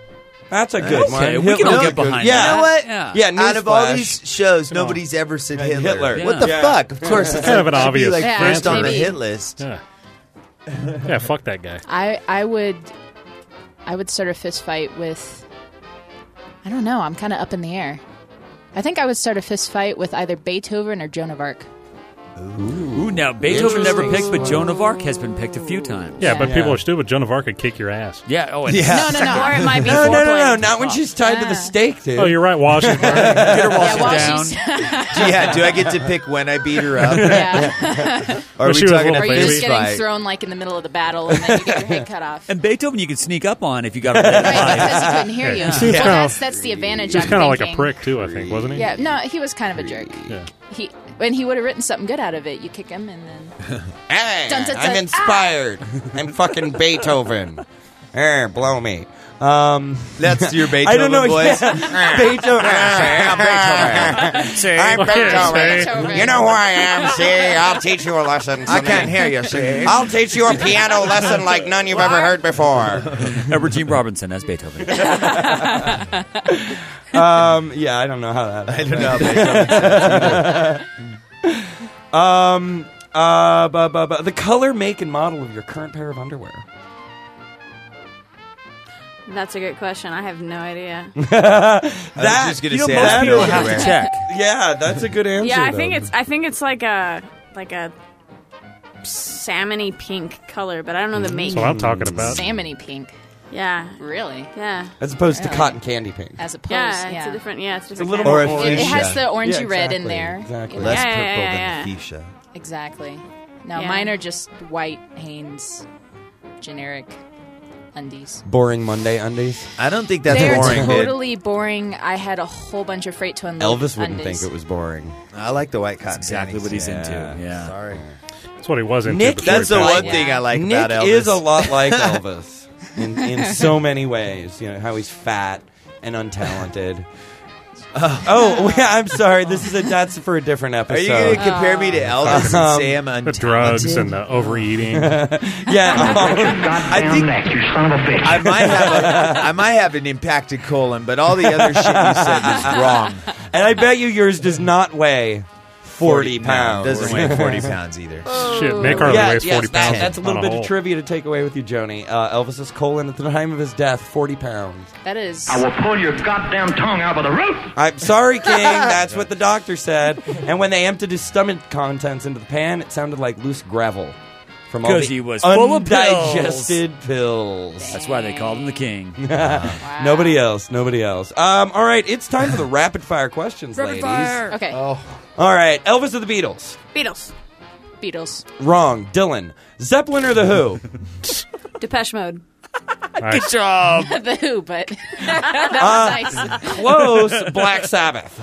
S4: that's a good
S8: Okay,
S4: one.
S8: we
S4: Hitler-
S8: can all
S4: that's
S8: get
S4: a good-
S8: behind
S4: Yeah,
S8: that. You know what?
S4: Yeah,
S8: Out of all
S4: newsflash.
S8: these shows,
S4: Come on.
S8: nobody's ever said
S4: Yeah,
S8: Hitler.
S4: Hitler.
S8: What the
S4: Yeah.
S8: fuck? Of course, it's
S7: Kind of an
S8: it should
S7: obvious
S8: Be like
S2: Yeah,
S8: first on the
S2: maybe.
S8: hit list.
S7: Yeah. Yeah, fuck that guy.
S2: I I would I would start a fist fight with I don't know, I'm kinda up in the air. I think I would start a fist fight with either Beethoven or Joan of Arc.
S6: Ooh, now Beethoven never picked, but Joan of Arc has been picked a few times.
S7: Yeah, but people are stupid. Joan of Arc could kick your ass.
S6: Yeah. Oh, and
S7: Yeah.
S2: No, no, no, or it might be
S4: Oh, No, no, no, no,
S2: foreplay.
S4: not when she's tied to the
S2: Ah.
S4: stake, dude.
S7: Oh, you're right, Washington.
S4: Get her
S2: Yeah, while
S4: down.
S2: she's
S8: Do- yeah, do I get to pick when I beat her up?
S2: Yeah.
S8: Are
S6: When
S8: we
S6: she was a
S8: talking
S6: little
S8: about
S2: Or you're just
S8: fist
S2: getting
S8: fight?
S2: thrown like in the middle of the battle and then you get your head cut off.
S6: And Beethoven, you could sneak up on if you got a red light.
S2: Because he couldn't hear you.
S6: Yeah.
S2: Well, that's, that's the advantage
S7: He's
S2: I'm
S7: kind of like a
S2: thinking.
S7: prick too. I think wasn't he?
S2: Yeah, no, he was kind of a jerk.
S7: Yeah.
S2: He and he would have written something good out of it. You kick him and then
S4: Hey,
S2: Dun, dun, Ah.
S4: I'm
S2: dun.
S4: inspired. I'm fucking Beethoven. Eh, blow me. Um,
S8: That's your
S4: I don't
S8: Beethoven
S4: know.
S8: voice?
S2: Ah.
S4: yeah. Beethoven. I'm Beethoven. I'm Beethoven. You know who I am. See, I'll teach you a lesson.
S8: I can't hear you, see?
S4: I'll teach you a piano lesson like none you've ever heard before.
S6: Edward G. Robinson as Beethoven.
S4: Um, yeah, I don't know how that.
S8: I don't know how Beethoven
S4: um, uh, bu- bu- bu- the color, make, and model of your current pair of underwear.
S9: That's a good question. I have no idea.
S4: That-
S8: just gonna
S4: you know,
S8: say
S4: most
S8: that
S4: people
S8: underwear.
S4: have to check. Yeah, that's a good answer.
S9: yeah, I think
S4: though.
S9: it's I think it's like a like a salmony pink color, but I don't know the make.
S7: That's what I'm talking about.
S2: salmony pink.
S9: Yeah,
S2: Really?
S9: yeah.
S4: as opposed to
S2: Really?
S4: cotton candy pink.
S2: As opposed,
S9: Yeah,
S2: yeah,
S9: it's a different. Yeah, it's a
S4: It's a
S9: different.
S4: little
S9: kind.
S4: more
S8: Or
S4: orange.
S2: It has
S8: fuchsia.
S2: the orangey
S4: Yeah,
S2: red in
S4: exactly,
S2: there.
S4: exactly.
S2: You know?
S8: Less
S9: Yeah, yeah,
S8: purple
S9: yeah, yeah.
S8: than the fuchsia.
S2: Exactly. No,
S9: Yeah.
S2: mine are just white Hanes generic undies.
S4: Boring Monday undies.
S8: I don't think that's
S2: They're
S8: boring. dude.
S2: totally boring. I had a whole bunch of freight to unload.
S4: Elvis wouldn't
S2: undies.
S4: think it was boring.
S8: I like the white cotton.
S6: exactly what he's into. Yeah.
S8: Sorry.
S7: That's what he was into.
S4: Nick-
S7: before
S8: That's
S7: he
S8: the
S7: passed.
S8: one thing I like
S4: Nick
S8: about Elvis.
S4: is a lot like Elvis in, in so many ways. You know how he's fat and untalented. oh, yeah, I'm sorry. This is a that's for a different
S8: Are
S4: episode.
S8: you going to compare me to Elvis
S4: Um,
S8: and say I'm
S7: The
S8: untalented?
S7: drugs and the overeating. yeah,
S4: yeah, um,
S8: I think
S10: you son of a bitch.
S8: I might have a, I might have an impacted colon, but all the other shit you said is wrong.
S4: and I bet you yours does not weigh 40 pounds.
S8: Doesn't weigh 40 pounds either.
S7: Shit, Nick Harley
S4: yeah,
S7: weighs
S4: yes,
S7: 40
S4: that-
S7: pounds.
S4: that's a
S7: on
S4: little bit
S7: hole.
S4: of trivia to take away with you, Joni. Uh, Elvis's colon at the time of his death, 40 pounds.
S2: That is.
S10: I will pull your goddamn tongue out of the root.
S4: I'm sorry, King. That's what the doctor said. And when they emptied his stomach contents into the pan, it sounded like loose gravel from all
S6: 'Cause
S4: the
S6: he was full of pills.
S4: undigested pills.
S6: That's why they called him the king.
S4: Nobody else. Nobody else. Um, all right, it's time for the rapid fire questions, ladies.
S2: Okay.
S4: Oh. All right, Elvis or the Beatles?
S9: Beatles,
S2: Beatles.
S4: Wrong. Dylan. Zeppelin or the Who?
S9: Depeche Mode.
S6: Good job.
S2: the Who, but
S4: Ah.
S2: that was nice.
S4: Close. Black Sabbath.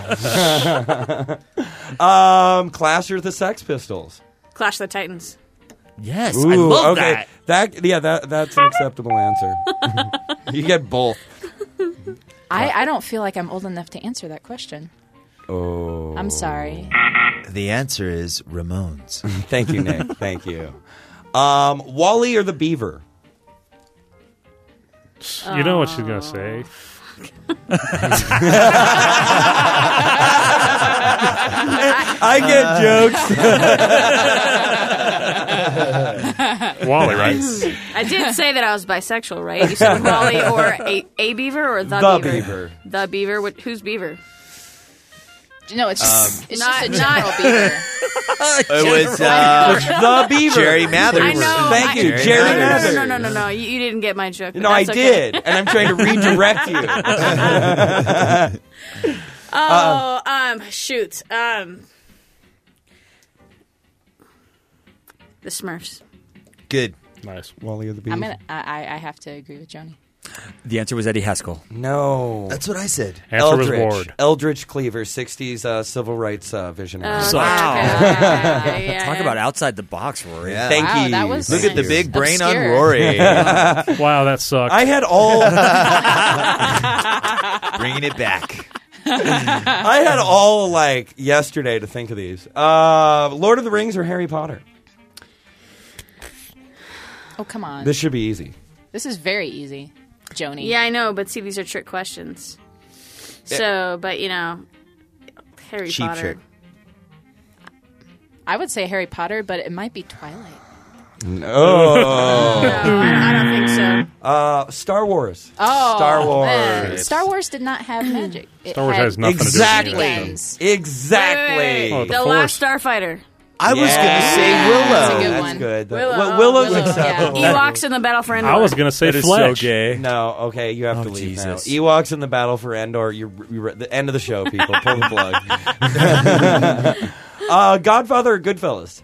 S4: um, Clash or the Sex Pistols?
S9: Clash of the Titans.
S6: Yes, I
S4: Ooh,
S6: love
S4: okay.
S6: that.
S4: that. yeah, that that's an acceptable answer. you get both.
S2: I, I don't feel like I'm old enough to answer that question.
S4: Oh,
S2: I'm sorry.
S8: The answer is Ramones.
S4: thank you, Nick. thank you. Um, Wally or the Beaver?
S7: You know what she's gonna say?
S4: I get jokes.
S7: Wally, right?
S9: I did say that I was bisexual, right? You said Wally or a, a beaver or the,
S4: The
S9: beaver?
S4: Beaver.
S9: The beaver. Wh- Who's beaver?
S2: No, it's just,
S8: Um,
S2: it's
S9: Not-
S2: just a general
S9: not-
S2: beaver.
S8: It was uh,
S4: the Beaver.
S8: Jerry Mathers.
S9: I know.
S4: Thank you,
S9: I-
S4: Jerry
S9: no, no, no,
S4: Mathers.
S9: no, no, no, no. You, you didn't get my joke. but
S4: No, I
S9: that's okay.
S4: did, and I'm trying to redirect you.
S6: Uh-uh.
S9: Oh, um, shoot. Um, the Smurfs.
S8: Good.
S4: Nice. Wally of the
S2: I'm gonna. I, I I have to agree with Joni.
S6: The answer was Eddie Haskell.
S4: No, that's
S8: what I said.
S6: Answer was
S4: Eldridge,
S6: Ward.
S4: Eldridge Cleaver, '60s uh, civil rights uh, visionary.
S6: Oh, Wow. okay. Yeah, yeah, Talk yeah. about outside the box, Rory. Yeah.
S4: Thank
S6: Wow,
S4: you.
S6: that was Look at the big brain on obscure. Rory.
S7: wow, that sucked.
S4: I had all.
S8: Bringing it back.
S4: I had all like yesterday to think of these. Uh, Lord of the Rings or Harry Potter?
S2: Oh come on.
S4: This should be easy.
S2: This is very easy, Joni.
S9: Yeah, I know, but see, these are trick questions.
S6: Eh.
S9: So, but you know, Harry
S2: Cheap
S9: Potter.
S2: trick. I would say Harry Potter, but it might be Twilight.
S4: No, Oh.
S9: I don't think so.
S4: Uh, Star Wars.
S2: Mm-hmm. Oh,
S4: Star Wars.
S2: man. Star Wars did not have magic. It
S4: Star Wars
S2: had
S4: has nothing to do Oh, with
S2: exactly.
S4: anything.
S2: Guns.
S4: Exactly.
S7: Oh,
S9: the last Starfighter.
S8: I was gonna say
S4: Yeah.
S8: Willow.
S4: That's a
S8: That's
S4: good
S8: That's
S4: one.
S8: good.
S4: Willow.
S9: Willow.
S4: Willow's
S9: Willow,
S4: acceptable.
S9: yeah. Ewoks in the battle for Endor.
S6: That is so gay.
S4: No, okay, you have
S6: Oh,
S4: to leave
S6: Jesus.
S4: now. Ewoks in the battle for Endor. You're, you're at the end of the show, people. Pull the plug. uh, Godfather or Goodfellas?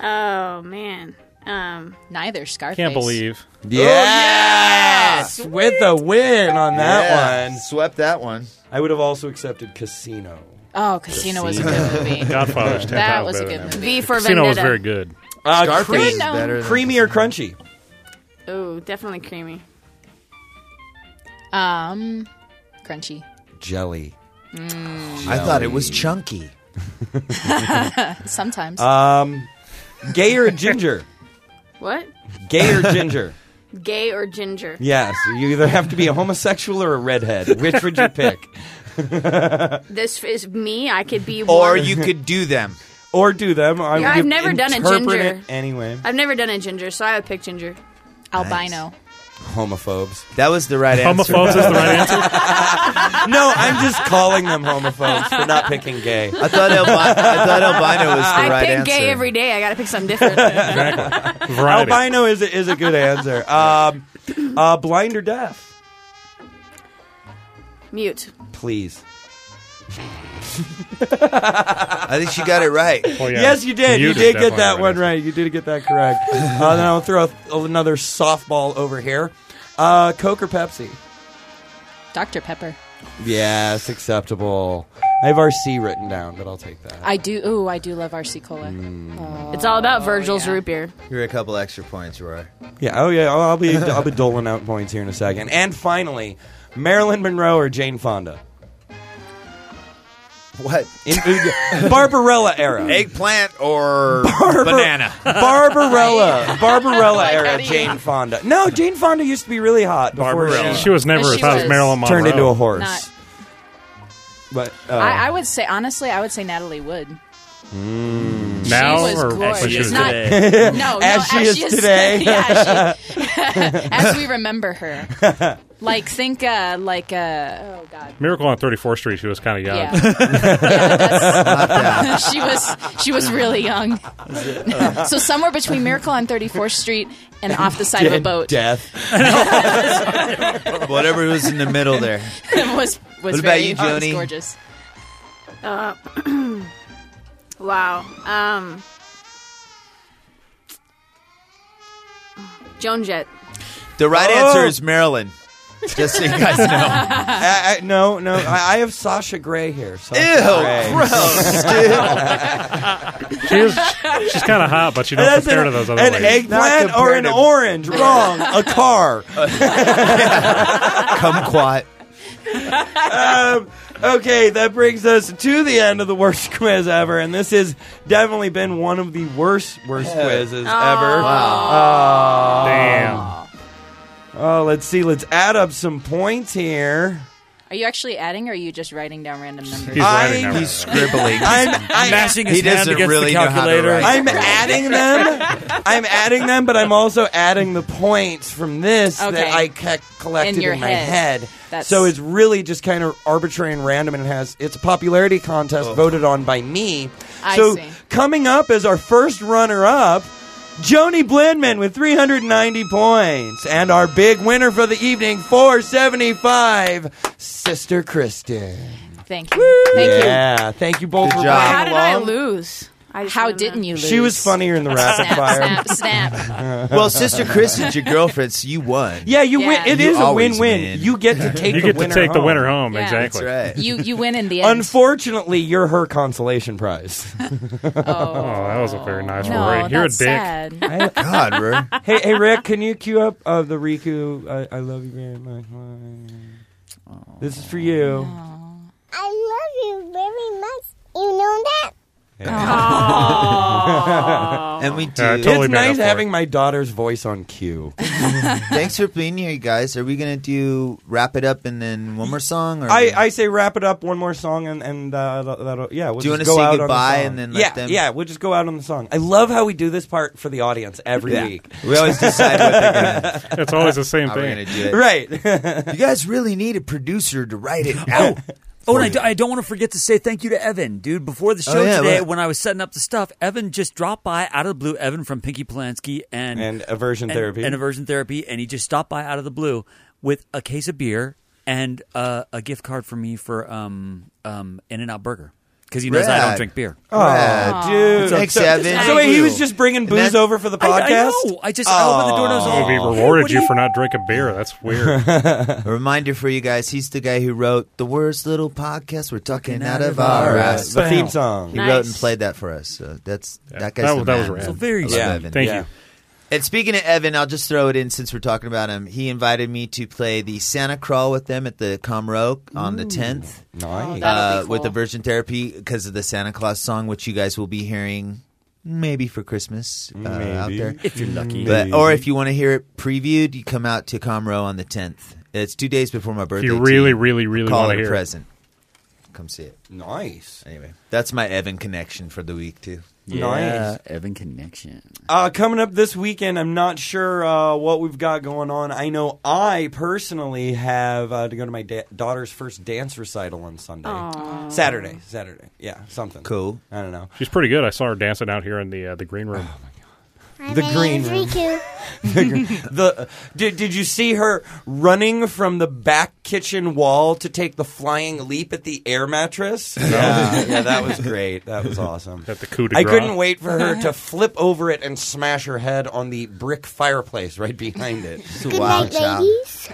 S9: Oh man. Um,
S2: neither Scarface.
S4: Can't believe.
S8: Yeah.
S4: Oh, yes, with the win on that
S8: Yeah,
S4: one. Swept that one. I would have also accepted Casino.
S2: Oh, Casino was a good movie.
S7: Godfather's ten
S2: That was
S7: times
S2: a
S7: better
S2: good
S7: than
S2: movie.
S9: V for
S7: Casino was
S9: Vendetta.
S7: very good.
S4: Uh,
S9: Scarface
S4: cream-
S9: is better than
S4: creamy or crunchy?
S9: oh, definitely creamy.
S2: Um, crunchy.
S4: Jelly.
S8: I thought it was chunky.
S2: Sometimes.
S4: Um, gay or ginger?
S9: What?
S4: Gay or ginger?
S9: Gay or ginger?
S4: Yes, you either have to be a homosexual or a redhead. Which would you pick?
S9: This is me. I could be.
S4: or
S9: one-
S4: you could do them, or do them. I
S9: Yeah,
S4: would
S9: I've
S4: give-
S9: never done a
S4: interpret
S9: ginger.
S4: it anyway.
S9: I've never done a ginger, so I would pick ginger.
S2: Albino.
S4: Homophobes.
S8: That was the right answer.
S4: Homophobes is the right answer. no, I'm just calling them homophobes for not picking gay. I
S8: thought albi- I thought albino was
S9: I pick gay every day. I gotta pick something different.
S4: exactly. Albino is a, is a good answer. Um, uh, blind or deaf?
S9: Mute.
S4: Please.
S8: I think she got it right.
S4: Yes, you did. you did get that one right. You did get that correct. uh, then I'll throw a, another softball over here. Uh, Coke or Pepsi?
S2: Dr. Pepper.
S4: Yes, acceptable. I have RC written down, but I'll take that.
S2: I do. Ooh, I do love RC Cola. Oh,
S9: It's all about Virgil's
S2: yeah.
S9: root beer.
S8: You're a couple extra points, Roy.
S4: Yeah. Oh, yeah. I'll I'll be I'll be doling out points here in a second. And finally, Marilyn Monroe or Jane Fonda?
S8: What?
S4: In, Barbarella era.
S8: Eggplant or banana?
S4: Barbarella. Barbarella
S8: Like, how
S4: era
S8: do you-
S4: Jane Fonda. No, Jane Fonda used to be really hot. before
S7: Barbarella. She was never But as she hot as was- Marilyn
S4: Turned
S7: Monroe.
S4: into a horse.
S2: Not-
S4: but uh,
S2: I, I would say honestly, I would say Natalie Wood.
S4: mm.
S7: Now
S2: she was
S7: or
S2: gorgeous.
S7: as she is
S2: Not-
S7: today?
S2: no, no,
S4: As she is today.
S2: yeah, she- as we remember her. Like think, uh, like, uh, oh god,
S7: Miracle on 34th Street. She was kind of young.
S2: Yeah. Yeah, that's- she was she was really young. so somewhere between Miracle on 34th Street and off the side of a
S8: Dead
S2: boat
S4: Death.
S8: Whatever was in the middle there.
S2: was was
S8: What about
S2: very
S8: you,
S2: was
S8: Joni?
S2: gorgeous.
S9: Uh, wow. Um, Joan Jett.
S8: The right
S4: Oh.
S8: answer is Maryland. Just so you guys know.
S4: I, I, no, no. I, I have Sasha Grey here. Sasha
S8: Ew,
S4: Grey.
S8: gross,
S7: She is, she's kind of hot, but she don't
S4: That's
S7: compare
S4: an-
S7: to those other
S4: An
S7: ladies.
S4: eggplant or an orange? Wrong. A car.
S8: Kumquat.
S4: um, okay, that brings us to the end of the worst quiz ever, and this has definitely been one of the worst, worst
S8: Yeah.
S4: quizzes
S8: Aw.
S4: ever.
S8: Wow.
S4: Damn. Oh, let's see. Let's add up some points here.
S2: Are you actually adding or are you just writing down random numbers?
S4: writing them. He's scribbling. I'm
S6: Mashing his hand against the calculator.
S4: I'm adding them. I'm adding them, but I'm also adding the points from this
S2: Okay.
S4: that I c- collected
S2: In
S4: in,
S2: your
S4: my
S2: head.
S4: head.
S2: That's-
S4: So it's really just kind of arbitrary and random, and it has it's a popularity contest
S2: Oh.
S4: voted on by me.
S2: I
S4: so
S2: see.
S4: coming up as our first runner-up. Joni Blindman with 390 points, and our big winner for the evening, 475, Sister Kristen.
S2: Thank you. Thank you.
S4: yeah, thank you both
S2: Good
S4: for
S2: job.
S4: playing
S2: How did
S4: along.
S2: I
S9: lose?
S2: How didn't you lose?
S4: She was funnier in the rapid
S2: Snap,
S4: fire.
S2: snap, snap.
S8: well, Sister Kristen's your girlfriend, so you won.
S4: Yeah, you win. It is
S8: You
S4: a
S8: always
S4: win-win.
S8: win.
S4: You get to take
S8: You
S4: the
S8: get to
S4: winner
S8: take
S4: home.
S8: the winner home,
S2: Yeah. exactly.
S8: That's
S2: You you win in the end.
S4: Unfortunately, you're her consolation prize. oh.
S7: Oh, that wasn't very nice
S2: No,
S7: for Rick. You're a dick.
S2: that's sad.
S8: God, Rick.
S4: Hey, hey, Rick, can you cue up uh, the Riku? I, I love you very much. This is for you.
S13: I love you very much. You know that?
S8: and we do.
S4: it's nice having my daughter's voice on cue.
S8: Thanks for being here, you guys. Are we gonna do wrap it up and then one more song? Or
S4: I, I say wrap it up one more song and and uh, that'll, that'll- yeah. We'll
S8: Do you
S4: just go
S8: wanna say
S4: out on the
S8: goodbye
S4: song.
S8: and then let
S4: yeah
S8: them-
S4: yeah we'll just go out on the song. I love how we do this part for the audience every
S8: Yeah.
S4: week.
S8: We always decide what they're gonna.
S7: It's always the same
S8: how
S7: thing.
S8: we're gonna do it.
S4: Right.
S8: you guys really need a producer to write it
S6: Oh,
S8: out.
S6: oh, and I, do, I don't want to forget to say thank you to Evan, dude. Before the
S8: Oh,
S6: show
S8: yeah,
S6: today,
S8: what-
S6: when I was setting up the stuff, Evan just dropped by out of the blue. Evan from Pinky Polanski and
S4: And aversion
S6: and-
S4: therapy.
S6: and aversion therapy, and he just stopped by out of the blue with a case of beer and uh, a gift card for me for um, um, In-N-Out Burger because he knows I don't
S4: Rad.
S6: drink beer.
S4: Oh, dude.
S6: Thanks,
S4: so,
S6: Evan.
S4: So wait, he
S6: Thank
S4: was
S6: you.
S4: just bringing
S6: And
S4: booze
S6: that-
S4: over for the
S6: I- I
S4: podcast?
S6: know. I just- I opened the door and I was
S7: Oh,
S6: like,
S7: we
S6: "Hey,
S7: rewarded
S6: what
S7: you
S6: do
S7: for not drinking beer. That's weird.
S8: A reminder for you guys: he's the guy who wrote the worst little podcast we're talking out of our ass.
S4: The theme song.
S8: He
S4: Nice.
S8: wrote and played that for us. So that's that guy's
S4: That
S8: the
S4: was- that was
S8: man.
S4: rad. So very
S8: I love
S4: sweet.
S8: Evan.
S4: Thank you.
S8: And speaking of Evan, I'll just throw it in since we're talking about him. He invited me to play the Santa Crawl with them at the Comroe on the
S4: Ooh.
S8: 10th.
S4: Nice.
S8: Uh,
S4: that'll be
S8: With the
S4: cool.
S8: Virgin Therapy because of the Santa Claus song, which you guys will be hearing maybe for Christmas uh, out
S6: Maybe.
S8: there.
S6: If you're lucky.
S8: But,
S6: Maybe.
S8: or if you want to hear it previewed, you come out to Comroe on the 10th. It's two days before my birthday.
S7: really,
S8: too.
S7: really, really
S8: Call it
S7: wanna
S8: a
S7: hear it.
S8: present. Come see it.
S4: Nice.
S8: Anyway, that's my Evan connection for the week, too.
S4: Yeah, Nice.
S6: Evan Connection.
S4: Uh, coming up this weekend, I'm not sure uh, what we've got going on. I know I personally have uh, to go to my da- daughter's first dance recital on Sunday,
S8: Aw.
S4: Saturday, Saturday. Yeah, something
S8: cool.
S4: I don't know.
S7: She's pretty good. I saw her dancing out here in the uh, the green room.
S4: Oh The green room. the, gr- the- did did you see her running from the back kitchen wall to take the flying leap at the air mattress? Yeah, yeah, that was great. That was awesome.
S7: At the coup de
S4: I
S7: grace.
S4: couldn't wait for her to flip over it and smash her head on the brick fireplace right behind it.
S13: Good night, ladies.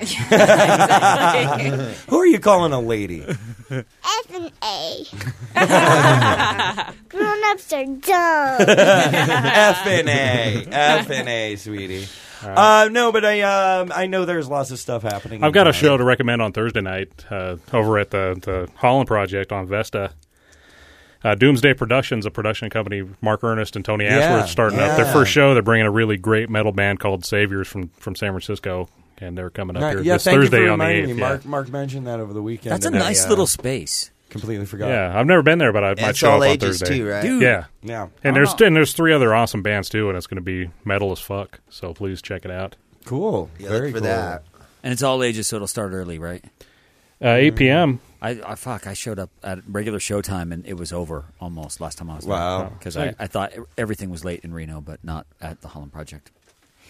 S4: Who are you calling a lady?
S13: F and A. Grown ups are dumb.
S4: F and A, F and A, sweetie. Uh, no, but I um, I know there's lots of stuff happening.
S7: I've got a
S4: in-
S7: show to recommend on Thursday night uh, over at the, the Holland Project on Vesta. Uh, Doomsday Productions, a production company, Mark Ernest and Tony
S4: Yeah,
S7: Ashworth starting up their
S4: yeah.
S7: first show. They're bringing a really great metal band called Saviors from, from San Francisco, and they're coming up
S4: Ni-
S7: here
S4: yeah,
S7: this
S4: thank
S7: Thursday
S4: you for
S7: on the
S4: reminding
S7: 8th.
S4: me.
S7: yeah.
S4: Mark, Mark mentioned that over the weekend.
S6: That's a
S4: and I,
S6: nice
S4: uh,
S6: little space.
S4: Completely forgot.
S7: Yeah, I've never been there, but I
S4: And
S7: might
S4: it's
S7: show
S4: all
S7: up on
S4: ages,
S7: Thursday.
S4: too, right? Dude.
S7: Yeah,
S4: Yeah.
S7: And
S4: I'm
S7: there's
S4: not-
S7: and there's three other awesome bands too, and it's going to be metal as fuck. So please check it out.
S4: Cool.
S8: Yeah, Very look for cool. that.
S6: And it's all ages, so it'll start early, right?
S7: Uh, 8 p.m.
S4: Mm-hmm.
S6: I, I fuck. I showed up at regular show time and it was over almost last time I was
S4: Wow.
S6: Because I, I thought e, everything was late in Reno, but not at the Holland Project.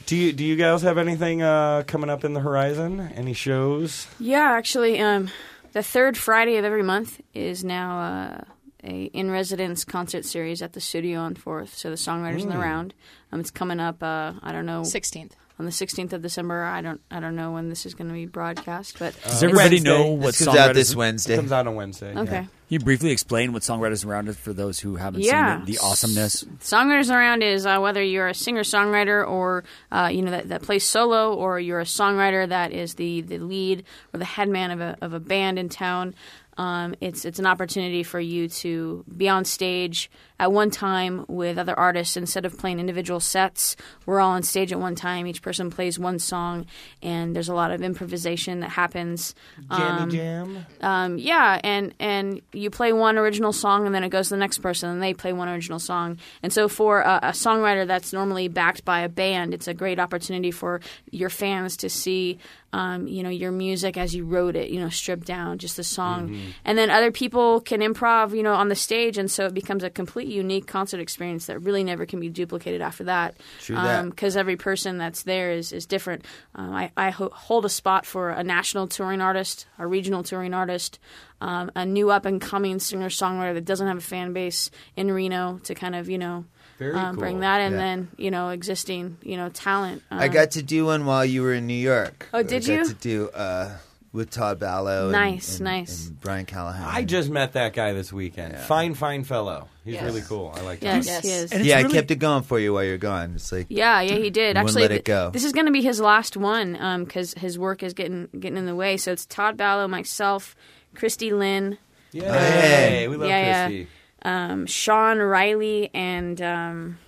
S4: Do you do you guys have anything uh, coming up in the horizon? Any shows?
S9: Yeah, actually, um, the third Friday of every month is now uh, a in residence concert series at the studio on Fourth. So the songwriters in the
S2: Mm.
S9: round. Um, it's coming up. Uh, I don't know.
S2: 16th.
S9: on the sixteenth of December. I don't. I don't know when this is going to be broadcast, but
S6: Does everybody know what
S8: This comes out
S6: songwriters-
S8: this Wednesday.
S4: It comes out on Wednesday.
S9: Okay.
S4: yeah.
S6: Can you briefly explain what Songwriters Around is for those who haven't
S9: Yeah.
S6: seen it, the awesomeness?
S9: Songwriters Around is uh, whether you're a singer songwriter or uh, you know that, that plays solo, or you're a songwriter that is the, the lead or the headman of a of a band in town. Um, it's it's an opportunity for you to be on stage at one time with other artists instead of playing individual sets. We're all on stage at one time. Each person plays one song, and there's a lot of improvisation that happens.
S4: Jammy jam?
S9: Um, yeah, and and you play one original song, and then it goes to the next person, and they play one original song. And so for a, a songwriter that's normally backed by a band, it's a great opportunity for your fans to see um, you know, your music as you wrote it, you know, stripped down, just the song.
S19: Mhm.
S9: And then other people can improv, you know, on the stage. And so it becomes a complete unique concert experience that really never can be duplicated after that. Um,
S19: True that.
S9: Because every person that's there is, is different. Um, I, I ho- hold a spot for a national touring artist, a regional touring artist, um, a new up and coming singer songwriter that doesn't have a fan base in Reno to kind of, you know,
S8: Very
S9: um,
S8: cool.
S9: bring that and
S8: Yeah.
S9: then, you know, existing, you know, talent.
S8: I
S9: um,
S8: got to do one while you were in New York.
S9: Oh, did
S8: I got
S9: you?
S8: To do uh, with Todd Ballow. and-
S9: Nice,
S8: and-
S9: nice.
S8: and Brian Callahan.
S4: I just met that guy this weekend. Fine, fine fellow. He's
S9: Yes.
S4: really cool. I like
S9: Yes,
S4: him.
S9: he is.
S8: yeah,
S9: And it's
S8: I
S9: really-
S8: kept it going for you while you were gone. It's like
S9: Yeah, yeah, he did.
S8: Wouldn't
S9: Actually,
S8: let it
S9: th-
S8: go.
S9: this is going to be his last one because his work is getting getting in the way. So it's Todd Ballow, myself, Christy Lynn.
S4: Yay, Hey. we love
S9: yeah,
S4: Christy.
S9: Yeah. Um, Sean Riley and um,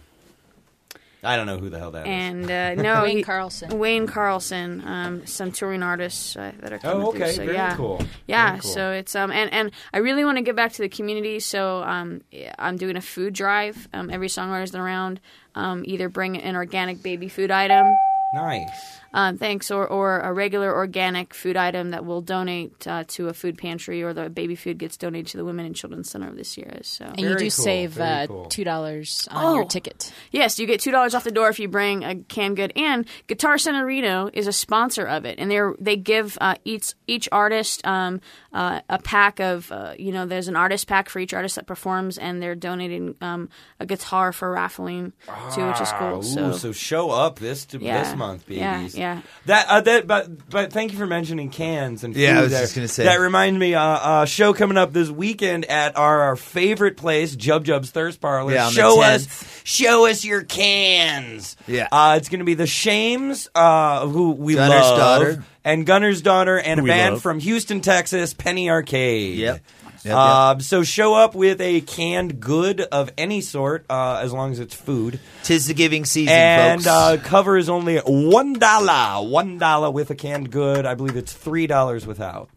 S4: I don't know who the hell that is.
S9: and uh, no
S2: Wayne
S9: he-
S2: Carlson.
S9: Wayne Carlson, um, some touring artists uh, that are coming
S4: Oh, okay.
S9: through. So,
S4: Very
S9: yeah.
S4: cool.
S9: Yeah,
S4: Very cool.
S9: so it's um and and I really want to give back to the community. So um yeah, I'm doing a food drive. Um, every songwriter's around um either bring an organic baby food item.
S4: Nice.
S9: Um, thanks, or, or a regular organic food item that we'll donate uh, to a food pantry, or the baby food gets donated to the Women and Children's Center this year. So,
S2: And you do save uh, two dollars on your ticket.
S9: Oh. Yes, you get two dollars off the door if you bring a canned good. And Guitar Center Reno is a sponsor of it, and they are they give uh, each each artist um, uh, a pack of uh, you know there's an artist pack for each artist that performs, and they're donating um, a guitar for raffling too, which is
S4: Ah,
S9: cool.
S4: ooh,
S9: so.
S4: show up this to,
S9: Yeah.
S4: this month, babies.
S9: Yeah, yeah.
S4: That uh, that but but thank you for mentioning cans and
S8: Yeah, I
S4: food
S8: was
S4: there.
S8: just gonna say.
S4: that reminds me uh, uh show coming up this weekend at our, our favorite place Jub Jub's Thirst Parlor.
S8: Yeah, on the
S4: show
S8: 10th.
S4: us show us your cans.
S8: Yeah.
S4: Uh, it's going to be the Shames uh who we
S8: Gunner's
S4: love
S8: Daughter.
S4: and Gunner's Daughter and
S8: Who
S4: a
S8: we
S4: band
S8: love.
S4: from Houston, Texas, Penny Arcade. Yep.
S8: Yep,
S4: Uh, So show up with a canned good of any sort, uh, as long as it's food.
S8: Tis the giving season,
S4: and
S8: folks.
S4: Uh, cover is only one dollar. One dollar with a canned good. I believe it's three dollars without.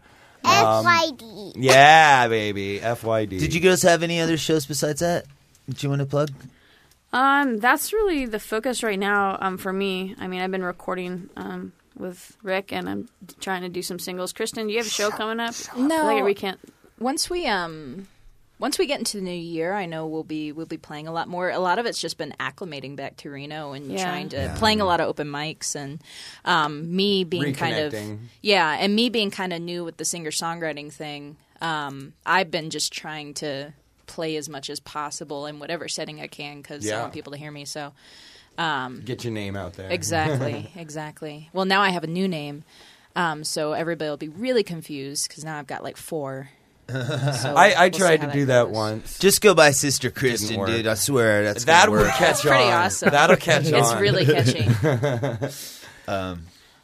S4: Um,
S13: FYD.
S4: yeah, baby. FYD.
S8: Did you guys have any other shows besides that? Did you want to plug?
S9: Um, that's really the focus right now. Um, for me, I mean, I've been recording um with Rick, and I'm d- trying to do some singles. Kristen, do you have a show coming up?
S2: No.
S9: later we can't.
S2: Once we um once we get into the new year, I know we'll be we'll be playing a lot more. A lot of it's just been acclimating back to Reno and
S9: Yeah.
S2: trying to
S9: Yeah.
S2: playing a lot of open mics and um, me being kind
S4: Reconnecting.
S2: of yeah, and me being kind of new with the singer songwriting thing. Um, I've been just trying to play as much as possible in whatever setting I can because I
S4: Yeah.
S2: want people to hear me. So um,
S4: Get your name out there.
S2: Exactly, exactly. Well, now I have a new name, um, so everybody will be really confused because now I've got like four. So
S4: I, I
S2: we'll see
S4: tried
S2: how
S4: to do that once.
S8: Just go by Sister Kristen,
S4: work.
S8: dude. I swear that's
S4: That
S8: gonna
S4: will
S8: work.
S4: catch That's pretty on. awesome. That'll catch It's on. really catchy.
S8: um,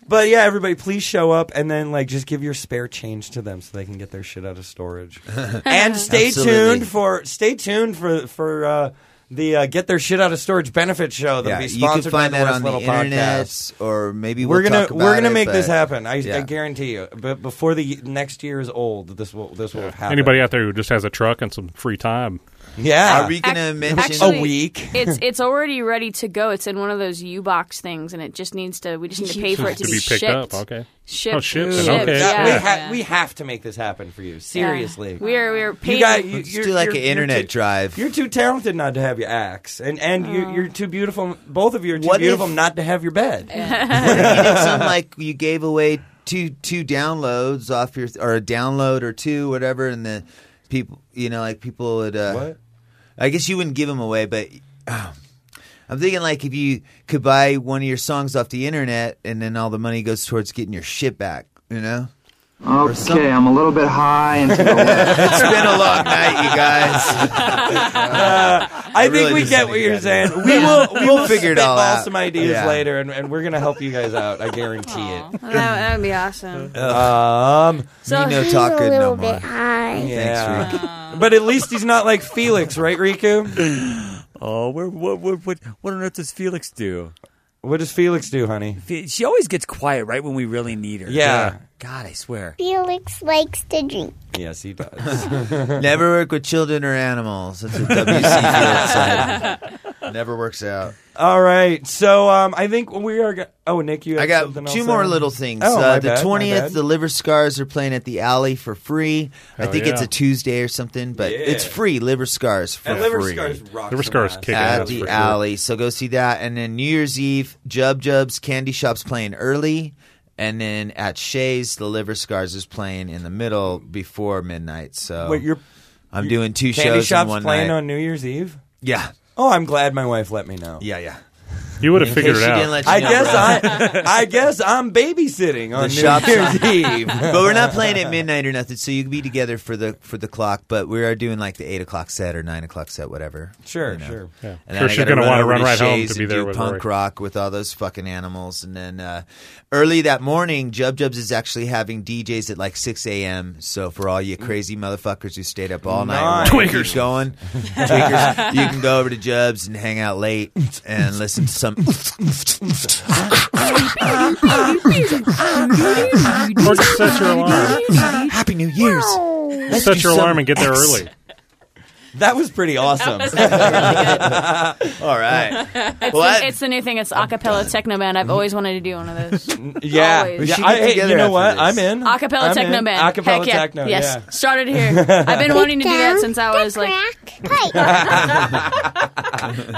S4: But yeah, everybody, please show up and then like just give your spare change to them so they can get their shit out of storage. and stay
S8: Absolutely.
S4: tuned for stay tuned for for uh, the uh, get their shit out of storage benefit show that'll
S8: yeah,
S4: be
S8: you can
S4: sponsored
S8: find
S4: by
S8: that
S4: the West
S8: on the
S4: Little
S8: internet,
S4: Podcast.
S8: or maybe
S4: we're
S8: we'll
S4: gonna
S8: talk about
S4: we're gonna
S8: it,
S4: make this
S8: but-
S4: happen. I, I
S8: Yeah.
S4: guarantee you. But before the next year is old, this will this will have happened.
S7: Anybody out there who just has a truck and some free time?
S4: Yeah. Are we
S8: gonna mention-
S9: Actually,
S4: a week?
S9: it's it's already ready to go. It's in one of those U box things, and it just needs to. We just need to pay for it to,
S7: To
S9: be,
S7: be picked up,
S9: shipped.
S7: okay.
S9: Shipped.
S7: Oh, shipped,
S9: Shipped,
S7: okay.
S9: yeah.
S4: we,
S9: Yeah.
S4: ha- we have to make this happen for you. Seriously,
S9: We are we are
S4: You
S9: paid.
S4: got you,
S8: Let's do like an internet
S4: drive. You're too talented not to have your axe, and and
S9: Oh.
S4: you're, you're too beautiful. Both of you are too
S8: What
S4: beautiful
S8: if-
S4: not to have your bed.
S8: What if you did something like you gave away two two downloads off your or a download or two whatever, and then people you know like people would. Uh,
S4: What?
S8: I guess you wouldn't give them away, but um, I'm thinking like if you could buy one of your songs off the internet, and then all the money goes towards getting your shit back. You know.
S25: Okay, I'm a little bit high and to the left.
S8: it's been a long night, you guys.
S4: I think we get what you're saying. We will we will figure it all out. some ideas
S8: Yeah.
S4: later, and, and we're gonna help you guys out. I guarantee it.
S26: Well, that, that would be awesome.
S4: Um,
S9: Oh,
S26: So- Me no talk good no more.
S4: Yeah. but at least he's not like Felix, right, Riku?
S6: oh, where, what, what, what, what on earth does Felix do?
S4: What does Felix do, honey?
S6: Fe- She always gets quiet right when we really need her.
S4: Yeah.
S6: God, I swear.
S27: Felix likes to drink.
S4: Yes, he does.
S8: Never work with children or animals. That's a WC Fields sign. Never works out.
S4: All right, so um, I think we are. Go- oh, Nick, you. Have
S8: I got
S4: something
S8: two
S4: else
S8: more
S4: there?
S8: little things.
S4: Oh,
S8: uh,
S4: my
S8: the
S4: bad, my bad.
S8: 20th, the Liver Scars are playing at the Alley for free. I
S4: Hell
S8: think it's
S4: yeah.
S8: a Tuesday or something, but
S4: Yeah.
S8: it's free. Liver Scars for
S4: And Liver
S8: free.
S4: Scars rocks
S7: Liver Scars some ass. kick
S8: at
S7: ass
S8: the
S7: for sure.
S8: Alley. So go see that. And then New Year's Eve, Jub Jub's Candy Shop's playing early. And then at Shay's, the Liver Scars is playing in the middle before midnight. So
S4: Wait, you're-
S8: I'm
S4: you-
S8: doing two
S4: Candy
S8: shows
S4: Shop's
S8: in one
S4: playing
S8: night.
S4: on New Year's Eve.
S8: Yeah.
S4: Oh, I'm glad my wife let me know.
S8: Yeah, yeah.
S7: You would have
S4: In
S7: figured
S4: case
S7: it
S4: she
S7: out.
S4: didn't let you I know, guess bro. I- I guess I'm babysitting on
S8: the
S4: New
S8: shop's
S4: Year's
S8: on-
S4: Eve.
S8: but we're not playing at midnight or nothing, so you can be together for the for the clock. But we are doing like the eight o'clock set or nine o'clock set, whatever.
S4: Sure,
S8: you know.
S4: sure. Yeah.
S8: And
S7: Sure,
S8: then I
S7: she's
S8: gotta
S7: gonna
S8: run
S7: wanna
S8: over
S7: run right home
S8: Shays
S7: to be
S8: and
S7: there
S8: do
S7: with
S8: punk
S7: Lori.
S8: rock with all those fucking animals. And then uh, early that morning, Jub Jubs is actually having DJs at like six a.m. So for all you crazy motherfuckers who stayed up all night,
S4: Nice.
S8: and wanted to
S4: Tweakers.
S8: keep going, tweakers, you can go over to Jubs and hang out late and listen to some.
S7: Or just set your alarm.
S8: Happy New Year's. Let's
S7: set
S8: do
S7: your
S8: some
S7: alarm and get there
S8: X.
S7: early.
S4: That was pretty awesome.
S8: All right.
S26: It's,
S8: Well,
S26: the,
S8: that-
S26: it's the new thing. It's acapella techno band. I've always wanted to do one of those.
S4: Yeah,
S26: Always. We
S4: yeah
S26: should
S4: I,
S26: get
S4: hey,
S26: together
S4: you know
S26: after
S4: what?
S26: this.
S4: I'm in.
S26: Acapella
S4: I'm
S26: techno
S4: in.
S26: band.
S4: Acapella
S26: Heck yeah.
S4: techno.
S26: Yes.
S4: yeah.
S26: Started here. I've been wanting to do that since I was like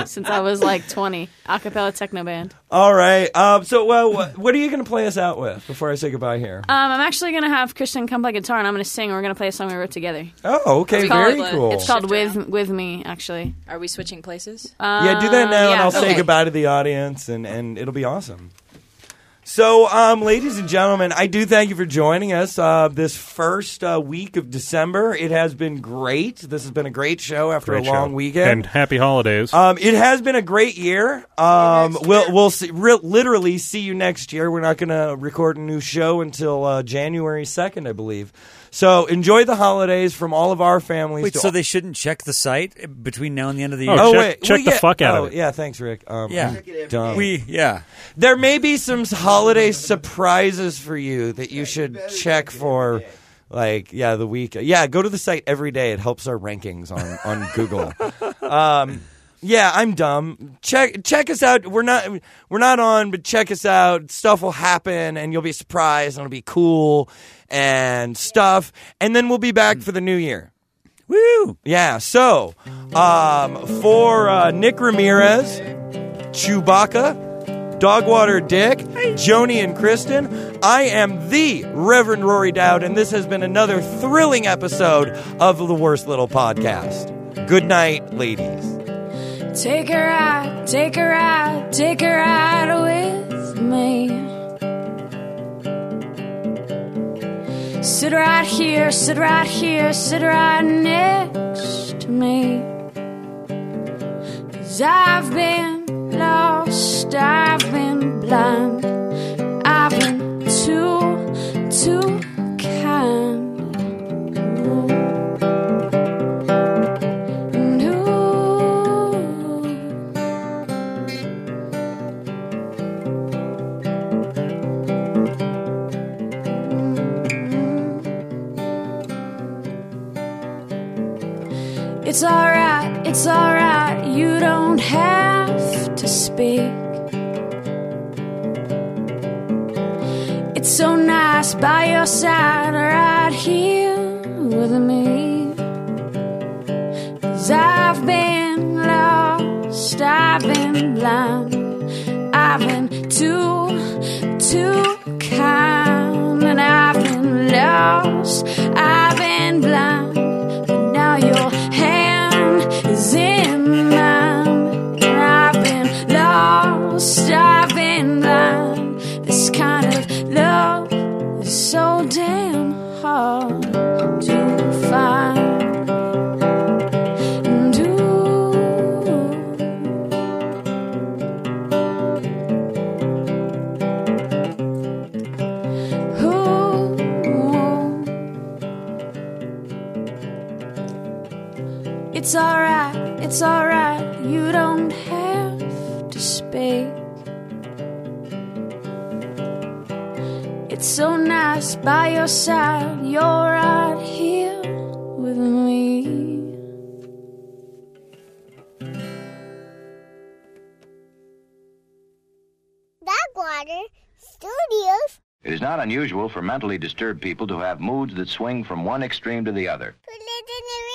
S26: since I was like 20. Acapella techno band.
S4: All right. Um, so, well, what, what are you going to play us out with before I say goodbye here?
S26: Um, I'm actually gonna have Christian come play guitar and I'm gonna sing. and We're gonna play a song we wrote together.
S4: Oh, okay.
S26: It's called- uh,
S4: Very cool.
S26: It's called with with me actually.
S28: Are we switching places?
S4: Uh, yeah, do that now, and
S28: yeah,
S4: I'll say
S28: okay.
S4: goodbye to the audience, and, and it'll be awesome. So, um, ladies and gentlemen, I do thank you for joining us uh, this first uh, week of December. It has been great. This has been a great show after
S7: Great
S4: a long
S7: show.
S4: weekend.
S7: And happy holidays.
S4: Um, it has been a great year. Um, we'll we'll see, re- literally see you next year. We're not going to record a new show until uh, January second, I believe. So enjoy the holidays from all of our families.
S6: Wait,
S4: to
S6: so they shouldn't check the site between now and the end of the
S4: Oh,
S6: year?
S4: check- Oh, wait, check well, the yeah. fuck out of Oh, it. yeah, thanks, Rick. Um,
S6: yeah.
S4: Check it every dumb. day.
S6: We, yeah.
S4: there may be some holiday surprises for you that you should check for. Like yeah, the week yeah, go to the site every day. It helps our rankings on on Google. um, yeah, I'm dumb. Check check us out. We're not we're not on, but check us out. Stuff will happen, and you'll be surprised, and it'll be cool and stuff. And then we'll be back for the new year.
S6: Woo!
S4: Yeah. So, um, for uh, Nick Ramirez, Chewbacca, Dogwater Dick, Joni, and Kristen, I am the Reverend Rory Dowd, and this has been another thrilling episode of the Worst Little Podcast. Good night, ladies.
S9: Take her out, take her out, take her out with me. Sit right here, sit right here, sit right next to me. Cause I've been lost, I've been blind, I've been too, too kind. And who It's alright, it's alright, you don't have to speak. It's so nice by your side, right here with me. Cause I've been lost, I've been blind, I've been too, too kind, and I've been lost, I've been blind. But now your hand is in mine. I've been lost, I've been blind. This kind of love is so damn It's alright, it's alright, you don't have to speak. It's so nice by your side, you're right here with me.
S29: Backwater Studios.
S8: It is not unusual for mentally disturbed people to have moods that swing from one extreme to the other.
S29: Put it in the